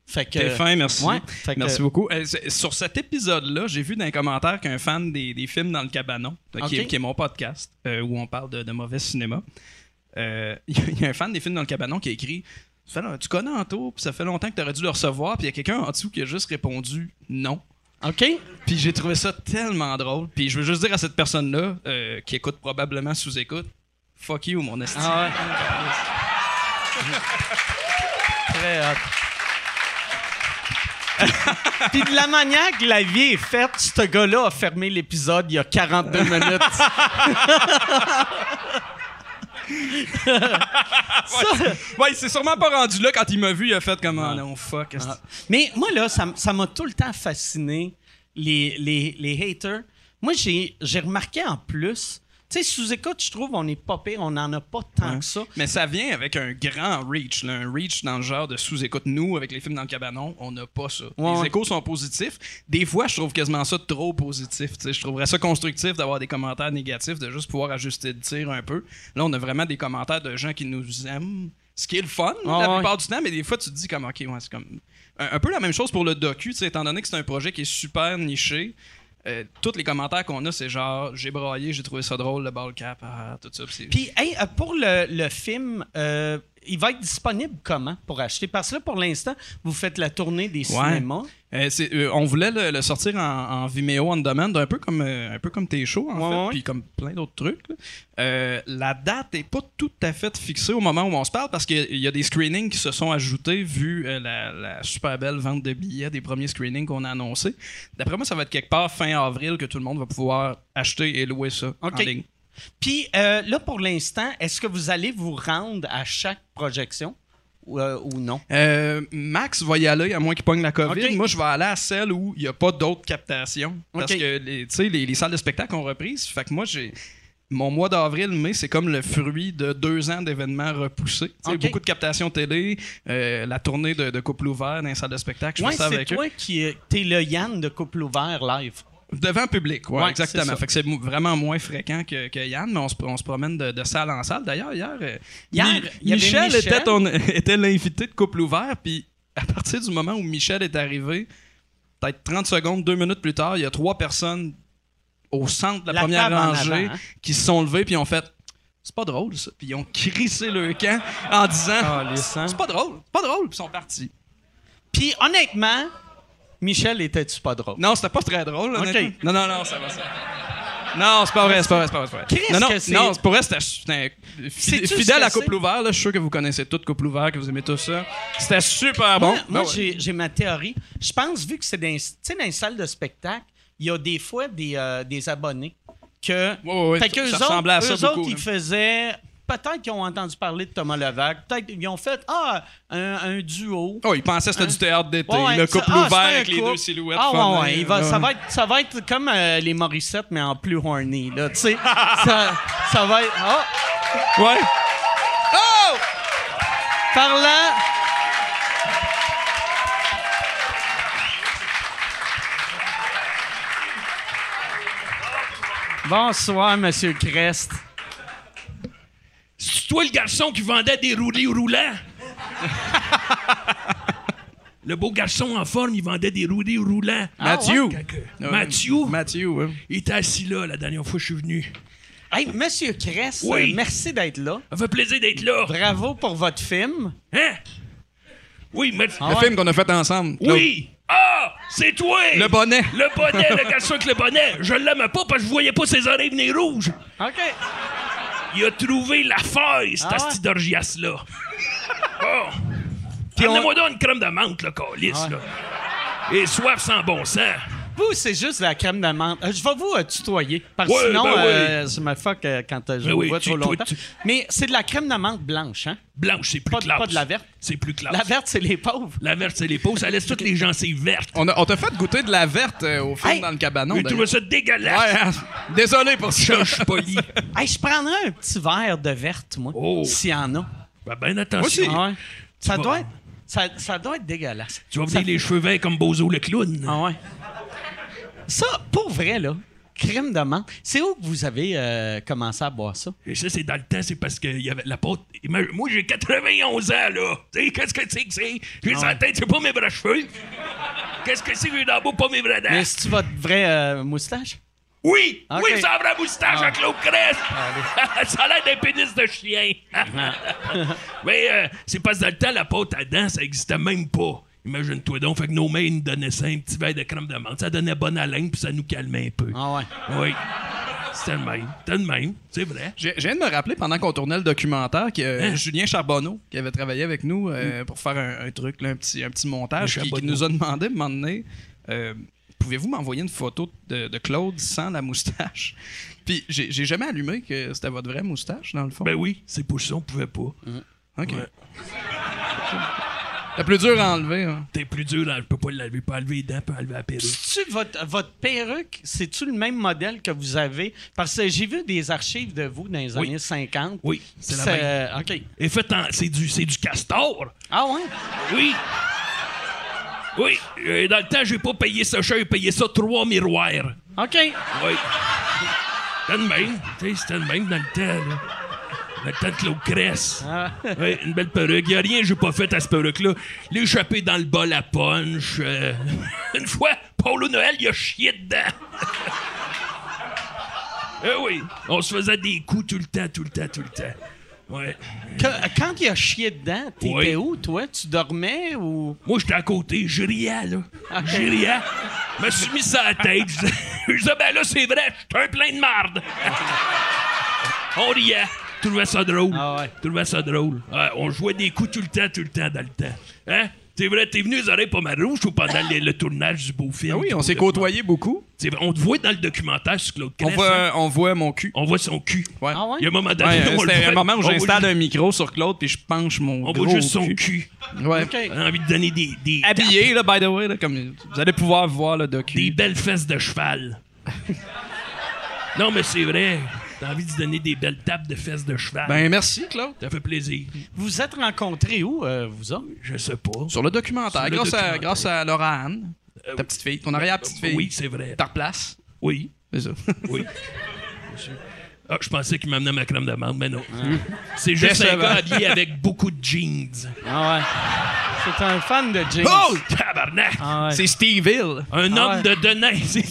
S1: Fait que.
S6: T'es fin, merci.
S1: ouais, fait que-
S6: merci beaucoup. Euh, c'est- sur cet épisode-là, j'ai vu dans les commentaires qu'un fan des, des films dans le cabanon, euh, qui,
S1: Ok.
S6: est, qui est mon podcast, euh, où on parle de, de mauvais cinéma, euh, il y a- il y, a un fan des films dans le cabanon qui a écrit Ça fait long- Tu connais Anto, puis ça fait longtemps que tu aurais dû le recevoir, puis il y a quelqu'un en dessous qui a juste répondu non.
S1: OK?
S6: Puis j'ai trouvé ça tellement drôle. Puis je veux juste dire à cette personne-là, euh, qui écoute probablement sous écoute, fuck you, mon esti.
S1: Ah ouais. Très hot. Puis de la manière que la vie est faite, ce gars-là a fermé l'épisode il y a 42 minutes. Ça-
S6: Ouais, il s'est sûrement pas rendu là quand il m'a vu, il a fait comme Ah non, fuck. esti.
S1: Ah. Mais moi, là, ça m- ça m'a tout le temps fasciné, les, les, les haters. Moi, j'ai j'ai remarqué en plus, tu sais, sous écoute, je trouve, on est pas pire, on n'en a pas tant
S6: Ouais.
S1: que ça.
S6: Mais ça vient avec un grand reach, là, un reach dans le genre de sous-écoute. Nous, avec les films dans le cabanon, on n'a pas ça.
S1: Ouais,
S6: les
S1: ouais.
S6: échos sont positifs. Des fois, je trouve quasiment ça trop positif. tu sais. Je trouverais ça constructif d'avoir des commentaires négatifs, de juste pouvoir ajuster le tir un peu. Là, on a vraiment des commentaires de gens qui nous aiment, ce qui est le fun
S1: Ouais,
S6: la
S1: ouais.
S6: plupart du temps, mais des fois, tu te dis comme, OK, ouais, c'est comme... Un, un peu la même chose pour le docu, tu sais, étant donné que c'est un projet qui est super niché. euh, tous les commentaires qu'on a, c'est genre, j'ai braillé, j'ai trouvé ça drôle, le ball cap, ah, tout ça. puis c'est-
S1: Puis, hey, euh, pour le, le film, euh, il va être disponible comment pour acheter? Parce que là, pour l'instant, vous faites la tournée des cinémas.
S6: Euh, c'est- euh, on voulait le, le sortir en, en Vimeo on demand, un peu comme euh, un peu comme tes shows en
S1: Ouais,
S6: fait,
S1: ouais, ouais.
S6: puis comme plein d'autres trucs. là. Euh, la date est pas tout à fait fixée au moment où on se parle parce qu'il y a- il y a des screenings qui se sont ajoutés vu euh, la, la super belle vente de billets des premiers screenings qu'on a annoncés. D'après moi, ça va être quelque part fin avril que tout le monde va pouvoir acheter et louer ça
S1: OK.
S6: en ligne.
S1: Puis euh, là, pour l'instant, est-ce que vous allez vous rendre à chaque projection ou, euh, ou non?
S6: Euh, Max va y aller, à moins qu'il pogne la COVID.
S1: Ok.
S6: Moi, je vais aller à celle où il n'y a pas d'autres captations. Parce
S1: Ok.
S6: que les, tu sais, les, les salles de spectacle ont repris. Fait que moi, j'ai. Mon mois d'avril, mai, c'est comme le fruit de deux ans d'événements repoussés. Tu sais,
S1: Ok.
S6: Beaucoup de captations télé, euh, la tournée de, de couple ouvert dans les salles de spectacle. Je
S1: Ouais,
S6: fais ça
S1: c'est
S6: avec eux.
S1: toi qui es t'es le Yann de Couple Ouvert live.
S6: Devant public, oui,
S1: Ouais, c'est ça.
S6: exactement. Fait que c'est mou- vraiment moins fréquent que, que Yann, mais on se, on se promène de, de salle en salle. D'ailleurs, hier, euh,
S1: Hier,
S6: Mi-
S1: il y avait
S6: Michel,
S1: Michel.
S6: était, ton- était l'invité de Couple Ouvert, puis à partir du moment où Michel est arrivé, peut-être 30 secondes, deux minutes plus tard, il y a trois personnes au centre de la,
S1: La
S6: première
S1: table en
S6: rangée
S1: avant, hein.
S6: qui se sont levées puis ont fait c'est pas drôle ça puis ils ont crissé le camp en
S1: Ah,
S6: disant c'est pas drôle c'est pas drôle puis ils sont partis
S1: Puis honnêtement, Michel était-tu pas drôle?
S6: non, c'était pas très drôle. honnêtement.
S1: Ok.
S6: Non, non, non, ça va, ça. va. Non, c'est pas vrai, c'est pas vrai, c'est pas vrai. c'est pas vrai.
S1: Christ
S6: non, non,
S1: que c'est-
S6: non, c'est pour vrai, c'était- c'était. fi-
S1: Sais-tu ce
S6: Fidèle
S1: que
S6: à Couple
S1: c'est?
S6: Ouvert, là, je suis sûr que vous connaissez tout Couple Ouvert, que vous aimez tout ça. C'était super bon. Ben
S1: Moi, moi, j'ai- j'ai ma théorie. Je pense, vu que c'est dans, les- tu sais, dans les salles de spectacle, il y a des fois des, euh, des abonnés que.
S6: Ouais, ouais, ouais,
S1: fait
S6: ça-
S1: qu'eux
S6: ça
S1: autres-
S6: ressemblait à ça
S1: eux autres,
S6: beaucoup,
S1: ils
S6: hein.
S1: faisaient. Peut-être qu'ils ont entendu parler de Thomas Levac. Peut-être qu'ils ont fait Ah, un, un duo.
S6: Oh, il pensait que c'était du théâtre d'été.
S1: Hein? Ouais, ouais,
S6: le
S1: tu-
S6: couple
S1: ah, c'est
S6: ouvert
S1: un
S6: avec les
S1: couple.
S6: deux silhouettes.
S1: Ah,
S6: fun,
S1: ouais, ouais, il va-
S6: hein.
S1: Ça, va être, ça va être comme euh, les Morissette, mais en plus horny. Là, tu sais, ça, ça va être. Ah!
S6: Ouais.
S1: Parlant. Bonsoir, Monsieur Crest.
S7: C'est toi le garçon qui vendait des roulés roulants? le beau garçon en forme, il vendait des roulés roulants.
S6: Mathieu.
S7: Quelqu'un. Mathieu,
S6: Mathieu, ouais.
S7: il était assis là la dernière fois que je suis venu.
S1: Hey, Monsieur Crest,
S7: Oui.
S1: euh, merci d'être là.
S7: Ça fait plaisir d'être là.
S1: Bravo pour votre film.
S7: Hein? Oui, mais...
S1: Ah
S6: Le
S1: ouais?
S6: film qu'on a fait ensemble.
S7: Oui! Ah! C'est toi!
S6: Le bonnet.
S7: Le bonnet, le garçon avec le bonnet. Je l'aimais pas parce que je voyais pas ses oreilles venir rouges.
S1: OK.
S7: Il a trouvé la feuille, cet
S1: Ah ouais?
S7: asti d'orgias-là. oh! Amenez-moi donc une crème de menthe, le calice,
S1: Ah
S7: là. Et soif sans bon sens.
S1: Vous, c'est juste la crème d'amande. Euh, je vais vous euh, tutoyer. Parce que
S7: Ouais,
S1: sinon,
S7: ben oui.
S1: euh, je me fuck euh, quand euh, je
S7: Ben
S1: vous
S7: oui,
S1: vois trop
S7: tu- toi,
S1: longtemps.
S7: tu-
S1: Mais c'est de la crème d'amande blanche, hein?
S7: Blanche, c'est plus
S1: Pas de-
S7: classe.
S1: pas de la verte?
S7: C'est plus classe.
S1: La verte, c'est les pauvres.
S7: La verte, c'est les peaux. Ça laisse toutes les gencives vertes.
S6: On, a- on t'a fait goûter de la verte euh, au film
S1: Hey,
S6: dans le
S1: Ah,
S6: cabanon.
S7: Il
S1: ben
S7: trouvait
S6: d'ailleurs.
S7: ça dégueulasse.
S6: Ouais, hein. Désolé pour ça.
S7: Je suis poli.
S1: Hey, je prendrais un petit verre de verte, moi,
S7: Oh.
S1: s'il y en a.
S7: Ben, ben attention.
S1: Ah ouais. Ça
S7: vas-
S1: doit être. Ça, ça doit être dégueulasse.
S7: Tu vas
S1: Ça-
S7: venir les cheveux verts comme Bozo le clown.
S1: Ah ouais. Ça, pour vrai, là, crème de menthe, c'est où que vous avez euh, commencé à boire ça?
S7: Et ça, c'est dans le temps, c'est parce que y avait la porte. Ima- Moi, j'ai 91 ans, là. Tu sais, qu'est-ce que c'est que c'est? J'ai
S1: Ah
S7: sur la tête, c'est pas mes vrais cheveux. Qu'est-ce que c'est que j'ai dans la bouche, pas mes vrais dents?
S1: Mais c'est-tu votre vraie euh, moustache?
S7: Oui!
S1: Ok. Ah.
S7: Oui, c'est un vrai moustache à Claude Crest! ça a l'air d'un pénis de chien.
S1: Uh-huh.
S7: Mais euh, c'est parce que dans le temps, la pâte à dents, ça existait même pas. Imagine-toi donc, fait que nos mains nous donnaient ça, un petit verre de crème de menthe. Ça donnait bonne haleine, puis ça nous calmait un peu.
S1: Ah ouais.
S7: Oui. C'était le même. C'était le même. C'est vrai.
S6: J'ai j'ai viens de me rappeler pendant qu'on tournait le documentaire que euh, Julien Charbonneau, qui avait travaillé avec nous euh, pour faire un, un truc, là, un, petit, un petit montage,
S7: Le
S6: qui, qui
S7: Charbonneau.
S6: nous a demandé, un moment donné, euh, pouvez-vous m'envoyer une photo de, de Claude sans la moustache? Puis j'ai j'ai jamais allumé que c'était votre vraie moustache, dans le fond.
S7: Ben oui, c'est pour ça, on pouvait pas.
S6: OK.
S7: ouais.
S6: La plus dur à enlever. hein.
S7: T'es plus dur, là, je peux pas l'enlever, pas enlever les dents, pas enlever la perruque.
S1: C'est-tu votre, votre perruque, c'est-tu le même modèle que vous avez? Parce que j'ai vu des archives de vous dans les
S7: Oui.
S1: années 50.
S7: Oui, c'est la même.
S1: C'est- euh, OK.
S7: Et fait, en- c'est du, c'est du castor.
S1: Ah ouais?
S7: Oui. Oui, euh, dans le temps, j'ai pas payé ce chat, j'ai payé ça trois miroirs.
S1: OK.
S7: Oui. C'était le même. Tu sais, c'était le même dans le temps, là. Dans le temps de Claude Cress.
S1: Ah.
S7: Oui, une belle perruque. Y a rien que j'ai pas fait à cette perruque-là. L'échapper dans le bol à punch. euh, Une fois, Paulo Noël, il a chié dedans. Eh oui, on se faisait des coups tout le temps, tout le temps, tout le temps. Ouais.
S1: Que- quand il a chié dedans, t'étais
S7: Oui.
S1: où, toi? Tu dormais ou...
S7: Moi, j'étais à côté, je riais, là. Je riais. Je me suis mis ça à la tête. Je disais- Je disais, ben là, c'est vrai, je suis un plein de marde. on riait. Je trouvais ça drôle.
S1: Ah ouais.
S7: Je trouvais ça drôle. Ouais, on jouait des coups tout le temps, tout le temps, dans le temps. Hein? C'est vrai, t'es venu les oreilles pas mal rouges ou pendant le, le tournage du beau film?
S6: Ah oui,
S7: du
S6: on
S7: beau
S6: s'est
S7: document-
S6: côtoyés beaucoup.
S7: C'est vrai, On te voit dans le documentaire sur Claude
S6: On
S7: Crest, hein?
S6: voit, on voit mon cul.
S7: On voit son cul.
S6: Ouais.
S1: Ah ouais?
S7: Il y a un moment donné,
S6: Ouais, euh,
S7: on le
S6: C'était
S7: voit-
S6: le moment
S7: on
S6: où
S7: voit
S6: j'installe
S7: juste-
S6: un micro sur Claude puis je penche mon
S7: On
S6: gros
S7: voit juste son
S6: cul.
S7: cul.
S6: Ouais.
S1: OK.
S7: On a envie de donner des- des,
S6: Habillé, là, by the way, là, comme vous allez pouvoir voir le docu.
S7: Des belles fesses de cheval. non, mais c'est vrai. T'as envie de se donner des belles tapes de fesses de cheval.
S6: Ben merci, Claude.
S7: Ça fait plaisir.
S1: Vous êtes rencontrés où, euh, vous autres?
S7: Je sais pas.
S6: Sur le documentaire,
S7: Sur le
S6: grâce, À,
S7: documentaire.
S6: grâce à Laura Anne,
S7: Euh,
S6: ta petite fille, ton arrière-petite fille.
S7: Oui, c'est vrai.
S6: Ta replace.
S7: Oui,
S6: C'est ça.
S7: oui. Ah, je pensais qu'il m'amenait ma crème d'amande, mais non. C'est juste un
S6: Ah. Décevant.
S7: gars habillé avec beaucoup de jeans.
S1: Ah ouais. C'est un fan de James.
S6: Oh!
S7: Tabarnak!
S1: Ah ouais.
S6: C'est Steve Hill.
S7: Un
S1: Ah
S7: homme de Denain. C'est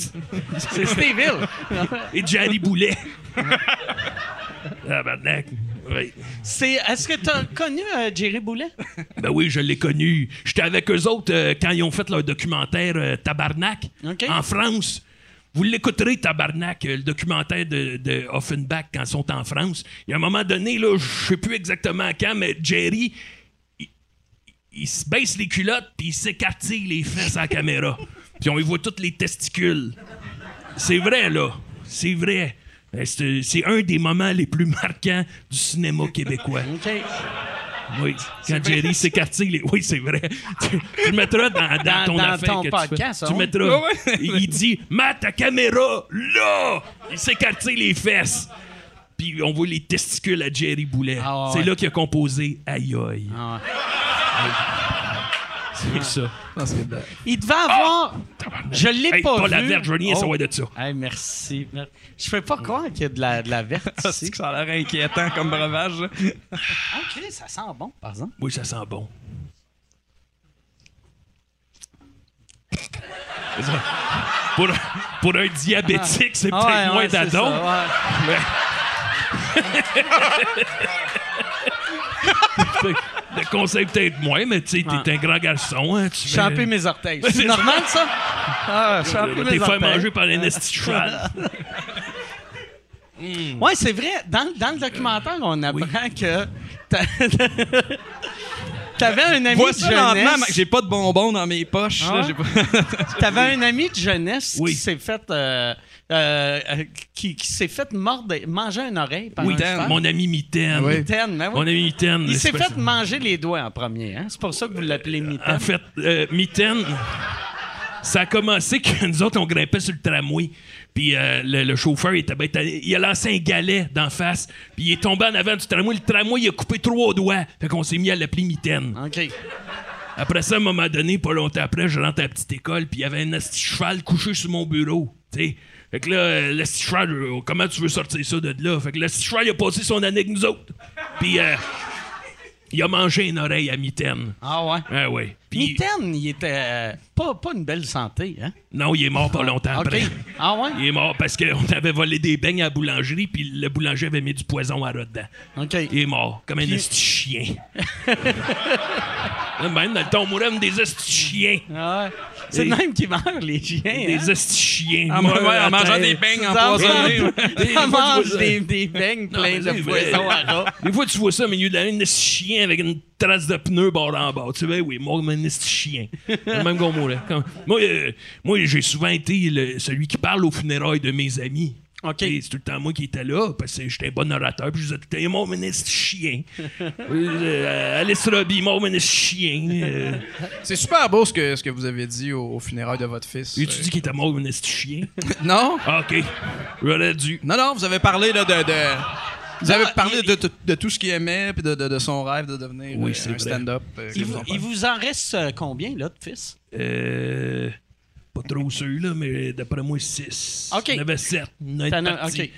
S6: C'est Steve Hill.
S7: et Jerry Boulet. Tabarnak. Oui.
S1: C'est- Est-ce que t'as connu euh, Jerry Boulet?
S7: Ben oui, je l'ai connu. J'étais avec eux autres euh, quand ils ont fait leur documentaire euh, Tabarnak
S1: OK.
S7: en France. Vous l'écouterez, Tabarnak, euh, le documentaire de, de Offenbach quand ils sont en France. Il y a un moment donné, là, je sais plus exactement quand, mais Jerry, il, il se baisse les culottes puis il s'écartille les fesses à la caméra. Puis on y voit tous les testicules. C'est vrai, là. C'est vrai. Ben, C'est c'est un des moments les plus marquants du cinéma québécois.
S1: OK.
S7: Oui, quand Jerry s'écartille, les... oui, c'est vrai. tu, tu le mettras dans, dans
S1: Dans-
S7: ton
S1: dans
S7: affaire
S1: ton
S7: que
S1: podcast,
S7: tu fais.
S1: hein?
S7: Tu mettras. Il, il dit Mets ta caméra là Il s'écartille les fesses. Puis on voit les testicules à Jerry Boulet.
S1: Ah ouais.
S7: C'est là qu'il a composé Aïe Aïe.
S1: Ah
S7: C'est ça.
S6: Ah,
S1: Il devait avoir... Je l'ai
S7: Hey,
S1: pas
S7: pas
S1: vu.
S7: la verge, je veux rien
S1: Oh.
S7: savoir de ça.
S1: Hey, merci. mer- Je fais pas croire qu'il y a de la, de la verte
S7: Ah,
S6: Ah, C'est
S1: ici.
S6: que ça a l'air inquiétant comme breuvage. là.
S1: Ah, Chris, ça sent bon, par exemple.
S7: Oui, ça sent bon. C'est ça. Pour, un- pour un diabétique, c'est peut-être
S1: Ah ouais,
S7: moins
S1: ouais, c'est
S7: d'adon. Euh,
S1: ça, ouais.
S7: Le conseil peut-être moins, mais tu sais, t'es un grand garçon. Hein, tu fais-
S1: Champer mes orteils. C'est
S7: c'est
S1: normal, ça? Ah, champer
S7: Euh,
S1: mes
S7: T'es fait
S1: orteils.
S7: manger par un esti de cheval.
S1: Oui, c'est vrai. Dans, dans le documentaire, on apprend que t'a- t'avais un ami
S6: Voici
S1: de
S6: lentement, Mac,
S1: jeunesse.
S6: j'ai pas de bonbons dans mes poches.
S1: Ah
S6: là,
S1: ouais?
S6: j'ai pas-
S1: T'avais un ami de jeunesse
S7: Oui.
S1: qui s'est fait euh, euh, euh, qui, qui s'est fait mordre, manger une oreille par
S7: Oui,
S1: un
S6: Dan.
S1: cheval.
S7: mon ami Mitaine.
S6: Oui.
S1: Mitaine, mais oui.
S7: Mon ami Mitaine.
S1: Ah. Il s'est
S7: l'espèce-
S1: fait manger les doigts en premier. Hein? C'est pour ça que vous l'appelez
S7: En
S1: mitaine.
S7: fait, euh, Mitaine, ça a commencé que nous autres, on grimpait sur le tramway. Puis euh, le, le chauffeur, il, était ben tanné. il a lancé un galet d'en face. Puis il est tombé en avant du tramway. Le tramway, il a coupé trois doigts. Fait qu'on s'est mis à l'appeler Mitaine.
S1: OK.
S7: Après ça, à un moment donné, pas longtemps après, je rentre à la petite école, puis il y avait un esti cheval couché sur mon bureau. T'sais. Fait que là, euh, l'esti cheval, euh, comment tu veux sortir ça de là? Fait que l'esti cheval, il a passé son année avec nous autres. Puis euh, il a mangé une oreille à mitaine.
S1: Ah ouais.
S7: Ah ouais. Puis
S1: Mitaine, il était euh, pas, pas une belle santé. Hein?
S7: non, il est mort pas longtemps
S1: OK.
S7: après.
S1: Ah ouais?
S7: Il est mort parce qu'on avait volé des beignes à la boulangerie, puis le boulanger avait mis du poison à rat dedans.
S1: OK.
S7: Il est mort, comme un esti chien. Là, Même dans le temps, on mourait comme des esti chiens.
S1: Ah ouais. C'est
S7: Et-
S1: le même qui meurt, les chiens. hein?
S7: Des esti chiens.
S6: Ah, En,
S7: morts
S6: ouais,
S7: à
S6: en mangeant
S7: terre.
S6: des beignes empoisonnés.
S1: Ça
S7: fois,
S1: mange,
S7: tu vois ça.
S1: des, des beignes
S7: hein? Non,
S1: pleins
S7: Ah, mais
S1: de
S7: c'est
S1: poison à
S7: vrai.
S1: rat.
S7: Des fois, tu vois ça au milieu de la lune, un esti chien avec une trace de pneu bord en bas. Tu sais, oui, moi, comme un esti chien. Le même qu'on mourait. Comme- Moi, euh, moi j'ai souvent été le- celui qui parle aux funérailles de mes amis.
S1: OK.
S7: Et C'est tout le temps moi qui étais là, parce que j'étais un bon orateur, puis je disais tout le temps, mon ministre chien. Euh, Alice Robbie, mon ministre chien. Euh,
S6: C'est super beau ce que, ce que vous avez dit au, au funérailles de votre fils.
S7: et tu dis qu'il était mort, mon ministre chien?
S6: Non?
S7: Ah, OK. J'aurais dû.
S6: Non, non, vous avez parlé là, de, de- Vous avez parlé de, de- de tout ce qu'il aimait puis de, de- de son rêve de devenir
S7: Oui,
S6: euh,
S7: c'est
S6: un
S7: vrai.
S6: stand-up. euh,
S1: Il
S6: comme
S1: vous,
S6: son
S1: il
S6: père.
S1: vous en reste euh, combien, là, de fils?
S7: Euh, pas trop sûr, là, mais d'après moi, 6.
S1: OK.
S7: Il y en avait 7.
S1: T'en as- OK.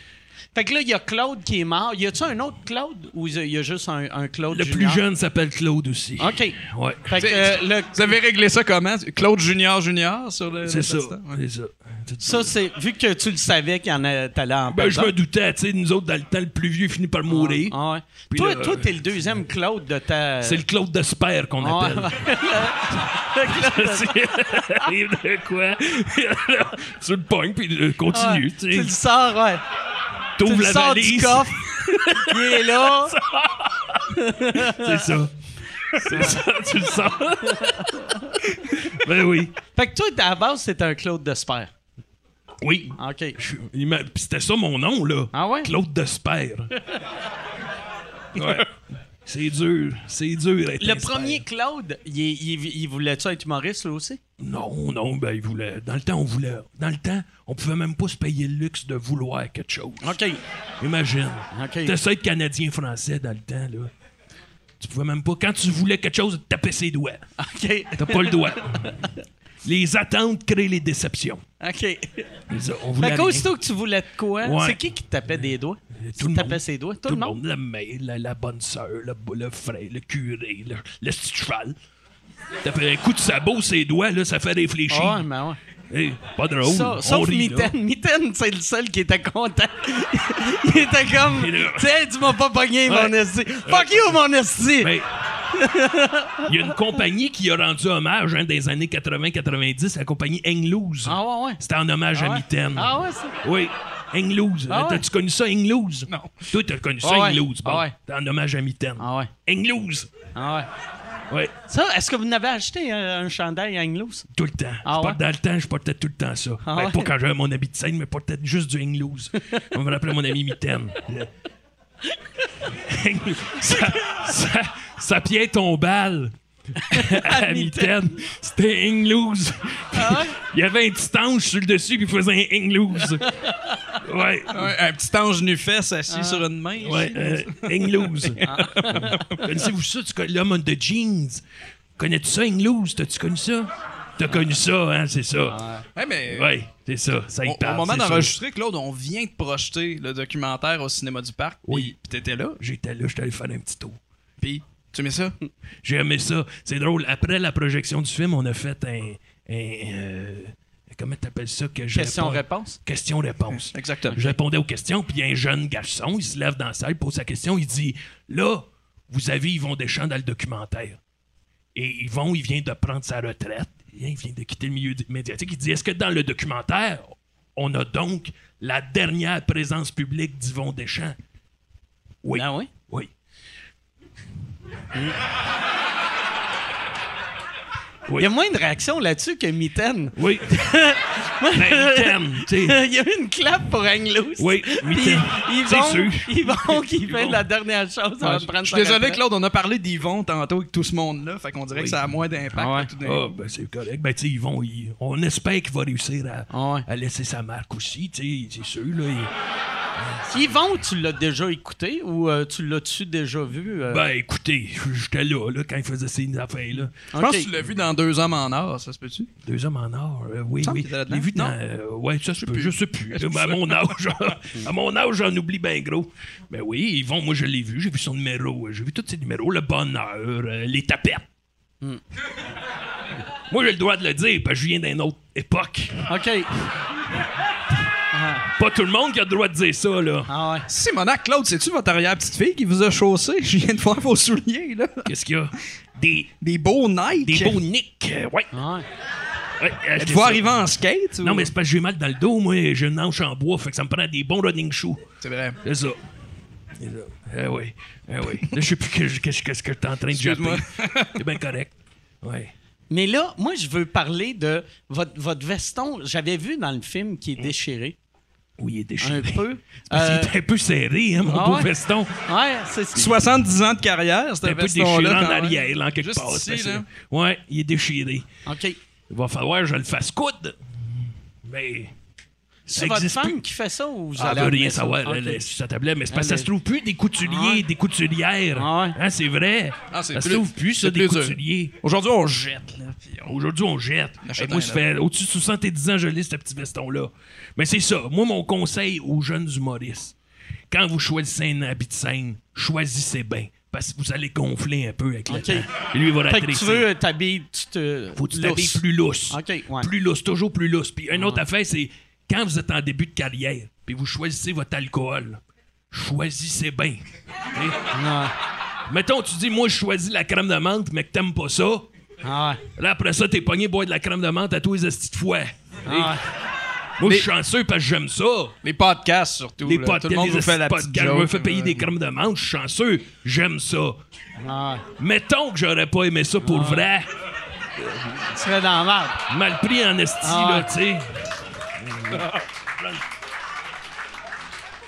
S1: Fait que là, il y a Claude qui est mort. Y a-tu un autre Claude ou il y a juste un, un Claude
S7: Le plus
S1: junior?
S7: jeune s'appelle Claude aussi.
S1: OK.
S7: Ouais.
S1: Fait que euh, le-
S6: Vous avez réglé ça comment? Claude Junior Junior sur le.
S7: C'est
S6: le
S7: ça.
S6: passe-temps? Ouais.
S7: C'est ça. C'est
S1: ça, c'est vu que tu le savais qu'il y en a, t'allais en
S7: Ben, je
S1: perdre.
S7: me doutais, tu sais, nous autres, dans le temps, le plus vieux finit par mourir.
S1: Ah ouais.
S7: Puis
S1: Toi,
S7: là, euh,
S1: toi, t'es le deuxième Claude de ta.
S7: C'est le Claude de Sperre qu'on
S1: Ah ouais.
S7: appelle.
S1: Le Claude de-
S7: Arrive de quoi? tu le pognes, puis euh, continue.
S1: Ouais.
S7: tu
S1: Ah, Tu le
S7: sais.
S1: sors, ouais. Tu
S7: T'ouvres
S1: le
S7: la
S1: sors du
S7: valise.
S1: coffre. Il est là.
S7: C'est ça. C'est ça, tu le sens. ben oui.
S1: Fait que toi, à la base, c'était un Claude de Sper.
S7: Oui.
S1: OK.
S7: Je- il m'a- puis C'était ça mon nom, là.
S1: Ah ouais?
S7: Claude de Sperre. ouais. C'est dur. C'est dur. d'être
S1: Le
S7: un Sperre.
S1: premier Claude, il, est- il- il voulait-tu être humoriste, lui aussi?
S7: Non, non, ben il voulait. Dans le temps, on voulait. Dans le temps, on pouvait même pas se payer le luxe de vouloir quelque chose.
S1: OK.
S7: Imagine.
S1: OK.
S7: T'essayes de Canadien-Français dans le temps, là. Tu pouvais même pas. Quand tu voulais quelque chose, te taper ses doigts.
S1: OK.
S7: T'as pas le doigt. Les attentes créent les déceptions.
S1: OK.
S7: Les- On voulait
S1: Fait
S7: rien.
S1: qu'aussitôt que tu voulais de quoi,
S7: Ouais.
S1: c'est qui qui te tapait des doigts?
S7: Tout
S1: Qui
S7: le
S1: tapait
S7: monde.
S1: ses doigts? Tout,
S7: Tout, le monde. Le maire, la, la bonne sœur, le, le frère, le curé, le, le petit cheval. T'as fait un coup de sabot, ses doigts, là, ça fait réfléchir.
S1: Ah, ouais, mais ouais.
S7: Hey, pas drôle.
S1: Ça,
S7: on
S1: sauf
S7: rit, là.
S1: Mitaine. Mitaine, c'est le seul qui était content. il était comme,
S7: Il est là.
S1: tu sais, tu m'as pas pogné,
S7: Ouais.
S1: mon esti. Fuck you, mon esti!
S7: Mais il y a une compagnie qui a rendu hommage hein, des années 80-90, la compagnie Engloose.
S1: Ah ouais, ouais.
S7: C'était en hommage
S1: Ah
S7: à
S1: ouais.
S7: Mitaine.
S1: Ah ouais, ça.
S7: Oui. Engloose.
S1: Ah ouais.
S7: T'as-tu connu ça, Engloose? Non. Toi, t'as connu ça,
S1: Ah ouais.
S7: Engloose. Bon,
S1: Ah ouais.
S7: C'était en hommage à Mitaine.
S1: Ah ouais,
S7: Engloose.
S1: ah ouais.
S7: Oui,
S1: Ça, est-ce que vous n'avez acheté euh, un chandail Anglos?
S7: tout le temps.
S1: Ah
S7: je porte
S1: ouais?
S7: Dans le temps, je portais tout le temps ça.
S1: Ah
S7: Ben,
S1: ouais?
S7: Pas quand j'avais mon habit de scène, mais portais juste du Engloose. On me rappelait mon ami Mitaine. Le- Engloose. ça, ça, ça pied ton bal. à mitaine. C'était Ingloose.
S1: Ah
S7: il y avait un petit ange sur le dessus, puis il faisait un Ingloose. Ouais.
S6: Ouais, un petit ange nu-fesse assis sur une main.
S7: Ouais, euh, Ingloose.
S1: Ah.
S7: Connaissez-vous ça? Tu connais l'homme de jeans? Connais-tu ça, Ingloose? T'as-tu connu ça? T'as connu ça, hein? C'est
S1: Ah.
S7: ça.
S6: Ouais, Ah, mais
S7: Ouais, c'est ça. Ça y
S6: au-
S7: parle.
S6: au moment
S7: c'est sûr.
S6: d'enregistrer, Claude, on vient de projeter le documentaire au cinéma du parc.
S7: Oui.
S6: Puis t'étais là.
S7: J'étais là, j'étais allé faire un petit tour.
S6: Puis tu mets ça.
S7: J'ai aimé ça. C'est drôle. Après la projection du film, on a fait un. un, euh, comment t'appelles ça? Que je réponds-
S1: Question-réponse?
S7: Question-réponse.
S6: Exactement.
S7: Je répondais aux questions, puis il y a un jeune garçon, il se lève dans la salle, pose sa question, il dit Là, vous avez Yvon Deschamps dans le documentaire. Et Yvon, il vient de prendre sa retraite, il vient de quitter le milieu du- médiatique. Il dit Est-ce que dans le documentaire, on a donc la dernière présence publique d'Yvon Deschamps Oui.
S1: Ah oui?
S7: Oui. Oui.
S1: Il y a moins de réaction là-dessus que Mitaine.
S7: Oui. Ben, il t'aime, tu sais.
S1: Il y a eu une clap pour Anglos.
S7: Oui, Mitaine.
S1: Ils
S7: C'est
S1: vont,
S7: sûr.
S1: ils vont qui fait
S7: vont.
S1: la dernière chose avant de
S6: Je
S1: prendre
S6: suis
S1: sa
S6: désolé,
S1: retraite.
S6: Claude, on a parlé d'Yvon tantôt avec tout ce monde-là. Fait qu'on dirait que ça a moins d'impact.
S1: Ah ouais.
S6: tout d'un coup.
S7: Ah, ben c'est correct. Ben, tu sais, ils vont. ils- on espère qu'il va réussir à,
S1: Ah ouais.
S7: à laisser sa marque aussi, tu sais, c'est sûr, là. Il-
S1: Yvon, tu l'as déjà écouté ou euh, tu l'as-tu déjà vu? euh?
S7: Ben, écoutez, j'étais là, là, quand il faisait ces affaires-là.
S6: Je pense
S1: Ok.
S6: que tu l'as vu dans Deux hommes en or, ça se peut-tu?
S7: Deux hommes en or, euh, oui,
S6: semble
S7: oui.
S6: qu'il était là-dedans.
S7: Les vues dans.
S6: Non.
S7: euh, ouais, ça, je, peux, je sais plus. là,
S6: que
S7: ben, à mon âge, à mon âge, j'en oublie bien gros. Ben oui, Yvon, moi, je l'ai vu, j'ai vu son numéro, euh, j'ai vu tous ses numéros, le bonheur, euh, les tapettes. moi, j'ai le droit de le dire, parce que je viens d'une autre époque.
S1: OK.
S7: Pas tout le monde qui a le droit de dire ça, là.
S1: Ah ouais.
S6: Simonac, Claude, c'est-tu votre arrière-petite-fille qui vous a chaussé? Je viens de voir vos souliers, là.
S7: Qu'est-ce qu'il y a? Des,
S6: Des beaux Nike.
S7: des beaux nicks, euh, ouais.
S1: Ah ouais.
S7: ouais euh,
S6: Tu
S7: c'est
S6: vois
S7: ça.
S6: arriver en skate? ou-
S7: Non, mais c'est parce que j'ai mal dans le dos, moi. J'ai une hanche en bois, fait que ça me prend des bons running shoes.
S6: C'est vrai.
S7: C'est ça. C'est ça. Eh oui. Eh oui. Là, je sais plus que- qu'est-ce que, que t'es en train de japper.
S6: Excuse-moi.
S7: C'est bien correct. Ouais.
S1: Mais là, moi, je veux parler de votre, votre veston. J'avais vu dans le film
S7: Hein?
S1: qui est déchiré.
S7: Oui, il est déchiré.
S1: Un peu. Euh,
S7: Parce qu'il est un peu serré, hein, mon
S1: ah
S7: beau
S1: ouais?
S7: veston.
S1: ouais, c'est ça.
S6: 70 ans de carrière, c'était
S7: C'est un peu déchiré en arrière, là, en quelque
S6: Juste
S7: part.
S6: ici,
S7: parce que-
S6: là.
S7: Ouais, il est déchiré.
S1: OK.
S7: Il va falloir que je le fasse coudre. Mais. ça
S1: C'est votre
S7: existe plus.
S1: femme qui fait ça ou vous
S7: Ah,
S1: allez
S7: elle veut rien
S1: amener ça?
S7: savoir,
S1: OK.
S7: elle, est sur sa tablette, mais c'est parce que
S1: Elle
S7: ça se trouve plus des couturiers,
S1: Ah ouais.
S7: des couturières.
S1: Ah ouais.
S7: Hein, c'est vrai.
S6: Ah, c'est
S7: ça se
S6: plus-
S7: trouve plus, ça,
S6: c'est
S7: des
S6: plus dur.
S7: couturiers.
S6: Aujourd'hui, on jette, là. puis on-
S7: Aujourd'hui, on jette.
S6: achète
S7: Et moi,
S6: un,
S7: ça
S6: là.
S7: fait au-dessus de 70 ans, je lis ce petit veston-là. Mais c'est ça. Moi, mon conseil aux jeunes humoristes, Quand vous choisissez un habit de scène, choisissez bien. Parce que vous allez gonfler un peu avec le
S1: OK.
S7: temps. Et Lui, il va
S1: Fait que tu
S7: rétrécir.
S1: veux, euh, t'habilles, tu te.
S7: Faut que tu
S1: lousse.
S7: t'habilles plus lousse.
S1: OK, ouais.
S7: Plus lousse, toujours plus lousse. Puis une autre affaire, c'est quand vous êtes en début de carrière, puis vous choisissez votre alcool, choisissez bien. Et-
S1: Ouais.
S7: Mettons, tu dis, moi, je choisis la crème de menthe, mais que t'aimes pas ça.
S1: Ah ouais.
S7: Là, après ça, t'es pogné boire de la crème de menthe à tous les estis de fois. Hein?
S1: Ah ouais.
S7: Moi, je suis chanceux parce que j'aime ça.
S6: Les podcasts, surtout.
S7: Les
S6: là.
S7: podcasts,
S6: Tout le monde
S7: les
S6: vous fait
S7: estis
S6: la
S7: de
S6: petite
S7: podcasts, je me
S6: joke,
S7: fais payer
S6: là.
S7: des crèmes de menthe, je suis chanceux, j'aime ça.
S1: Ah ouais.
S7: Mettons que j'aurais pas aimé ça pour vrai.
S1: Tu serais dans la merde.
S7: Mal pris en esti,
S1: Ah.
S7: là, tu sais.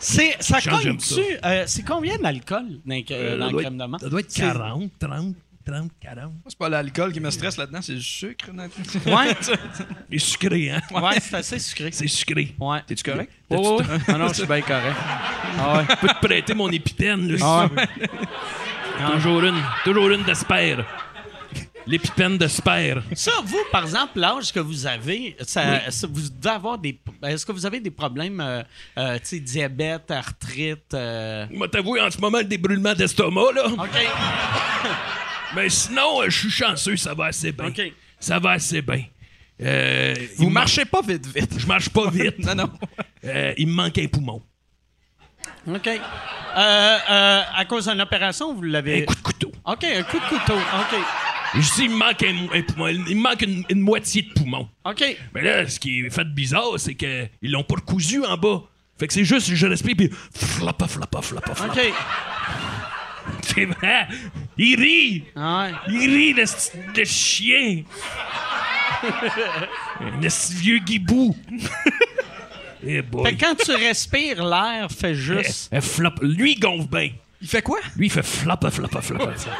S1: C'est, ça
S7: Change, j'aime
S1: cogne-tu? euh, c'est combien d'alcool dans, euh, dans
S7: Ça
S1: la
S7: doit
S1: crème de
S7: être-
S1: menthe?
S7: Ça doit être
S1: C'est-
S7: 40, 30, 30, 40.
S6: Moi, C'est pas l'alcool qui me stresse là-dedans, c'est le sucre. Nathan.
S1: Ouais,
S7: C'est sucré, hein?
S1: ouais, c'est assez sucré.
S7: C'est sucré.
S1: Ouais.
S6: T'es-tu correct?
S1: Ouais, ouais, ouais. Ah non, je suis bien correct. Ah ouais.
S7: Je peux te prêter mon épipène, là, si
S1: Ah
S7: tu veux. Toujours une. Toujours une d'espère. L'épipène d'espère.
S1: Ça, vous, par exemple, l'âge que vous avez, ça, ça- vous devez avoir des. Est-ce que vous avez des problèmes, euh, euh, tu sais, diabète, arthrite? euh?
S7: Je vais t'avouer, en ce moment, le débrûlement d'estomac, là.
S1: OK.
S7: Mais sinon, euh, je suis chanceux, ça va assez bien.
S1: OK.
S7: Ça va assez bien. Euh, il
S6: Vous
S7: me-
S6: marchez pas vite, vite.
S7: Je marche pas vite.
S6: Non, non.
S7: Euh, il me manque un poumon.
S1: OK. Euh, euh, à cause d'une opération, vous l'avez.
S7: Un coup de couteau.
S1: OK, un coup de couteau. OK.
S7: Euh, Je dis, il me manque un, un poumon. Il me manque une- une moitié de poumon.
S1: OK.
S7: Mais là, ce qui est fait de bizarre, c'est qu'ils l'ont pas recousu en bas. Fait que c'est juste, je respire, puis flappa, flappa, flappa, flappa.
S1: OK.
S7: C'est vrai. Il rit.
S1: Ah ouais.
S7: Il rit, le, sti- le chien. le sti- vieux guibou. Eh
S1: Fait
S7: boy.
S1: que quand tu respires, l'air fait juste.
S7: Eh, eh, flop. Lui, il gonfle bien.
S6: Il fait quoi?
S7: Lui, il fait flappa, flappa, flappa, flappa.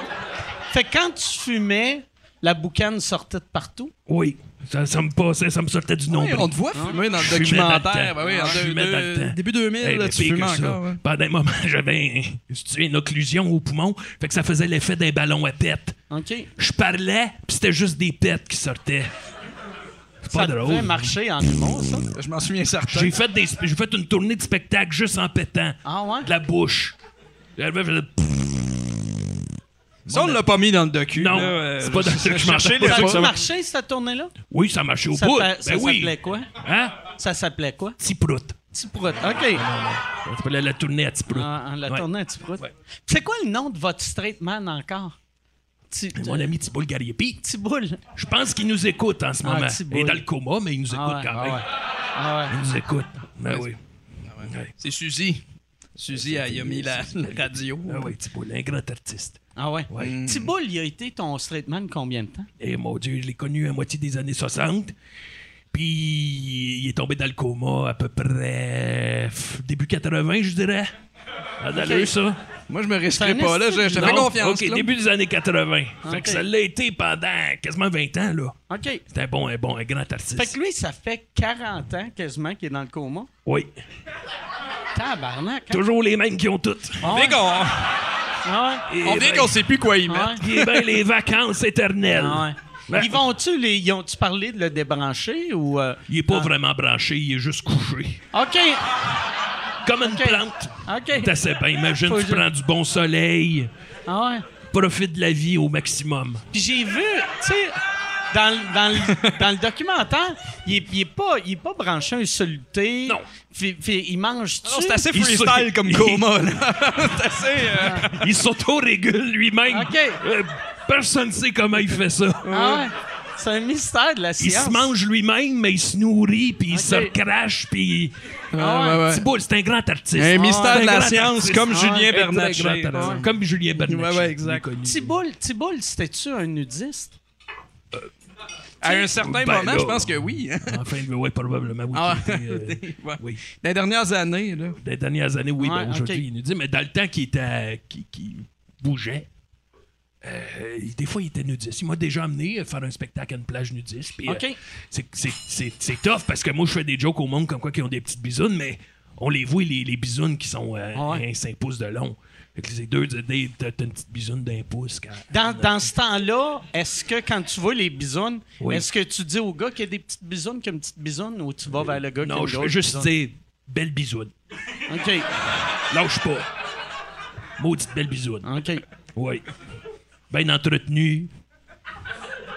S1: Fait que quand tu fumais, la boucane sortait de partout.
S7: Oui. Ça, ça me passait, ça me sortait
S1: Ah
S7: du nombril.
S6: on te voit fumer dans
S7: Je
S6: le
S7: fumais
S6: documentaire.
S7: dans le temps.
S6: Ben oui, en
S7: Je
S6: deux-
S7: fumais dans le
S6: deux-
S7: temps.
S6: début 2000,
S7: Hey,
S6: là,
S7: le
S6: tu
S7: pire
S6: fumes
S7: que ça.
S6: encore. hein. ouais.
S7: Pendant un moment, j'avais un- si tu veux, une occlusion au poumon, fait que ça faisait l'effet d'un ballon à pète.
S1: OK.
S7: Je parlais, puis c'était juste des pètes qui sortaient. C'est pas
S1: ça
S7: drôle.
S1: devait marcher en humour, ça.
S6: Je m'en souviens certain.
S7: J'ai fait, des, sp- j'ai fait une tournée de spectacle juste en pétant.
S1: Ah ouais?
S7: De la bouche. J'arrivais, je faisais-
S6: Ça, on l'a pas mis dans le docu.
S7: Non,
S6: là, euh,
S7: c'est pas dans le
S6: chercher les
S1: Ça
S6: trucs.
S1: a
S6: ça va-
S1: marché, cette tournée-là?
S7: Oui, ça marchait au
S1: Ça,
S7: bout.
S1: fa- ça
S7: ben oui.
S1: s'appelait quoi?
S7: Hein?
S1: Ça s'appelait quoi?
S7: Petit prout.
S1: Tiprout. OK.
S7: Ça s'appelait la tournée à petit prout.
S1: En, en la
S7: Ouais.
S1: tournée à Tiprout. C'est quoi le nom de votre straight man encore? Ti-
S7: Mon ami Thibault Gariepi,
S1: Tiboule.
S7: je pense qu'il nous écoute en ce
S1: Ah,
S7: moment.
S1: Thibault.
S7: il est dans le coma, mais il nous écoute
S1: Ah ouais,
S7: quand
S1: ah
S7: même.
S1: ouais. Ah ouais.
S7: Il nous écoute. Ben oui. Ouais.
S6: C'est Suzy. Suzy, elle y a mis la, la radio.
S7: Ah oui, Thibault, un grand artiste.
S1: Ah ouais.
S7: Ouais.
S1: Tiboule, il a été ton straight man combien de temps?
S7: Et mon Dieu, je l'ai connu à moitié des années 60. Puis il est tombé dans le coma à peu près f- début 80, je dirais. À l'allure, ça.
S6: Moi, je me
S1: C'est
S6: risquerais
S1: un
S6: pas, là.
S1: esti-
S6: Je, je te
S7: Non?
S6: fais confiance.
S7: OK,
S6: là.
S7: début des années 80. Fait
S1: Ah, Ok.
S7: que ça l'a été pendant quasiment 20 ans, là.
S1: OK. Fait
S7: C'est un bon, un bon, un grand artiste.
S1: que lui, ça fait 40 ans quasiment qu'il est dans le coma.
S7: Oui.
S1: Tabarnak. hein?
S7: Toujours les mêmes qui ont toutes.
S1: Ah ouais.
S6: Dès qu'on-
S1: Ah ouais.
S7: Et
S6: On vient
S7: ben,
S6: qu'on sait plus quoi y mettre.
S1: Ah ouais.
S7: et ben, les vacances éternelles.
S1: Ah ouais.
S7: Ben,
S1: Ils vont-tu, les, ils ont-tu parlé de le débrancher ou. euh,
S7: Il est pas vraiment branché, il est juste couché.
S1: OK.
S7: Comme une
S1: Ok.
S7: plante.
S1: OK.
S7: T'as assez bien. Imagine,
S1: Faut
S7: tu
S1: que je-
S7: prends du bon soleil.
S1: Ah ouais.
S7: profite de la vie au maximum.
S1: Puis j'ai vu, tu sais, dans, le- dans, le- dans le documentaire, il est, il est pas, il est pas branché un soluté.
S7: Non.
S1: Puis- puis il mange tu
S6: Non, c'est assez
S7: Il
S6: freestyle
S7: se-
S6: comme
S7: il-
S6: coma, là. c'est assez. euh,
S7: Il s'auto-régule lui-même.
S1: OK.
S7: Euh, personne ne sait comment il fait ça.
S1: Ah ouais. C'est un mystère de la
S7: Il
S1: science.
S7: se mange lui-même, mais il se nourrit, puis il
S1: OK.
S7: se recrache, puis...
S1: Ah ouais.
S6: ouais, ouais.
S7: Thibault, c'est un grand artiste.
S6: Un mystère
S7: C'est un
S6: de la
S7: grand
S6: science,
S7: artiste.
S6: comme
S7: Ah,
S6: Julien
S7: un très
S6: Bernatchez.
S7: grand artiste.
S6: Ouais.
S7: Comme Julien Bernatchez.
S6: Ouais, ouais, exact.
S7: Il est connu.
S1: Tiboule, Tiboule, c'était-tu un nudiste?
S6: À un certain
S7: Ben
S6: moment,
S7: là.
S6: je pense que oui. hein.
S7: Enfin, oui, probablement. Oui,
S6: Ah,
S7: qui était, euh,
S6: ouais.
S7: oui.
S6: Dans les dernières années, là.
S7: Des dernières années, oui,
S1: Ouais,
S7: ben, aujourd'hui,
S1: OK.
S7: il nous dit, mais dans le temps qu'il était, qui, bougeait, euh, il- des fois, il était nudiste. Il m'a déjà amené faire un spectacle à une plage nudiste. puis, euh,
S1: OK.
S7: c'est- c'est- c'est c'est tough parce que moi, je fais des jokes au monde comme quoi qui ont des petites bisounes, mais on les voit, les, les bisounes qui sont euh,
S1: Ah Ouais.
S7: un 5 pouces de long. Fait que les deux, tu dis, t'as t'as une petite bisoune d'un pouce. Quand...
S1: Dans, dans ce temps-là, est-ce que quand tu vois les bisounes,
S7: Oui.
S1: est-ce que tu dis au gars qu'il y a des petites bisounes qu'il y a une petite bisoune ou tu vas vers le gars qui a
S7: Non,
S1: une
S7: je
S1: grosse
S7: fais juste
S1: bisoune?
S7: dire, belle bisoune.
S1: OK.
S7: Lâche pas. Maudite belle bisoune.
S1: OK.
S7: Oui. Ben entretenu.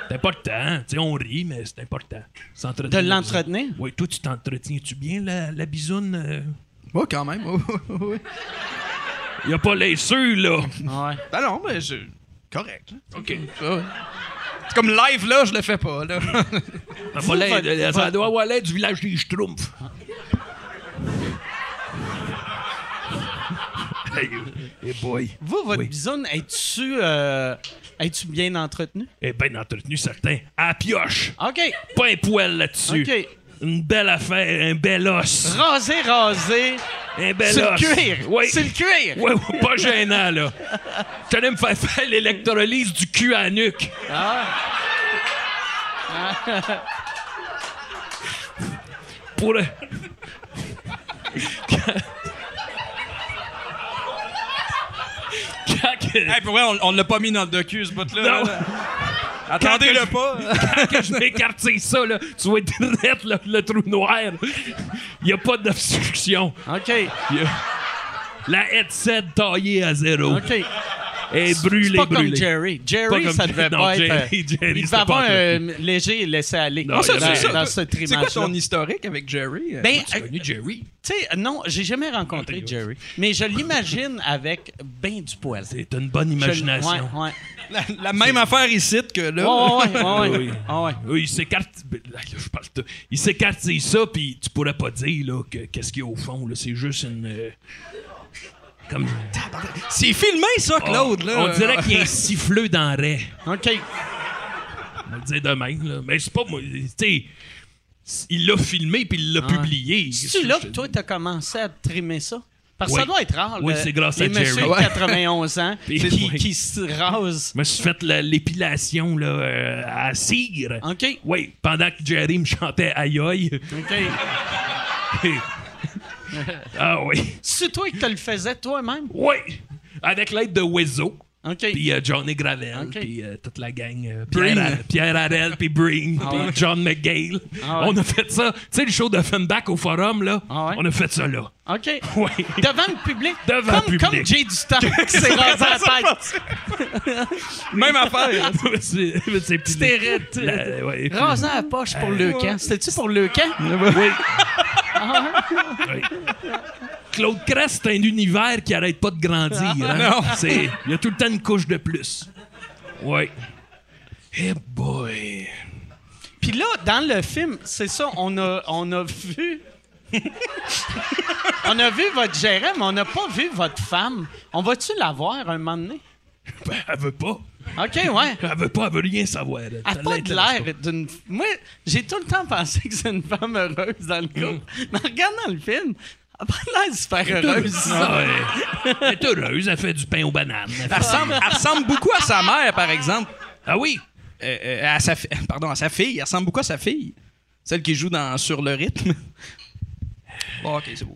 S7: C'est important. hein. Tu sais, on rit, mais c'est important.
S1: De
S7: S'entretenir.
S1: l'entretenir?
S7: Oui, toi, tu t'entretiens-tu bien, la, la bisoune? euh?
S6: Moi, quand même. Oh, oh, oh, oui.
S7: Y a pas les sûrs, là.
S1: Ouais.
S6: Ben non, mais je. Correct. là.
S7: OK.
S6: Ah ouais. C'est comme live, là, je le fais pas. Là.
S7: Ça, va l'air-
S1: votre-
S7: ça doit avoir l'air du village des Schtroumpfs. hey boy.
S1: Vous, votre bisoune, es-tu euh, es-tu bien entretenu?
S7: Eh ben entretenu, certain. À la pioche.
S1: OK.
S7: Pas un poil là-dessus.
S1: OK.
S7: Une belle affaire, un bel os.
S1: Rasé, rasé.
S7: Un bel
S1: C'est le
S7: os.
S1: cuir.
S7: Oui.
S1: C'est le cuir.
S7: Ouais, ouais, pas gênant, là. T'allais me faire faire l'électrolyse du cul à la nuque.
S1: Ah.
S7: Pour euh, le... Quand que-
S6: Hey, pour vrai, on, on l'a pas mis dans le docu, ce bout-là. là,
S7: Non.
S6: là. Attendez-le pas.
S7: quand que je vais écarter ça, là, tu vas être direct, là, le trou noir. Il n'y a pas d'obstruction.
S1: OK.
S7: Y a- La headset taillée à zéro.
S1: OK. C'est
S7: Et brûlée,
S1: pas
S7: brûlée.
S1: comme Jerry.
S7: Pas
S1: Jerry,
S7: comme
S1: ça devait
S7: Jerry. Non,
S1: pas être... euh,
S7: Jerry,
S1: il
S7: Jerry, c'était
S1: devait avoir
S7: pas
S1: un euh, léger laisser-aller
S7: Non, il y
S1: dans,
S7: avait-
S1: dans,
S7: ça,
S1: dans cette
S6: C'est quoi
S1: image
S6: ton historique avec Jerry?
S1: Ben,
S7: Tu as connu Jerry?
S1: Tu sais, non, j'ai jamais rencontré Jerry, mais je l'imagine avec ben du poil. Je-
S7: C'est une bonne imagination.
S1: Ouais, ouais.
S6: la, la même affaire ici que là.
S1: Ouais, ouais, ouais, ouais,
S7: Oui.
S1: ouais. Ah ouais.
S7: Oui, il s'écarte. ben, là, Je parle tout. Il s'écarte c'est ça, puis tu pourrais pas dire là, que, qu'est-ce qu'il y a au fond. Là. C'est juste une. euh, comme.
S6: C'est filmé, ça, Claude. là.
S7: On dirait qu'il y a un siffleux dans le raie.
S1: OK.
S7: On le dit de même. Là. Mais c'est pas moi. Tu sais, s- il l'a filmé, puis il l'a publié.
S1: C'est là que toi, t'as commencé à trimer ça? Parce que
S7: Oui.
S1: ça doit être rare.
S7: Oui,
S1: le-
S7: c'est grâce à
S1: les messieurs
S7: Jerry.
S1: de 91 ans
S7: Puis-
S1: qui,
S7: Oui.
S1: qui se rasent.
S7: Je me suis fait la- l'épilation là, euh, à cire.
S1: OK.
S7: Oui, pendant que Jerry me chantait aïe aïe.
S1: OK.
S7: ah oui.
S1: C'est toi que tu le faisais toi-même?
S7: Oui. Avec l'aide de Wezo.
S1: OK.
S7: puis euh, Johnny Gravel,
S1: Ok.
S7: puis euh, toute la gang. euh,
S6: Breen.
S7: Pierre, Ar- Pierre Harel, puis Breen, puis
S1: Ah ouais.
S7: John McGale.
S1: Ah ouais.
S7: On a fait ça. Tu sais, le show de Funback au Forum, là,
S1: Ah ouais.
S7: on a fait ça là.
S1: OK.
S7: Oui.
S1: Devant le public?
S7: Devant
S1: comme,
S7: le public.
S1: Comme Jay Dutemps qui s'est rasé la tête.
S6: Même affaire.
S7: c'est c'est puis- La- ouais, puis-
S1: Rasant la poche pour le camp. C'était-tu pour le camp?
S7: Oui. Oui. Claude Crest, c'est un univers qui arrête pas de grandir.
S1: Ah,
S7: hein. C'est- Il y a tout le temps une couche de plus. Oui. Eh boy.
S1: Puis là, dans le film, c'est ça, on a, on a vu. on a vu votre gérant, mais on n'a pas vu votre femme. On va-tu la voir un moment donné?
S7: Ben, elle veut pas.
S1: OK, ouais.
S7: Elle veut pas, elle veut rien savoir. Elle
S1: Elle n'a pas de l'air d'une. Moi, j'ai tout le temps pensé que c'est une femme heureuse dans le
S7: Mm.
S1: couple. Mais en regardant le film, elle n'a pas l'air super heureuse.
S7: Ah ouais. Elle est heureuse, elle fait du pain aux bananes. Elle fait-
S6: Elle ressemble, elle ressemble beaucoup à sa mère, par exemple.
S7: Ah oui!
S6: Euh, euh, à sa fi- Pardon, à sa fille. Elle ressemble beaucoup à sa fille. Celle qui joue dans Sur le rythme. Bon, ok, c'est beau.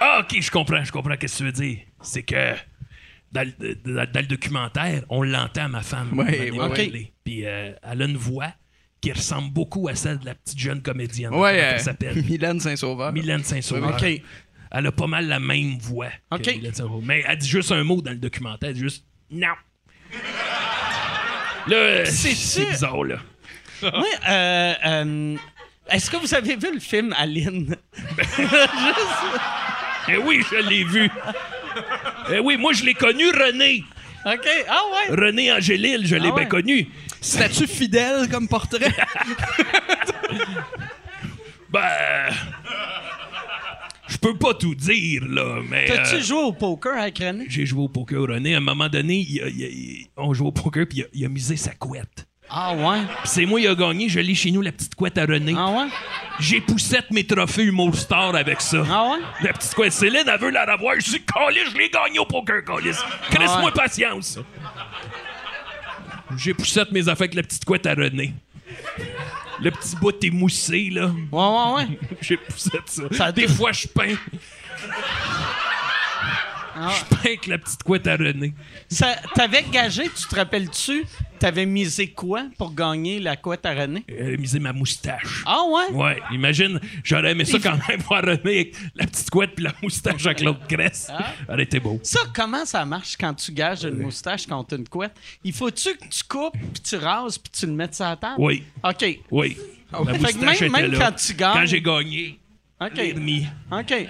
S7: Ah, ok, je comprends, je comprends qu'est-ce que tu veux dire. C'est que dans, le- dans- dans le documentaire, on l'entend, ma femme.
S6: Ouais,
S7: Manny
S6: ouais,
S7: Bradley.
S1: ouais.
S7: Puis euh, elle a une voix qui ressemble beaucoup à celle de la petite jeune comédienne. Comment
S6: Ouais,
S7: Elle
S6: euh,
S7: s'appelle
S6: Mylène Saint-Sauveur.
S7: Mylène Saint-Sauveur.
S1: OK.
S7: Elle a pas mal la même voix. que
S1: Ok.
S7: Mylène Saint-Sauveur. Mais elle dit juste un mot dans le documentaire, elle dit juste non. Là, c'est c'est bizarre, là.
S1: Moi, euh, euh, est-ce que vous avez vu le film Aline?
S7: Eh oui, je l'ai vu. Eh oui, moi, je l'ai connu, René.
S1: OK. Ah ouais.
S7: René Angélil, je l'ai
S1: Ah ouais?
S7: bien connu.
S6: Statue fidèle comme portrait.
S7: Ben. euh, Je peux pas tout dire, là, mais.
S1: T'as-tu
S7: euh,
S1: joué au poker avec René?
S7: J'ai joué au poker, René. À un moment donné, il a- il a- il- on jouait au poker, puis il a, il a misé sa couette.
S1: Ah ouais.
S7: Puis c'est moi, il a gagné. Je l'ai chez nous, la petite couette à René.
S1: Ah ouais.
S7: J'ai poussé mes trophées Humour Star avec ça.
S1: Ah ouais.
S7: La petite couette Céline, elle veut la revoir. Je suis Colis, je l'ai gagné au poker, Colis. Crisse-moi
S1: Ah ouais.
S7: patience. J'ai poussé mes affaires avec la petite couette à René. Le petit bout émoussé, là.
S1: Ouais, ouais, ouais.
S7: J'ai poussé ça.
S1: Ça a
S7: Des
S1: tout-
S7: fois, je peins. Je peins avec la petite couette à René.
S1: Ah. Ça- T'avais gagé, tu te rappelles-tu, t'avais misé quoi pour gagner la couette à René?
S7: Elle a misé ma moustache.
S1: Ah ouais?
S7: Ouais, imagine, j'aurais aimé ça quand même voir René avec la petite couette puis la moustache avec l'autre graisse. Elle était beau.
S1: Ça, comment ça marche quand tu gages une moustache contre une couette? Il faut-tu que tu coupes, puis tu rases, puis tu le mettes sur la table?
S7: Oui,
S1: OK.
S7: oui. La
S1: Fait que
S7: moustache
S1: même-
S7: était
S1: même
S7: là.
S1: quand tu gagnes-
S7: Quand j'ai gagné,
S1: OK.
S7: j'ai remis.
S1: OK.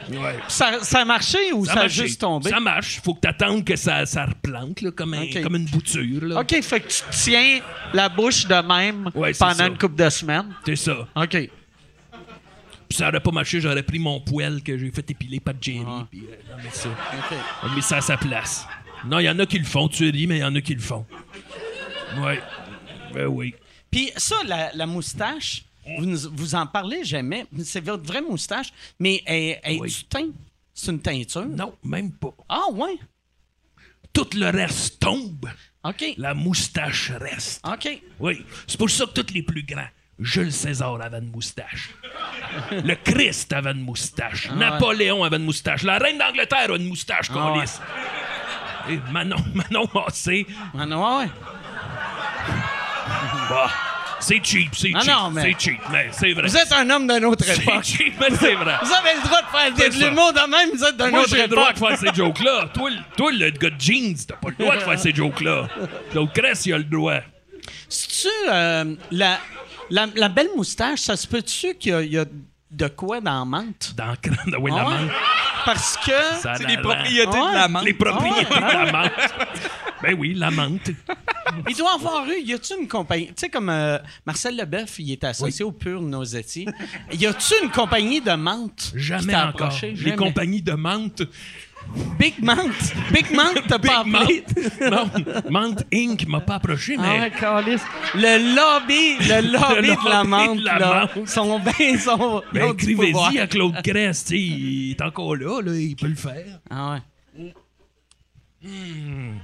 S1: Ça, ça a marché ou ça, a
S7: marche,
S1: juste tombé?
S7: Ça marche. Faut que t'attendes que ça, ça replante, là, comme, un-
S1: Ok.
S7: comme une bouture. Là.
S1: OK, fait que tu tiens la bouche de même
S7: Ouais, c'est
S1: pendant
S7: ça.
S1: une couple de semaines.
S7: C'est ça.
S1: OK.
S7: Puis ça aurait pas marché, j'aurais pris mon poêle que j'ai fait épiler par Jerry. Puis euh, on met ça. On met ça à sa place. Non, il y en a qui le font, tu ris, mais il y en a qui le font. Ouais. Ben oui.
S1: Puis ça, la, la moustache, vous, nous- vous en parlez jamais. mais C'est votre vraie moustache, mais elle, elle est
S7: Oui.
S1: du teint. C'est une teinture.
S7: Non, même pas.
S1: Ah ouais?
S7: Tout le reste tombe.
S1: OK.
S7: La moustache reste.
S1: OK.
S7: Oui. C'est pour ça que tous les plus grands. Jules César avait une moustache. Le Christ avait une moustache. Napoléon avait une moustache. La reine d'Angleterre a une moustache, qu'on
S1: ouais.
S7: lisse. Et Manon, Manon Massé,
S1: Ah non, ouais.
S7: bah, c'est cheap, c'est
S1: Ah
S7: cheap.
S1: non, mais-
S7: C'est cheap, mais c'est vrai.
S1: Vous êtes un homme d'une autre
S7: C'est
S1: époque.
S7: cheap, mais c'est vrai.
S1: Vous avez le droit de faire
S7: C'est
S1: de l'humour de même, vous êtes d'une
S7: Moi,
S1: autre
S7: j'ai le droit
S1: époque.
S7: de faire ces jokes-là. Toi, le- toi, le gars de jeans, t'as pas le droit de faire ces jokes-là. Claude Crest, il a le droit.
S1: tu euh, la, la, la belle moustache, ça se peut-tu qu'il y a- il y, a de quoi dans la menthe?
S7: Dans le crâne de
S1: Ah ouais?
S7: Willamante.
S1: Parce que...
S7: Ça
S6: C'est
S7: la
S6: les
S7: rend-
S6: propriétés
S1: Ah ouais.
S6: de la menthe.
S7: Les propriétés
S1: Ah
S7: de la menthe. Ben oui, la menthe.
S1: Il doit avoir eu, y a-tu une compagnie, tu sais, comme euh, Marcel Leboeuf, il est associé au Pur Nosetti. Y a-tu une compagnie de menthe? qui
S7: Jamais
S1: t'a
S7: encore.
S1: approché?
S7: Les
S1: Jamais.
S7: compagnies de menthe.
S1: Big Menthe. Big Menthe, t'as
S7: Big
S1: pas appelé.
S7: Menthe. Non, Menthe Inc. m'a pas approché,
S1: Ah
S7: mais.
S1: ouais, câlisse. Le lobby, le lobby, de la
S7: lobby
S1: menthe,
S7: de la
S1: là,
S7: menthe.
S1: sont bien, sont...
S7: Ben,
S1: ils ont du pouvoir.
S7: écrivez-y à Claude Crest, tu sais, il est encore là, là, il peut le faire.
S1: Ah ouais.
S7: Hmm.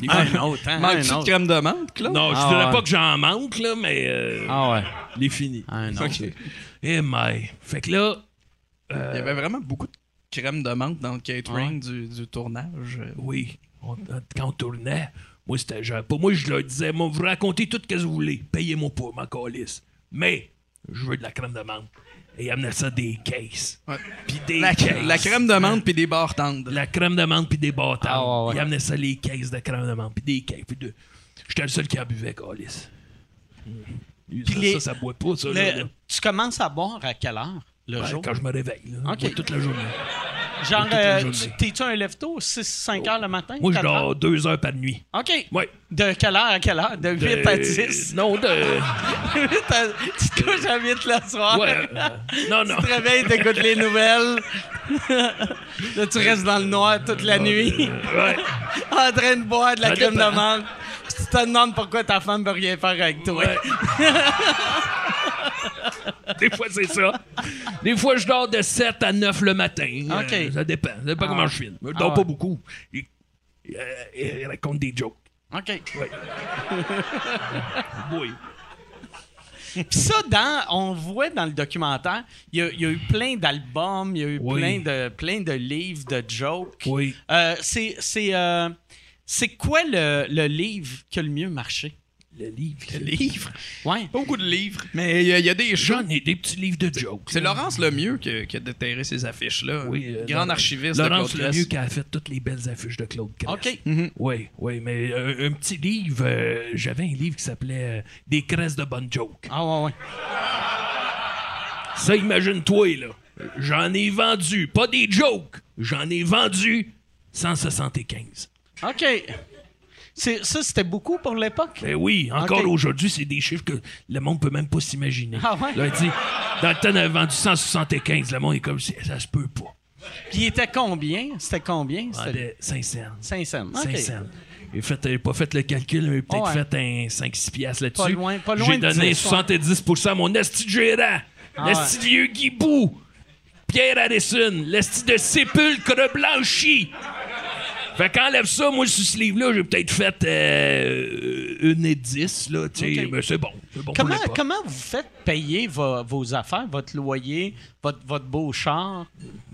S6: Il
S1: Ah,
S6: manque-
S1: un autre, hein,
S6: manque-tu
S1: un
S6: de
S1: autre.
S6: crème de menthe, là?
S7: Non,
S1: Ah
S7: je dirais
S1: ouais.
S7: pas que j'en manque, là, mais euh,
S1: Ah ouais.
S7: il est fini.
S1: Ah non.
S6: OK.
S7: Eh, mais. Fait que là,
S6: Il y avait vraiment beaucoup de crème de menthe dans le catering du, du tournage.
S7: oui, on- quand on tournait, moi, c'était genre. Pas moi, je leur disais, moi, vous racontez tout ce que vous voulez, payez-moi pas, ma calice. Mais, je veux de la crème de menthe. Et ils amenaient ça des caisses.
S6: Ouais.
S7: Puis des
S6: La,
S7: caisses.
S6: la crème de menthe puis des barres tendres.
S7: La crème de menthe puis des bâtards.
S1: Ah, ouais, ouais.
S7: Ils amenaient ça, les caisses de crème de menthe puis des caisses. Puis de... J'étais le seul qui en buvait, Calis. Ça,
S1: Hmm. les-
S7: ça, ça boit pas, ça. là,
S1: Le-
S7: là.
S1: tu commences à boire à quelle heure le
S7: Ouais,
S1: jour?
S7: quand je me réveille, là,
S1: Ok.
S7: Moi, toute la journée.
S1: Genre,
S7: toute la
S1: euh,
S7: journée.
S1: tu- t'es-tu un lève-tôt? 6, 5 heures le matin?
S7: Moi, je
S1: quatre heures?
S7: dors deux heures par nuit.
S1: OK.
S7: Ouais.
S1: De quelle heure à quelle heure? De 8
S7: Euh,
S1: à 10.
S7: Non, de.
S1: Huit à- tu te couches à 8 le soir.
S7: Ouais. euh, non, non.
S1: Tu te réveilles, t'écoutes les nouvelles. Là, tu restes dans le noir toute la nuit,
S7: Ouais.
S1: en train de boire de la
S7: Ça
S1: crème de
S7: dépend.
S1: menthe. Puis tu te demandes pourquoi ta femme veut rien faire avec toi.
S7: ouais. Des fois, c'est ça. Des fois, je dors de 7 à 9 le matin.
S1: Ok.
S7: Euh, ça dépend. Ça dépend comment je filme. Je dors
S1: Ah
S7: pas
S1: ouais.
S7: beaucoup. Il, euh, il raconte des jokes.
S1: OK.
S7: Oui.
S1: Puis ça, dans, on voit dans le documentaire, il y, a- il y a eu plein d'albums, il y a eu
S7: Oui.
S1: plein, de, plein de livres, de jokes.
S7: Oui.
S1: Euh, c'est, c'est, euh, c'est quoi le, le livre qui a le mieux marché?
S7: Le livre.
S6: Le livre.
S1: Ouais.
S6: Pas beaucoup de livres, mais il y, a- il y a des jeux.
S7: J'en ai des petits livres de jokes.
S6: C'est Laurence Lemieux qui a, qui a déterré ces affiches-là.
S7: Oui, euh,
S6: Grand
S7: Laurence-
S6: archiviste
S7: Laurence
S6: de Claude
S7: Lemieux
S6: Crest.
S7: qui a fait toutes les belles affiches de Claude Crest.
S1: OK.
S7: Oui, oui, mais euh, un petit livre, euh, j'avais un livre qui s'appelait euh, Des cresses de bonnes jokes.
S1: Ah ouais, ouais.
S7: Ça, imagine-toi, là. J'en ai vendu, pas des jokes, j'en ai vendu 175.
S1: OK. C'est, ça, c'était beaucoup pour l'époque?
S7: Ben oui, encore
S1: Ok.
S7: aujourd'hui, c'est des chiffres que le monde peut même pas s'imaginer.
S1: Ah ouais?
S7: Là, il dit, dans le temps, on avait vendu 175, le monde est comme, ça, ça se peut pas.
S1: Puis il était combien? C'était combien? C'était
S7: Vendait 500.
S1: 5 cents. OK.
S7: 5 Ah, cents. J'ai fait, euh, pas fait le calcul, mais peut-être
S1: Ouais.
S7: fait un 5-6 piastres là-dessus.
S1: Pas loin- pas loin
S7: J'ai
S1: de Ah
S7: donné
S1: 10,
S7: 70 à mon esti de gérant, l'esti de vieux Guibou, Pierre Harrison, l'esti de sépulcre blanchi. Fait qu'enlève ça, moi, sur ce livre-là, j'ai peut-être fait euh, une et 10, là, tu sais,
S1: Ok.
S7: mais c'est bon. C'est bon
S1: Comment,
S7: pour l'époque.
S1: comment vous faites payer vo- vos affaires, votre loyer, votre, votre beau char?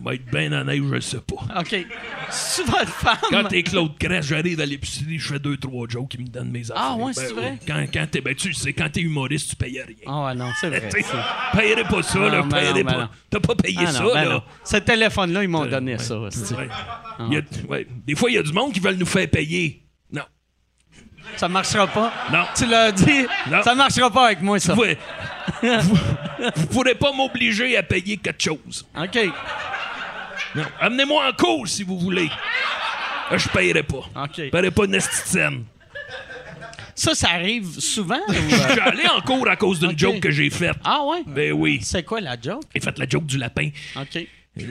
S7: Va être bien honnête, je sais pas.
S1: OK. C'est votre
S7: Quand
S1: femme?
S7: t'es Claude Crest, j'arrive à l'épicerie, je fais deux, trois jokes qui me donnent mes affaires.
S1: Ah ouais, c'est vrai?
S7: Quand, quand t'es, ben, tu sais, quand t'es humoriste, tu payes rien.
S1: Ah ouais, non, c'est vrai.
S7: Tu sais,
S1: c'est-
S7: payerais pas ça, là,
S1: ben
S7: payerais
S1: non, ben
S7: pas.
S1: non.
S7: T'as pas payé
S1: Ah
S7: ça,
S1: non, ben
S7: là. Euh,
S1: non. Ah. Ce téléphone-là, ils m'ont donné ça. hostie.
S7: Ouais. Il y a- ouais. Des fois, il y a du monde qui veulent nous faire payer. Non.
S1: Ça marchera pas.
S7: Non.
S1: Tu l'as dit.
S7: Non.
S1: Ça marchera pas avec moi, ça.
S7: Vous, vous- vous pourrez pas m'obliger à payer quelque chose.
S1: OK.
S7: Non. Amenez-moi en cours si vous voulez. Euh, Je payerai pas. Je
S1: OK.
S7: paierai pas une esti de scène.
S1: Ça, ça arrive souvent? ou,
S7: Je
S1: euh,
S7: suis allé en cours à cause d'une
S1: Ok.
S7: joke que j'ai faite.
S1: Ah ouais?
S7: Ben oui.
S1: C'est quoi la joke?
S7: J'ai fait la joke du lapin.
S1: OK.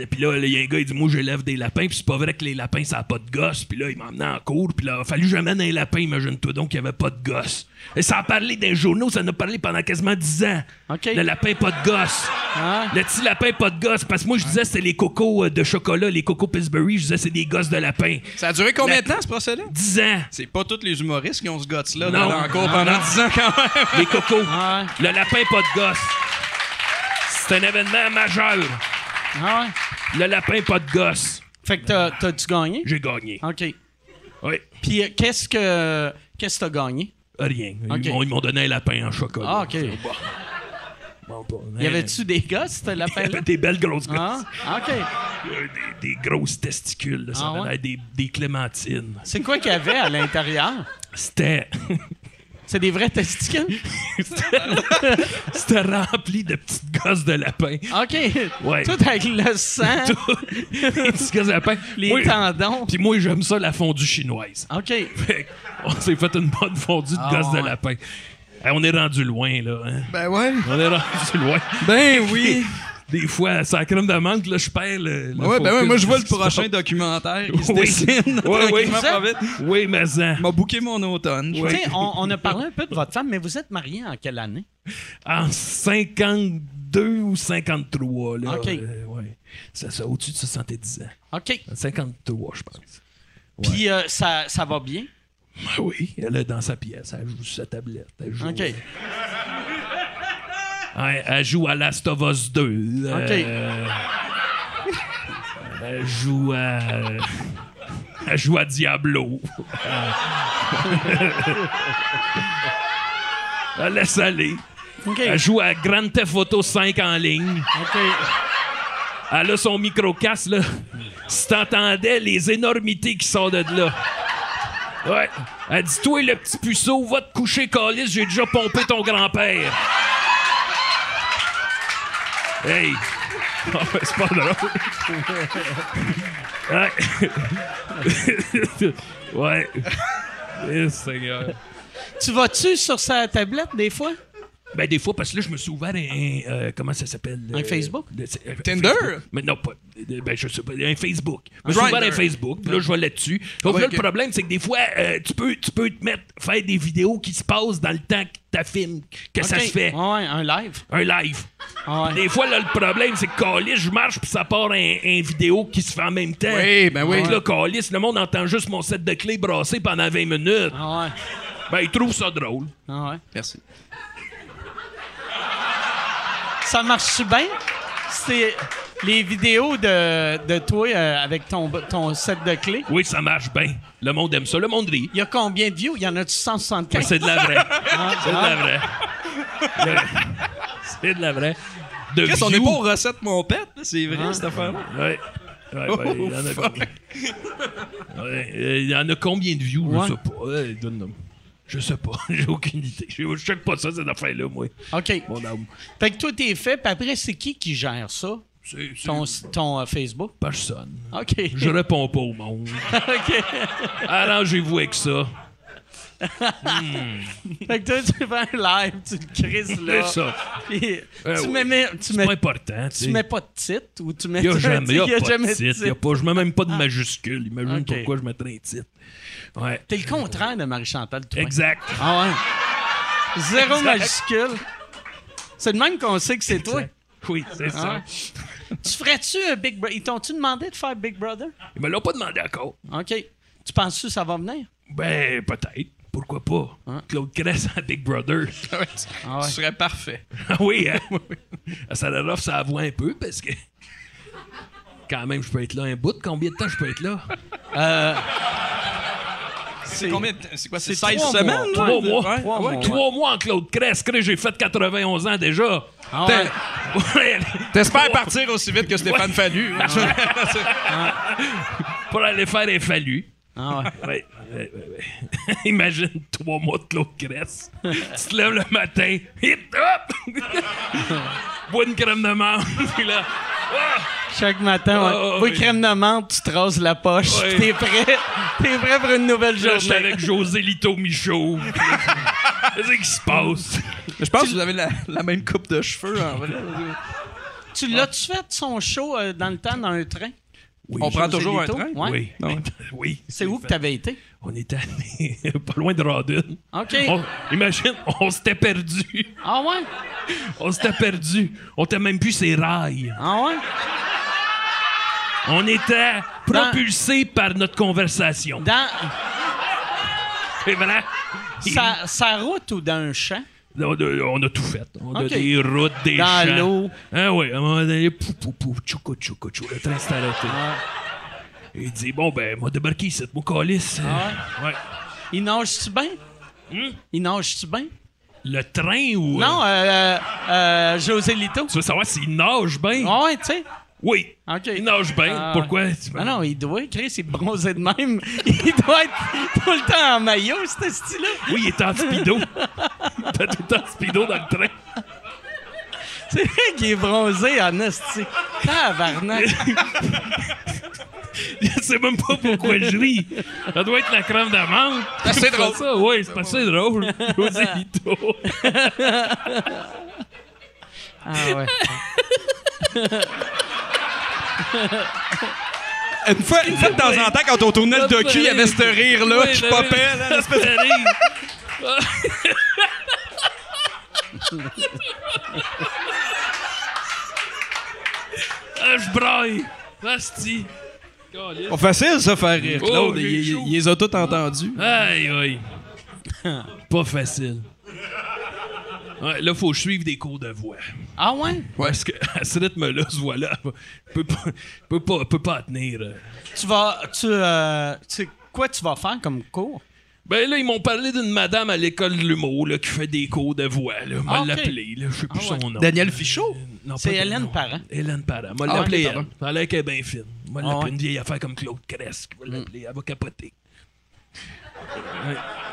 S7: Puis là, il y a un gars, il dit Moi, j'élève des lapins, puis c'est pas vrai que les lapins, ça a pas de gosse. Puis là, il m'a emmené en cours, puis là, a fallu que j'amène un lapin, imagine-toi donc, il y avait pas de gosse. Et ça a parlé d'un journaux, ça en a parlé pendant quasiment 10 ans.
S1: OK.
S7: Le lapin, pas de gosse.
S1: Ah.
S7: Le petit lapin, pas de gosse. Parce que moi, je disais, c'est les cocos euh, de chocolat, les cocos Pillsbury, je disais, c'est des gosses de lapin.
S6: Ça a duré combien
S7: La-
S6: de temps, ce procès-là?
S7: 10 ans.
S6: C'est pas tous les humoristes qui ont ce gosse-là
S7: Non.
S6: d'aller en cours pendant 10 ans, quand même.
S7: Les cocos.
S1: Ah ouais.
S7: Le lapin, pas de gosse. C'est un événement majeur.
S1: Ah ouais?
S7: Le lapin, pas de gosse.
S1: Fait que t'as- t'as-tu gagné?
S7: J'ai gagné.
S1: OK.
S7: Oui.
S1: Puis euh, qu'est-ce que qu'est-ce que t'as gagné?
S7: Rien. Ils
S1: Ok.
S7: m'ont- Ils m'ont donné un lapin en chocolat.
S1: Ah, OK.
S7: Bon, bon,
S1: Y avait-tu des gosses, ce
S7: Il y avait
S1: lapin-là?
S7: des belles grosses
S1: Ah,
S7: gosses.
S1: OK.
S7: Euh, Des, des grosses testicules. là, ça
S1: Ah
S7: avait
S1: ouais?
S7: l'air des, des clémentines.
S1: C'est quoi qu'il y avait à l'intérieur?
S7: C'était
S1: C'est des vrais testicules?
S7: c'était rempli de petites gosses de lapin.
S1: OK.
S7: Ouais.
S1: Tout avec le sang,
S7: Tout- des petites gosses de lapin.
S1: Ah. les
S7: Moi,
S1: tendons.
S7: Puis moi, j'aime ça, la fondue chinoise.
S1: OK.
S7: Fait que on s'est fait une bonne fondue de
S1: Ah
S7: gosses
S1: ouais.
S7: de lapin. Eh, on est rendu loin, là. hein.
S6: Ben ouais.
S7: On est rendu loin.
S6: Ben oui.
S7: Des fois, ça crème de menthe, là, je perds le. le
S6: Ouais, ben ouais,
S7: focus
S6: moi, je vois
S7: de
S6: le
S7: ce qui se
S6: prochain documentaire qui se
S7: Oui.
S6: dessine.
S7: Ouais, oui.
S6: tranquillement, pas vite.
S7: passe. Oui, mais ça.
S6: m'a bouqué mon automne.
S1: Tu sais, on, on a parlé un peu de votre femme, mais vous êtes mariés en quelle année?
S7: en 52 ou 53. Là,
S1: Ok.
S7: Euh, ouais. C'est ça, au-dessus de 70 ans.
S1: OK.
S7: 53, je pense.
S1: Puis euh, ça, ça va bien?
S7: Ben oui, elle est dans sa pièce, elle joue sur sa tablette. Elle joue,
S1: OK.
S7: Ouais, elle joue à Last of Us 2. Euh, elle joue à. elle joue à Diablo. elle laisse aller.
S1: OK.
S7: Elle joue à Grand Theft Auto 5 en ligne.
S1: OK.
S7: Elle a son micro-casse, là. Si t'entendais les énormités qui sortent de là. Ouais. Elle dit Toi, le petit puceau, va te coucher, Calis, j'ai déjà pompé ton grand-père. Hey! Ah, ben, c'est pas drôle. Ouais. ouais. Eh, Seigneur.
S1: Tu vas-tu sur sa tablette des fois?
S7: Ben, des fois, parce que là, je me suis ouvert un. un, euh, comment ça s'appelle
S1: Un
S7: euh,
S1: Facebook?
S7: le- c'est- un
S6: Tinder?
S7: Facebook. Mais non, pas. euh, Ben, je sais pas. Un Facebook. Je me suis
S6: Grindr. Ah
S7: ouvert un Facebook, puis là, je vais là-dessus. Donc
S6: Ouais,
S7: là,
S6: ok.
S7: le problème, c'est que des fois, euh, tu, peux, tu peux te mettre, faire des vidéos qui se passent dans le temps que ta film, que ça
S1: OK.
S7: se fait.
S1: Ouais, un live.
S7: Un live.
S1: Ouais.
S7: Des fois, là, le problème, c'est que Calis, je marche, puis ça part un, un vidéo qui se fait en même temps.
S6: Oui, ben oui.
S7: Donc là, Calis, le monde entend juste mon set de clés brassé pendant 20 minutes.
S1: Ah ouais.
S7: Ben, il trouve ça drôle.
S1: Ah ouais.
S6: Merci.
S1: Ça marche-tu bien? C'est les vidéos de, de toi euh, avec ton, ton set de clés.
S7: Oui, ça marche bien. Le monde aime ça. Le monde rit.
S1: Il y a combien de views? Il y en a-tu 175?
S7: Ouais, c'est de la vraie.
S1: Ah,
S7: C'est de la vraie. C'est de la vraie. De
S6: Qu'est-ce qu'on est
S7: view.
S6: pas aux recettes mon pet? là? C'est vrai, cette affaire-là.
S7: Ouais. Ouais, ouais, il y en a combien? Ouais, euh, il y en a combien de views?
S1: Ouais.
S7: Je sais pas. Ouais, donne-nous. Je sais pas. J'ai aucune idée. Je je check pas ça, cette affaire-là, moi.
S1: OK.
S7: Mon âme.
S1: Fait que toi, t'es fait, puis après, c'est qui qui gère ça?
S7: C'est c'est
S1: Ton, ton euh, Facebook?
S7: personne.
S1: OK.
S7: Je réponds pas au monde.
S1: OK.
S7: Arrangez-vous avec ça.
S1: Fait que toi, tu fais un live, tu le crises là.
S7: C'est ça.
S1: Puis
S7: Euh,
S1: tu,
S7: ouais.
S1: mets, tu,
S7: C'est
S1: mets,
S7: pas important.
S1: tu mets pas de titre ou tu mets...
S7: Il n'y a
S1: tu-
S7: jamais, y a
S1: y a
S7: pas
S1: jamais Ah.
S7: de titre. Y a pas, je mets même pas de majuscule. Imagine
S1: Ok.
S7: pourquoi je mettrais un titre. Ouais.
S1: T'es le contraire de Marie-Chantal, toi.
S7: Exact.
S1: Ah ouais. Zéro majuscule. C'est le même qu'on sait que c'est toi.
S7: Oui, c'est
S1: Ah
S7: ça.
S1: ouais. tu ferais-tu un Big Brother? Ils t'ont-tu demandé de faire Big Brother?
S7: Ils me l'ont pas demandé encore.
S1: OK. Tu penses-tu que ça va venir?
S7: Ben, peut-être. pourquoi pas? Claude Cress à Big Brother.
S1: Ah ouais.
S6: Tu serais parfait.
S7: Ah oui, hein? ça leur offre sa voix un peu parce que. Quand même, je peux être là un bout. Combien de temps je peux être là?
S6: C'est combien de temps? C'est quoi? C'est
S1: C'est
S6: 16
S1: trois mois.
S6: semaines?
S7: Trois
S6: ouais?
S7: mois.
S6: Ouais,
S7: Trois
S6: ouais.
S7: mois, Trois mois en Claude Cress. Cress, j'ai fait 91 ans déjà.
S1: Ah ouais.
S7: Ouais,
S6: T'espères partir aussi vite que Stéphane Fallu. hein?
S7: Pour aller faire un fallu.
S1: Ah ouais.
S7: Ouais, ouais, ouais, ouais. Imagine trois mois de Claude Cress. tu te lèves le matin, hit, hop! Bois une crème de menthe, puis là,
S1: Chaque matin, ouais.
S7: Ah, ah,
S1: Oui,
S7: oui.
S1: crème de menthe, tu te rases la poche.
S7: Oui.
S1: T'es prêt. T'es prêt pour une nouvelle
S7: là, je suis
S1: journée.
S7: avec José Lito Michaud. Qu'est-ce qui se passe?
S6: Je pense que vous avez la, la même coupe de cheveux. en vrai.
S1: Tu l'as-tu fait son show euh, dans le temps dans un train?
S7: Oui,
S6: On prend
S1: José
S6: toujours un
S1: Lito?
S6: train?
S1: Ouais.
S7: Oui,
S6: Non.
S7: oui.
S1: C'est où que t'avais été?
S7: On était allés pas loin de Radun.
S1: OK.
S7: On- imagine, on s'était perdu.
S1: Ah ouais?
S7: On s'était perdu. On t'a même plus ses rails.
S1: Ah ouais?
S7: On était
S1: Dans-
S7: propulsés par notre conversation.
S1: Dans
S7: C'est vrai?
S1: sa, sa route ou dans un champ?
S7: On a, on a tout fait. On
S1: Ok.
S7: a des routes, des
S1: Dans
S7: champs.
S1: l'eau.
S7: Ah oui, à un moment donné, pou, pou, pou, tchouko, tchouko, tchou, le train s'est arrêté.
S1: Ah.
S7: Il dit, bon, ben, m'a débarqué ici, mon calice.
S1: Ah.
S7: Ouais.
S1: Il nage-tu bien?
S7: Hmm?
S1: Il nage-tu bien?
S7: Le train ou...
S1: Non,
S7: euh,
S1: euh, euh, euh, José Lito.
S7: Tu veux savoir s'il nage bien?
S1: Ah ouais, tu sais.
S7: Oui,
S1: OK.
S7: il nage bien.
S1: Ah,
S7: Pourquoi? Tu-
S1: Ah non, il doit. Chris, il est bronzé de même. Il doit être tout le temps en maillot, ce style-là.
S7: Oui, il est en speedo. T'as tout le temps speedo dans le train.
S1: C'est vrai qu'il est bronzé en esti. Tabarnak.
S7: Je sais même pas pourquoi je ris. Ça doit être la crème d'amande.
S6: assez Ah, drôle.
S7: Ça, oui, c'est assez drôle. José Lito.
S1: Ah ouais.
S6: Une fois, une fois de temps en temps, quand on tournait le docu, il y avait ce rire-là
S7: Oui,
S6: qui
S7: le-
S6: popait. là, l'espèce de-
S7: Arrive. Ah, je braille. Asti. Caliste.
S6: Pas facile, ça, faire rire. Claude,
S7: Oh,
S6: il,
S7: il est
S6: il-
S7: chaud.
S6: il les a tous entendus.
S7: Aïe, aïe. Pas facile. Ouais, là, faut suivre des cours de voix.
S1: Ah ouais?
S7: Parce que à ce rythme-là, ce voix-là, je peux pas, je peux pas, je peux pas en tenir. euh.
S1: Tu vas. Tu. euh, tu quoi tu vas faire comme cours?
S7: Ben là, ils m'ont parlé d'une madame à l'école de l'humour là, qui fait des cours de voix. Là. M'a
S1: Ah, ok.
S7: l'appelé, là. je sais plus
S1: Ah, ouais.
S7: son nom.
S6: Daniel Fichot?
S7: Non,
S1: C'est
S7: pas-
S1: Hélène
S7: non.
S1: Parent.
S7: Hélène Parent. Moi,
S6: Ah,
S7: l'appeler
S6: ok,
S7: elle.
S6: pardon.
S7: Ça a l'air qu'elle est bien fine. Moi,
S1: Ah,
S7: l'appeler
S1: ouais. Mm.
S7: une vieille affaire comme Claude Cress. qui va l'appeler. Elle va capoter.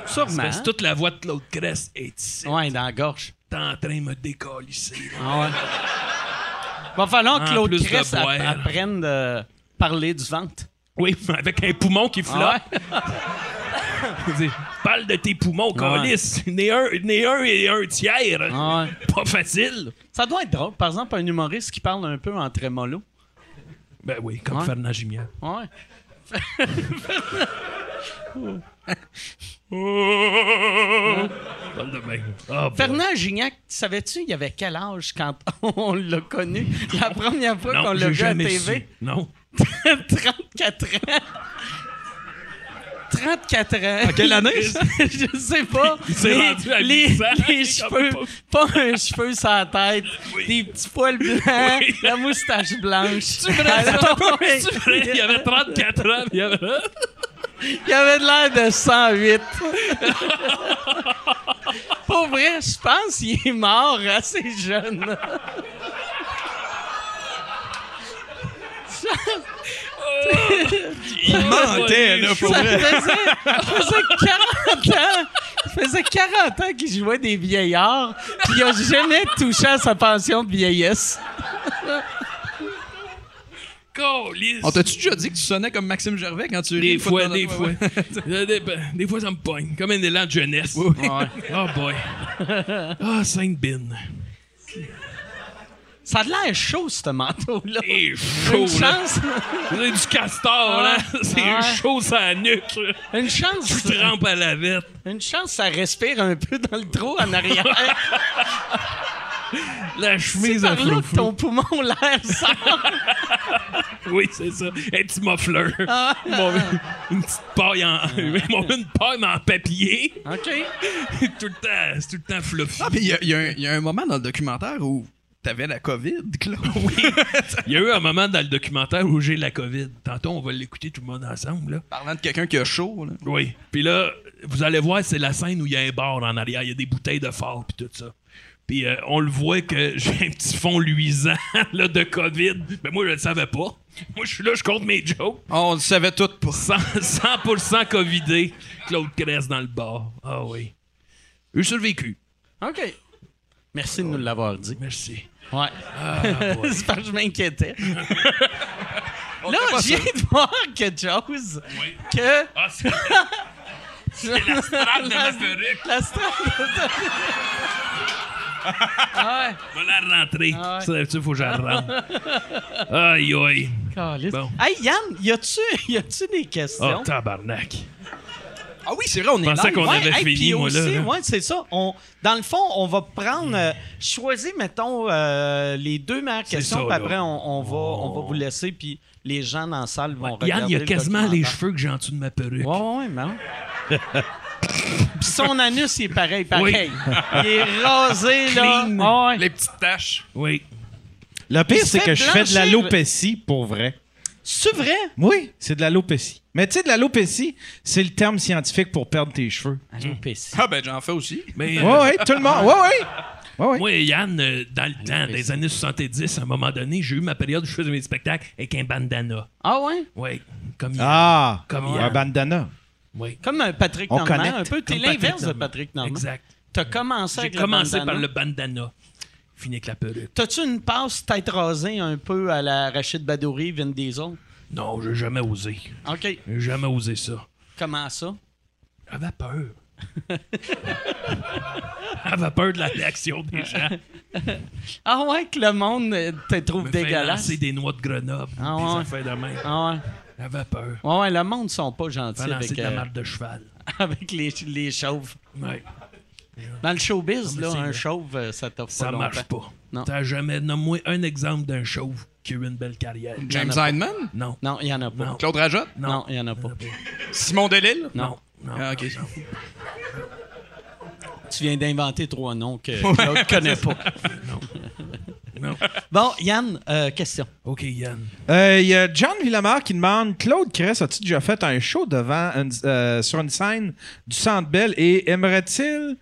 S1: Sûrement.
S7: Parce que toute la voix de Claude Cress est ici.
S1: Ouais, dans la gorge.
S7: T'es en train de me décalisser. là.
S1: Ah ouais. Va falloir que
S7: En
S1: Claude
S7: plus de
S1: Cress app-
S7: boire.
S1: apprenne de parler du ventre.
S7: Oui, avec un poumon qui flotte.
S1: Ah, ouais?
S7: Dis, Parle de tes poumons,
S1: Ah, ouais.
S7: calice. Né un, né un et un tiers.
S1: Ah, ouais.
S7: Pas facile.
S1: Ça doit être drôle. Par exemple, un humoriste qui parle un peu en trémolo.
S7: Ben oui, comme
S1: Ouais.
S7: Fernand Gimière.
S1: Ah Ouais.
S7: Parle de même. Ah, bon.
S1: Fernand Gignac, savais-tu, il avait quel âge quand on l'a connu? La première fois qu'on
S7: Non,
S1: l'a
S7: j'ai
S1: vu à
S7: jamais
S1: TV?
S7: su. Non.
S1: 34 ans. 34 ans. À
S6: quelle année?
S1: Je sais pas.
S7: s'est
S1: Les-
S7: rendu à
S1: les,
S7: 800,
S1: les
S7: il est comme
S1: cheveux, pas un cheveu sur la tête, des petits poils blancs, la moustache blanche. Alors,
S7: C'est vrai, Il avait 34 ans. Il avait...
S1: il avait de l'air de 108. Pour vrai, je pense qu'il est mort hein, assez jeune.
S6: Il mentait, là, pour
S1: Ça
S6: vrai.
S1: faisait, ça faisait 40 ans. ça faisait 40 ans qu'il jouait des vieillards, puis il a jamais touché à sa pension de vieillesse.
S7: Calice.
S6: On t'a-tu déjà dit que tu sonnais comme Maxime Gervais quand tu ris?
S7: Des
S6: une
S7: fois,
S6: de
S7: des
S6: temps en
S7: fois.
S6: temps?
S7: Euh, des, ben, des fois, ça me pogne. Comme un élan de jeunesse. Oh boy. Ah, Sainte Bin.
S1: Ça a l'air chaud, ce manteau-là.
S7: Et chaud,
S1: Une
S7: là.
S1: chance, Ah.
S7: C'est du castor, là. C'est
S1: ouais.
S7: chaud sur la nuque. là.
S1: une chance,
S7: Tu trempes à la vette.
S1: une chance, ça respire un peu dans le trou en arrière.
S4: La chemise à
S1: Par là
S4: flou
S1: que ton poumon l'air sort.
S7: Oui, c'est ça. Un petit muffler. Ils m'ont mis une petite paille en. Ils m'ont mis une paille, mais en papier.
S1: OK.
S7: tout le temps, c'est tout le temps fluffy.
S6: Ah, mais il y a, il y a un- il y a un moment dans le documentaire où t'avais la COVID, Claude. Oui.
S7: Il y a eu un moment dans le documentaire où j'ai la COVID. Tantôt, on va l'écouter tout le monde ensemble, là.
S6: Parlant de quelqu'un qui a chaud, là.
S7: Oui. Puis là, vous allez voir, c'est la scène où il y a un bar en arrière. Il y a des bouteilles de phare puis tout ça. Puis euh, on le voit que j'ai un petit fond luisant là, de COVID. Mais moi, je le savais pas. Moi, je suis là, je compte mes jokes.
S6: On le savait tout pour.
S7: 100%, 100% COVIDé. Claude Cress dans le bar. Ah oui. Eu survécu.
S1: OK. Merci de nous l'avoir dit. Ah,
S7: Merci.
S1: Ouais. c'est parce que je m'inquiétais. Là, je viens de voir quelque chose
S7: Oui.
S1: que
S7: Ah, c'est la strade de ma perruque.
S1: la strate. ah ouais.
S7: Je vais la rentrer.
S1: Ah ouais.
S7: Ça, tu faut que je la rentre. Aïe, aïe.
S1: Caliste.
S7: Bon.
S1: Hey Yann, y a-tu, y a-tu des questions?
S7: Oh, tabarnak.
S6: Ah oui, c'est vrai, on est
S7: Je pensais
S6: live.
S7: qu'on
S1: Ouais,
S7: avait
S1: hey,
S7: fini,
S1: puis
S7: moi, là,
S1: aussi,
S7: là.
S1: ouais, c'est ça. On, dans le fond, on va prendre, euh, choisir, mettons, euh, les deux meilleures questions,
S7: ça,
S1: puis
S7: là. Oh.
S1: après, on, on va, on va vous laisser, puis les gens dans la salle vont regarder.
S7: Yann, il y a
S1: le
S7: quasiment les
S1: documentaire.
S7: cheveux que j'ai en dessous de ma perruque.
S1: Ouais, ouais, ouais, mais non. Puis son anus, il est pareil, pareil. Il est rasé, là.
S7: Clean.
S1: Ah ouais.
S6: Les petites taches.
S7: Oui.
S4: Le pire,
S1: Il se
S4: c'est
S1: fait
S4: que je fais de
S1: blanchir.
S4: l'alopécie pour vrai.
S1: C'est vrai?
S4: Oui, c'est de l'alopécie. Mais tu sais, de l'alopécie, c'est le terme scientifique pour perdre tes cheveux.
S1: Alopécie.
S6: Ah, ben, j'en fais aussi.
S7: Mais, euh,
S4: Ouais, ouais, tout le monde. Ouais, ouais. Ouais, ouais.
S7: Moi, Yann, euh, dans le temps, des années 70, à un moment donné, j'ai eu ma période où je faisais mes spectacles avec un bandana.
S1: Ah ouais?
S7: Oui, comme Yann.
S4: Ah,
S7: Comme
S4: un
S7: Yann.
S4: bandana.
S7: Oui.
S1: Comme euh, Patrick
S4: On
S1: Normand,
S4: connecte.
S1: un peu. T'es
S7: Comme Patrick
S1: l'inverse de
S7: Normand.
S1: Patrick Normand.
S7: Exact.
S1: T'as commencé
S7: J'ai
S1: Ah. avec
S7: commencé
S1: le
S7: par
S1: bandana.
S7: le bandana. Fini avec la perruque.
S1: T'as-tu une passe tête rasée un peu à la Rachid Badouri, Vin Diesel?
S7: Non, j'ai jamais osé.
S1: OK.
S7: J'ai jamais osé ça.
S1: Comment ça?
S7: J'avais peur. J'avais peur de la réaction des gens.
S1: Ah ouais, que le monde euh, te trouve
S7: Me faire
S1: dégueulasse.
S7: lancer des noix de Grenoble.
S1: Ah
S7: des
S1: ouais.
S7: affaires de même.
S1: Ah ouais.
S7: J'avais peur.
S1: Ouais, ouais, le monde sont pas gentils
S7: Faire lancer
S1: avec,
S7: de la
S1: euh,
S7: marque de cheval.
S1: avec les, les chauves.
S7: Ouais.
S1: Dans le showbiz,
S7: mais
S1: là,
S7: c'est
S1: un
S7: vrai.
S1: chauve, euh, ça t'offre pas
S7: Ça marche
S1: longtemps.
S7: pas.
S1: Non.
S7: T'as jamais nommé un exemple d'un chauve qui a eu une belle carrière.
S6: James
S1: Il y en a
S6: Heineman.
S7: Non.
S1: Non, il y en a pas.
S7: Non.
S6: Claude Rajotte.
S1: Non, il y en a pas.
S6: Simon Delille.
S7: Non. Non.
S6: Ah, ok.
S1: Tu viens d'inventer trois noms que ne connaît pas.
S7: Non.
S1: Bon, Yann, euh, question.
S7: OK, Yann.
S4: Euh, Il y a John Villamar qui demande Claude Cress, as-tu déjà fait un show devant une- euh, sur une scène du Centre Bell et aimerait-il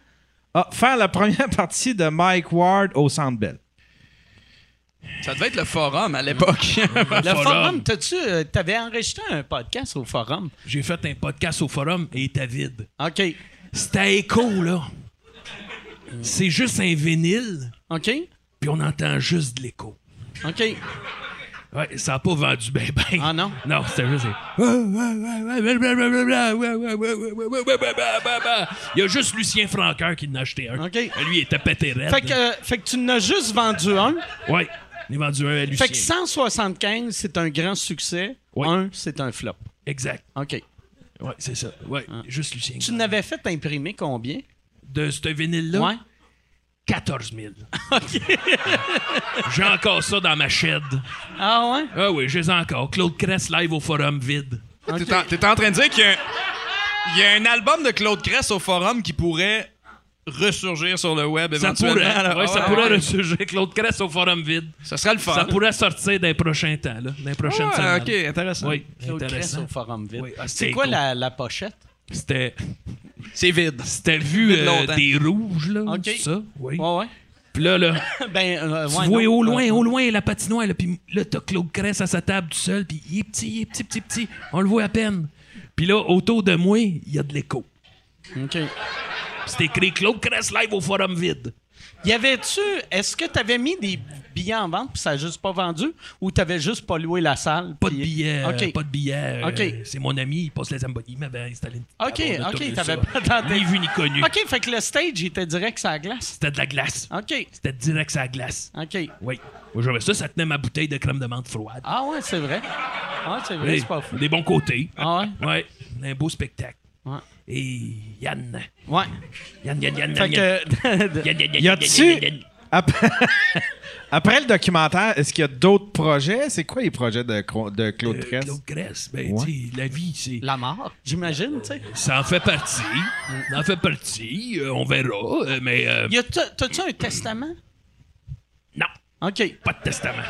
S4: ah, faire la première partie de Mike Ward au Centre Bell
S6: Ça devait être le forum à l'époque.
S1: Le forum,
S7: forum.
S1: t'as-tu, euh, t'avais enregistré un podcast au forum?
S7: J'ai fait un podcast au forum et il était vide.
S1: OK.
S7: C'était à écho, là.
S1: Mm.
S7: C'est juste un vinyle,
S1: OK?
S7: puis on entend juste de l'écho.
S1: OK.
S7: Ouais, ça a pas vendu ben ben.
S1: Ah non?
S7: Non, c'était juste... Il y a juste Lucien Franqueur qui en a acheté un.
S1: OK.
S7: Lui, il était pété raide.
S1: Fait que, euh, fait que tu n'as juste vendu un.
S7: Ouais, il a vendu un à Lucien.
S1: Fait que 175, c'est un grand succès.
S7: Oui.
S1: Un, c'est un flop.
S7: Exact.
S1: OK.
S7: Ouais, c'est ça. Ouais, juste Lucien.
S1: Tu n'avais fait imprimer combien?
S7: De ce vinyle-là, 14 000. J'ai encore ça dans ma shed.
S1: Ah ouais?
S7: Ah oui, j'ai encore. Claude Cress live au forum vide.
S6: T'es en- T'es en, train de dire qu'il y a un- il y, a un album de Claude Cress au forum qui pourrait ressurgir sur le web
S7: Ça
S6: éventuellement.
S7: pourrait, hein,
S6: là.
S7: ouais, ça
S6: Ah,
S7: pourrait
S6: ouais.
S7: ressurgir. Claude Cress au forum vide.
S6: Ça serait le fun.
S7: Ça pourrait sortir dans les prochains temps, là, dans les prochaines
S6: Ah,
S7: semaines.
S6: ok, intéressant.
S7: Oui,
S1: Claude Cress
S7: intéressant.
S1: Hein? au Forum Vide.
S7: Oui, ah,
S1: c'est
S7: c'est
S1: quoi
S7: cool.
S1: la, la pochette?
S7: C'était,
S6: C'est vide.
S7: c'était vu
S6: Vide
S7: euh,
S6: longtemps.
S7: des rouges, là,
S1: Ok.
S7: c'est ça. Oui.
S1: Ouais, ouais.
S7: Puis là, là,
S1: Ben, euh,
S7: tu
S1: ouais,
S7: vois
S1: non.
S7: au loin, au loin, la patinoire, là, puis là, t'as Claude Cress à sa table tout seul, puis il est petit, il est petit, petit, petit. On le voit à peine. Puis là, autour de moi, il y a de l'écho.
S1: OK.
S7: Puis c'est écrit Claude Cress live au forum vide.
S1: Y avait-tu. Est-ce que t'avais mis des billets en vente puis ça a juste pas vendu ou t'avais juste pas loué la salle?
S7: Pas de
S1: puis-
S7: billets, euh,
S1: OK.
S7: pas de billets. euh,
S1: Ok.
S7: c'est mon ami, il passe les ambonnies, il m'avait installé une
S1: OK,
S7: petite table, on a
S1: OK,
S7: tourné
S1: t'avais pas
S7: ça.
S1: tenté.
S7: Ni vu ni connu.
S1: OK, fait que le stage, il était direct sur la glace.
S7: C'était de la glace.
S1: OK.
S7: C'était direct sur la glace.
S1: OK.
S7: Oui. Moi, j'avais ça, ça tenait ma bouteille de crème de menthe froide.
S1: Ah ouais, c'est vrai. Ah, c'est vrai,
S7: Oui,
S1: c'est pas fou.
S7: Des bons côtés.
S1: Ah ouais?
S7: Ouais. Un beau spectacle.
S1: Ouais.
S7: Et Yann.
S1: Ouais.
S7: Yann, Yann, Yann,
S1: Fait
S7: Yann, Yann.
S1: que.
S7: Yann, Yann, Yann,
S4: Y
S7: Yann,
S4: a-tu-
S7: Yann, Yann, Yann.
S4: Après, après le documentaire, est-ce qu'il y a d'autres projets? C'est quoi les projets de, Cro- de Claude Crest?
S7: Claude Grèce, ben,
S4: Ouais.
S7: tu sais, la vie, c'est.
S1: La mort, j'imagine, tu sais.
S7: Ça en fait partie. Ça en fait partie. euh, on verra. euh, mais euh,
S1: Y a- t'as- T'as-tu un testament?
S7: non,
S1: OK.
S7: pas de testament.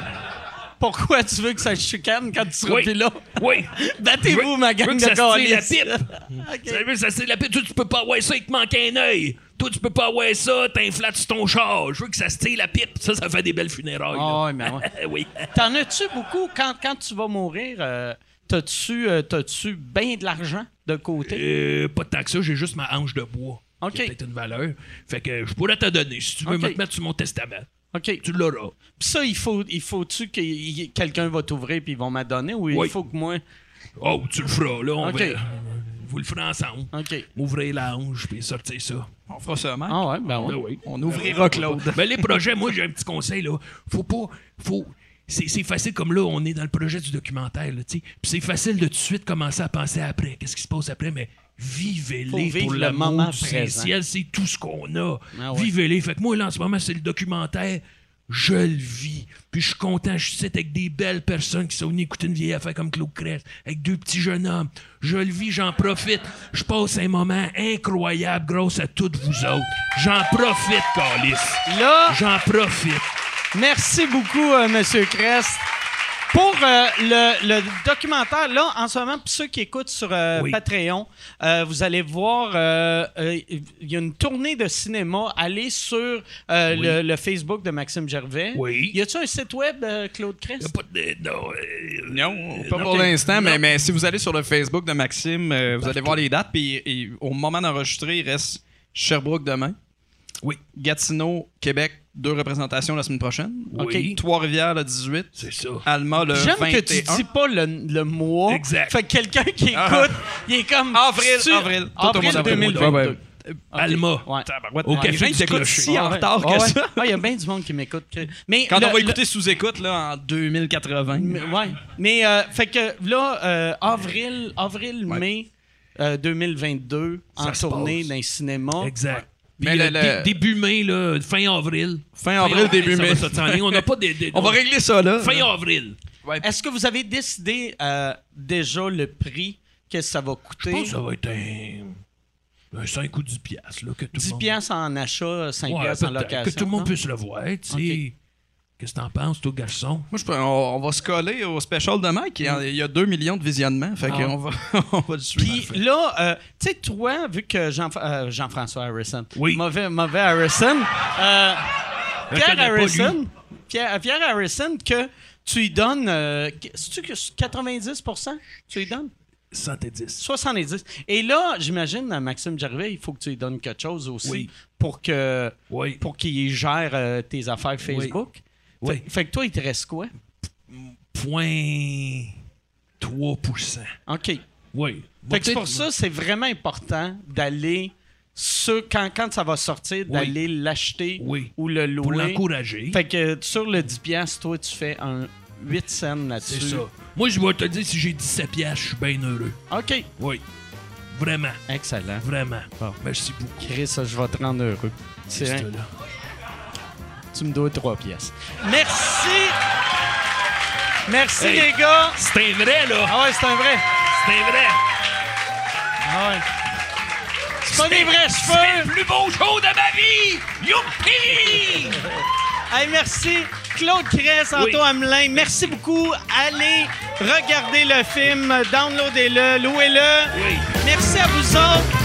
S1: Pourquoi tu veux que ça se chicane quand tu seras
S7: Oui.
S1: plus là?
S7: Oui.
S1: Battez-vous, ma
S7: veux
S1: gang
S7: que
S1: de
S7: ça se tire la
S1: câlisses.
S7: Tu sais, mais ça, c'est la pite. Toi, tu peux pas avoir ça, il te manque un œil. Toi, tu peux pas avoir ça, t'inflates sur ton char. Je veux que ça se tire la pipe. Ça, ça fait des belles
S1: Ah
S7: funérailles. là.
S1: ouais, mais ouais.
S7: oui.
S1: T'en as-tu beaucoup? Quand, quand tu vas mourir, euh, t'as-tu euh, t'as-tu bien de l'argent de côté?
S7: Euh, pas tant que ça, j'ai juste ma hanche de bois.
S1: OK.
S7: Qui a peut-être une valeur. Fait que je pourrais te donner si tu veux
S1: OK.
S7: me te mettre sur mon testament.
S1: OK.
S7: Euh, Tu l'auras.
S1: Pis ça, il faut, il faut-tu que y- quelqu'un va t'ouvrir puis ils vont m'adonner ou il
S7: Oui.
S1: faut que moi.
S7: Oh, tu le feras, là, on
S1: OK.
S7: verra. Vous le ferez ensemble.
S1: OK.
S7: M'ouvrir la hanche puis sortir ça.
S6: On fera ça, man.
S1: Ah ouais, ben ouais.
S7: Ben oui.
S6: On ouvrira Claude.
S7: Mais les projets, moi, j'ai un petit conseil, là. Faut pas. Faut. C'est c'est facile comme là, on est dans le projet du documentaire, là, tu sais. Puis c'est facile de tout de suite commencer à penser après. Qu'est-ce qui se passe après? Mais
S1: Faut
S7: vivez-les
S1: vivre
S7: pour
S1: le
S7: l'amour
S1: moment
S7: du
S1: présent.
S7: ciel, c'est tout ce qu'on a.
S1: Ah ouais.
S7: Vivez-les. Fait que moi, là, en ce moment, c'est le documentaire. Je le vis. Puis je suis content, je suis ici avec des belles personnes qui sont venues écouter une vieille affaire comme Claude Crest, avec deux petits jeunes hommes. Je le vis, j'en profite. Je passe un moment incroyable grâce à toutes vous autres. J'en profite, Calice.
S1: Là,
S7: J'en profite.
S1: merci beaucoup, euh, Monsieur Crest. Pour euh, le, le documentaire, là, en ce moment, pour ceux qui écoutent sur euh,
S7: Oui.
S1: Patreon, euh, vous allez voir, euh, euh, il y a une tournée de cinéma. Allez sur euh, le, le Facebook de Maxime Gervais.
S7: Oui.
S1: Y a-tu un site web, euh, Claude Crest?
S7: Y a pas de- non, euh,
S6: Non, pas
S7: non.
S6: pour l'instant, mais, mais si vous allez sur le Facebook de Maxime, euh, vous allez voir les dates. Puis et au moment d'enregistrer, il reste Sherbrooke demain.
S7: Oui.
S6: Gatineau, Québec, deux représentations la semaine prochaine.
S7: Oui.
S6: Trois-Rivières le 18.
S7: C'est ça.
S6: Alma le
S1: J'aime
S6: 21.
S1: que tu dis pas le, le mois.
S7: Exact.
S1: Fait que quelqu'un qui écoute, il est comme.
S6: Avril,
S1: tu-
S6: avril. Tout au mois
S1: Avril
S6: d'avril.
S1: 2022.
S6: Ouais, ouais.
S7: Alma.
S1: Ah,
S7: Ah,
S1: Ouais.
S7: Au
S6: les
S7: café
S6: gens
S7: du
S6: t'écoutent
S7: clocher.
S6: si en
S1: Ouais.
S6: retard que
S1: Ouais.
S6: ça.
S1: Ah, Il y a bien du monde qui m'écoute. que- Mais
S6: Quand
S1: le-
S6: on va
S1: le-
S6: écouter sous-écoute là, en 2080.
S1: mais- ouais. Mais euh, fait que là, euh, avril, avril, mai euh, 2022,
S7: Ça
S1: en
S7: se
S1: tournée
S7: passe.
S1: d'un cinéma.
S7: Exact. Puis,
S6: Mais
S7: euh,
S6: le-
S7: dé-
S6: le-
S7: début mai, là, fin avril.
S6: Fin avril, début
S7: ça
S6: mai.
S7: va sortir en ligne. On n'a pas des. des-
S6: On va régler ça là.
S7: Fin avril.
S1: Est-ce que vous avez décidé euh, déjà le prix? Qu'est-ce que ça va
S7: Je
S1: coûter?
S7: pense que ça va être un. Un 5 ou 10 piastres, là, que tout
S1: 10
S7: le monde.
S1: piastres en achat, 5
S7: Ouais,
S1: piastres en
S7: peut-être,
S1: location.
S7: Que tout le monde
S1: non?
S7: puisse le voir, tu sais.
S1: Ok.
S7: Qu'est-ce que t'en penses, toi, garçon?
S6: Moi, je peux- on, on va se coller au special de Mike. Il y a- il y a 2 millions de visionnements. Fait qu'on va, on va le suivre.
S1: Puis là, euh, tu sais, toi, vu que Jean, euh, Jean-François Harrison,
S7: Oui.
S1: mauvais, mauvais Harrison, euh,
S7: Je
S1: Pierre
S7: connais pas, lui.
S1: Harrison, Pierre, Pierre Harrison, que tu lui donnes, euh, que- c'est-tu que 90 tu lui donnes?
S7: 110.
S1: 70. Et là, j'imagine, à Maxime Gervais, il faut que tu lui donnes quelque chose aussi
S7: Oui.
S1: pour que
S7: Oui.
S1: pour qu'il gère euh, tes affaires Facebook.
S7: Oui.
S1: Fait, fait que toi, il te reste quoi?
S7: Point. 3%.
S1: OK.
S7: Oui.
S1: Fait que c'est pour ça, c'est vraiment important d'aller sur- quand, quand ça va sortir, d'aller l'acheter
S7: Oui.
S1: ou le
S7: Pour
S1: louer.
S7: l'encourager.
S1: Fait que sur le 10$, piastres, toi, tu fais un 8 cents là-dessus.
S7: C'est ça. Moi, je vais te dire, si j'ai 17 piastres, je suis bien heureux.
S1: OK.
S7: Oui. Vraiment,
S1: Excellent.
S7: vraiment. Merci beaucoup.
S1: Chris, je vais te rendre heureux. C'est
S7: C'est
S1: rien.
S7: là.
S1: Tu me dois 3 pièces. Merci! Merci, les gars!
S7: C'est un vrai, là.
S1: Ah ouais, c'est un vrai.
S7: C'est un vrai.
S1: Ah ouais. C'est pas des vrais cheveux!
S7: C'est le plus beau show de ma vie. Youpi!
S1: Hey, merci. Claude Cress, Antoine Hamelin, merci beaucoup. Allez, regardez le film, downloadez-le, louez-le.
S7: Oui.
S1: Merci à vous autres.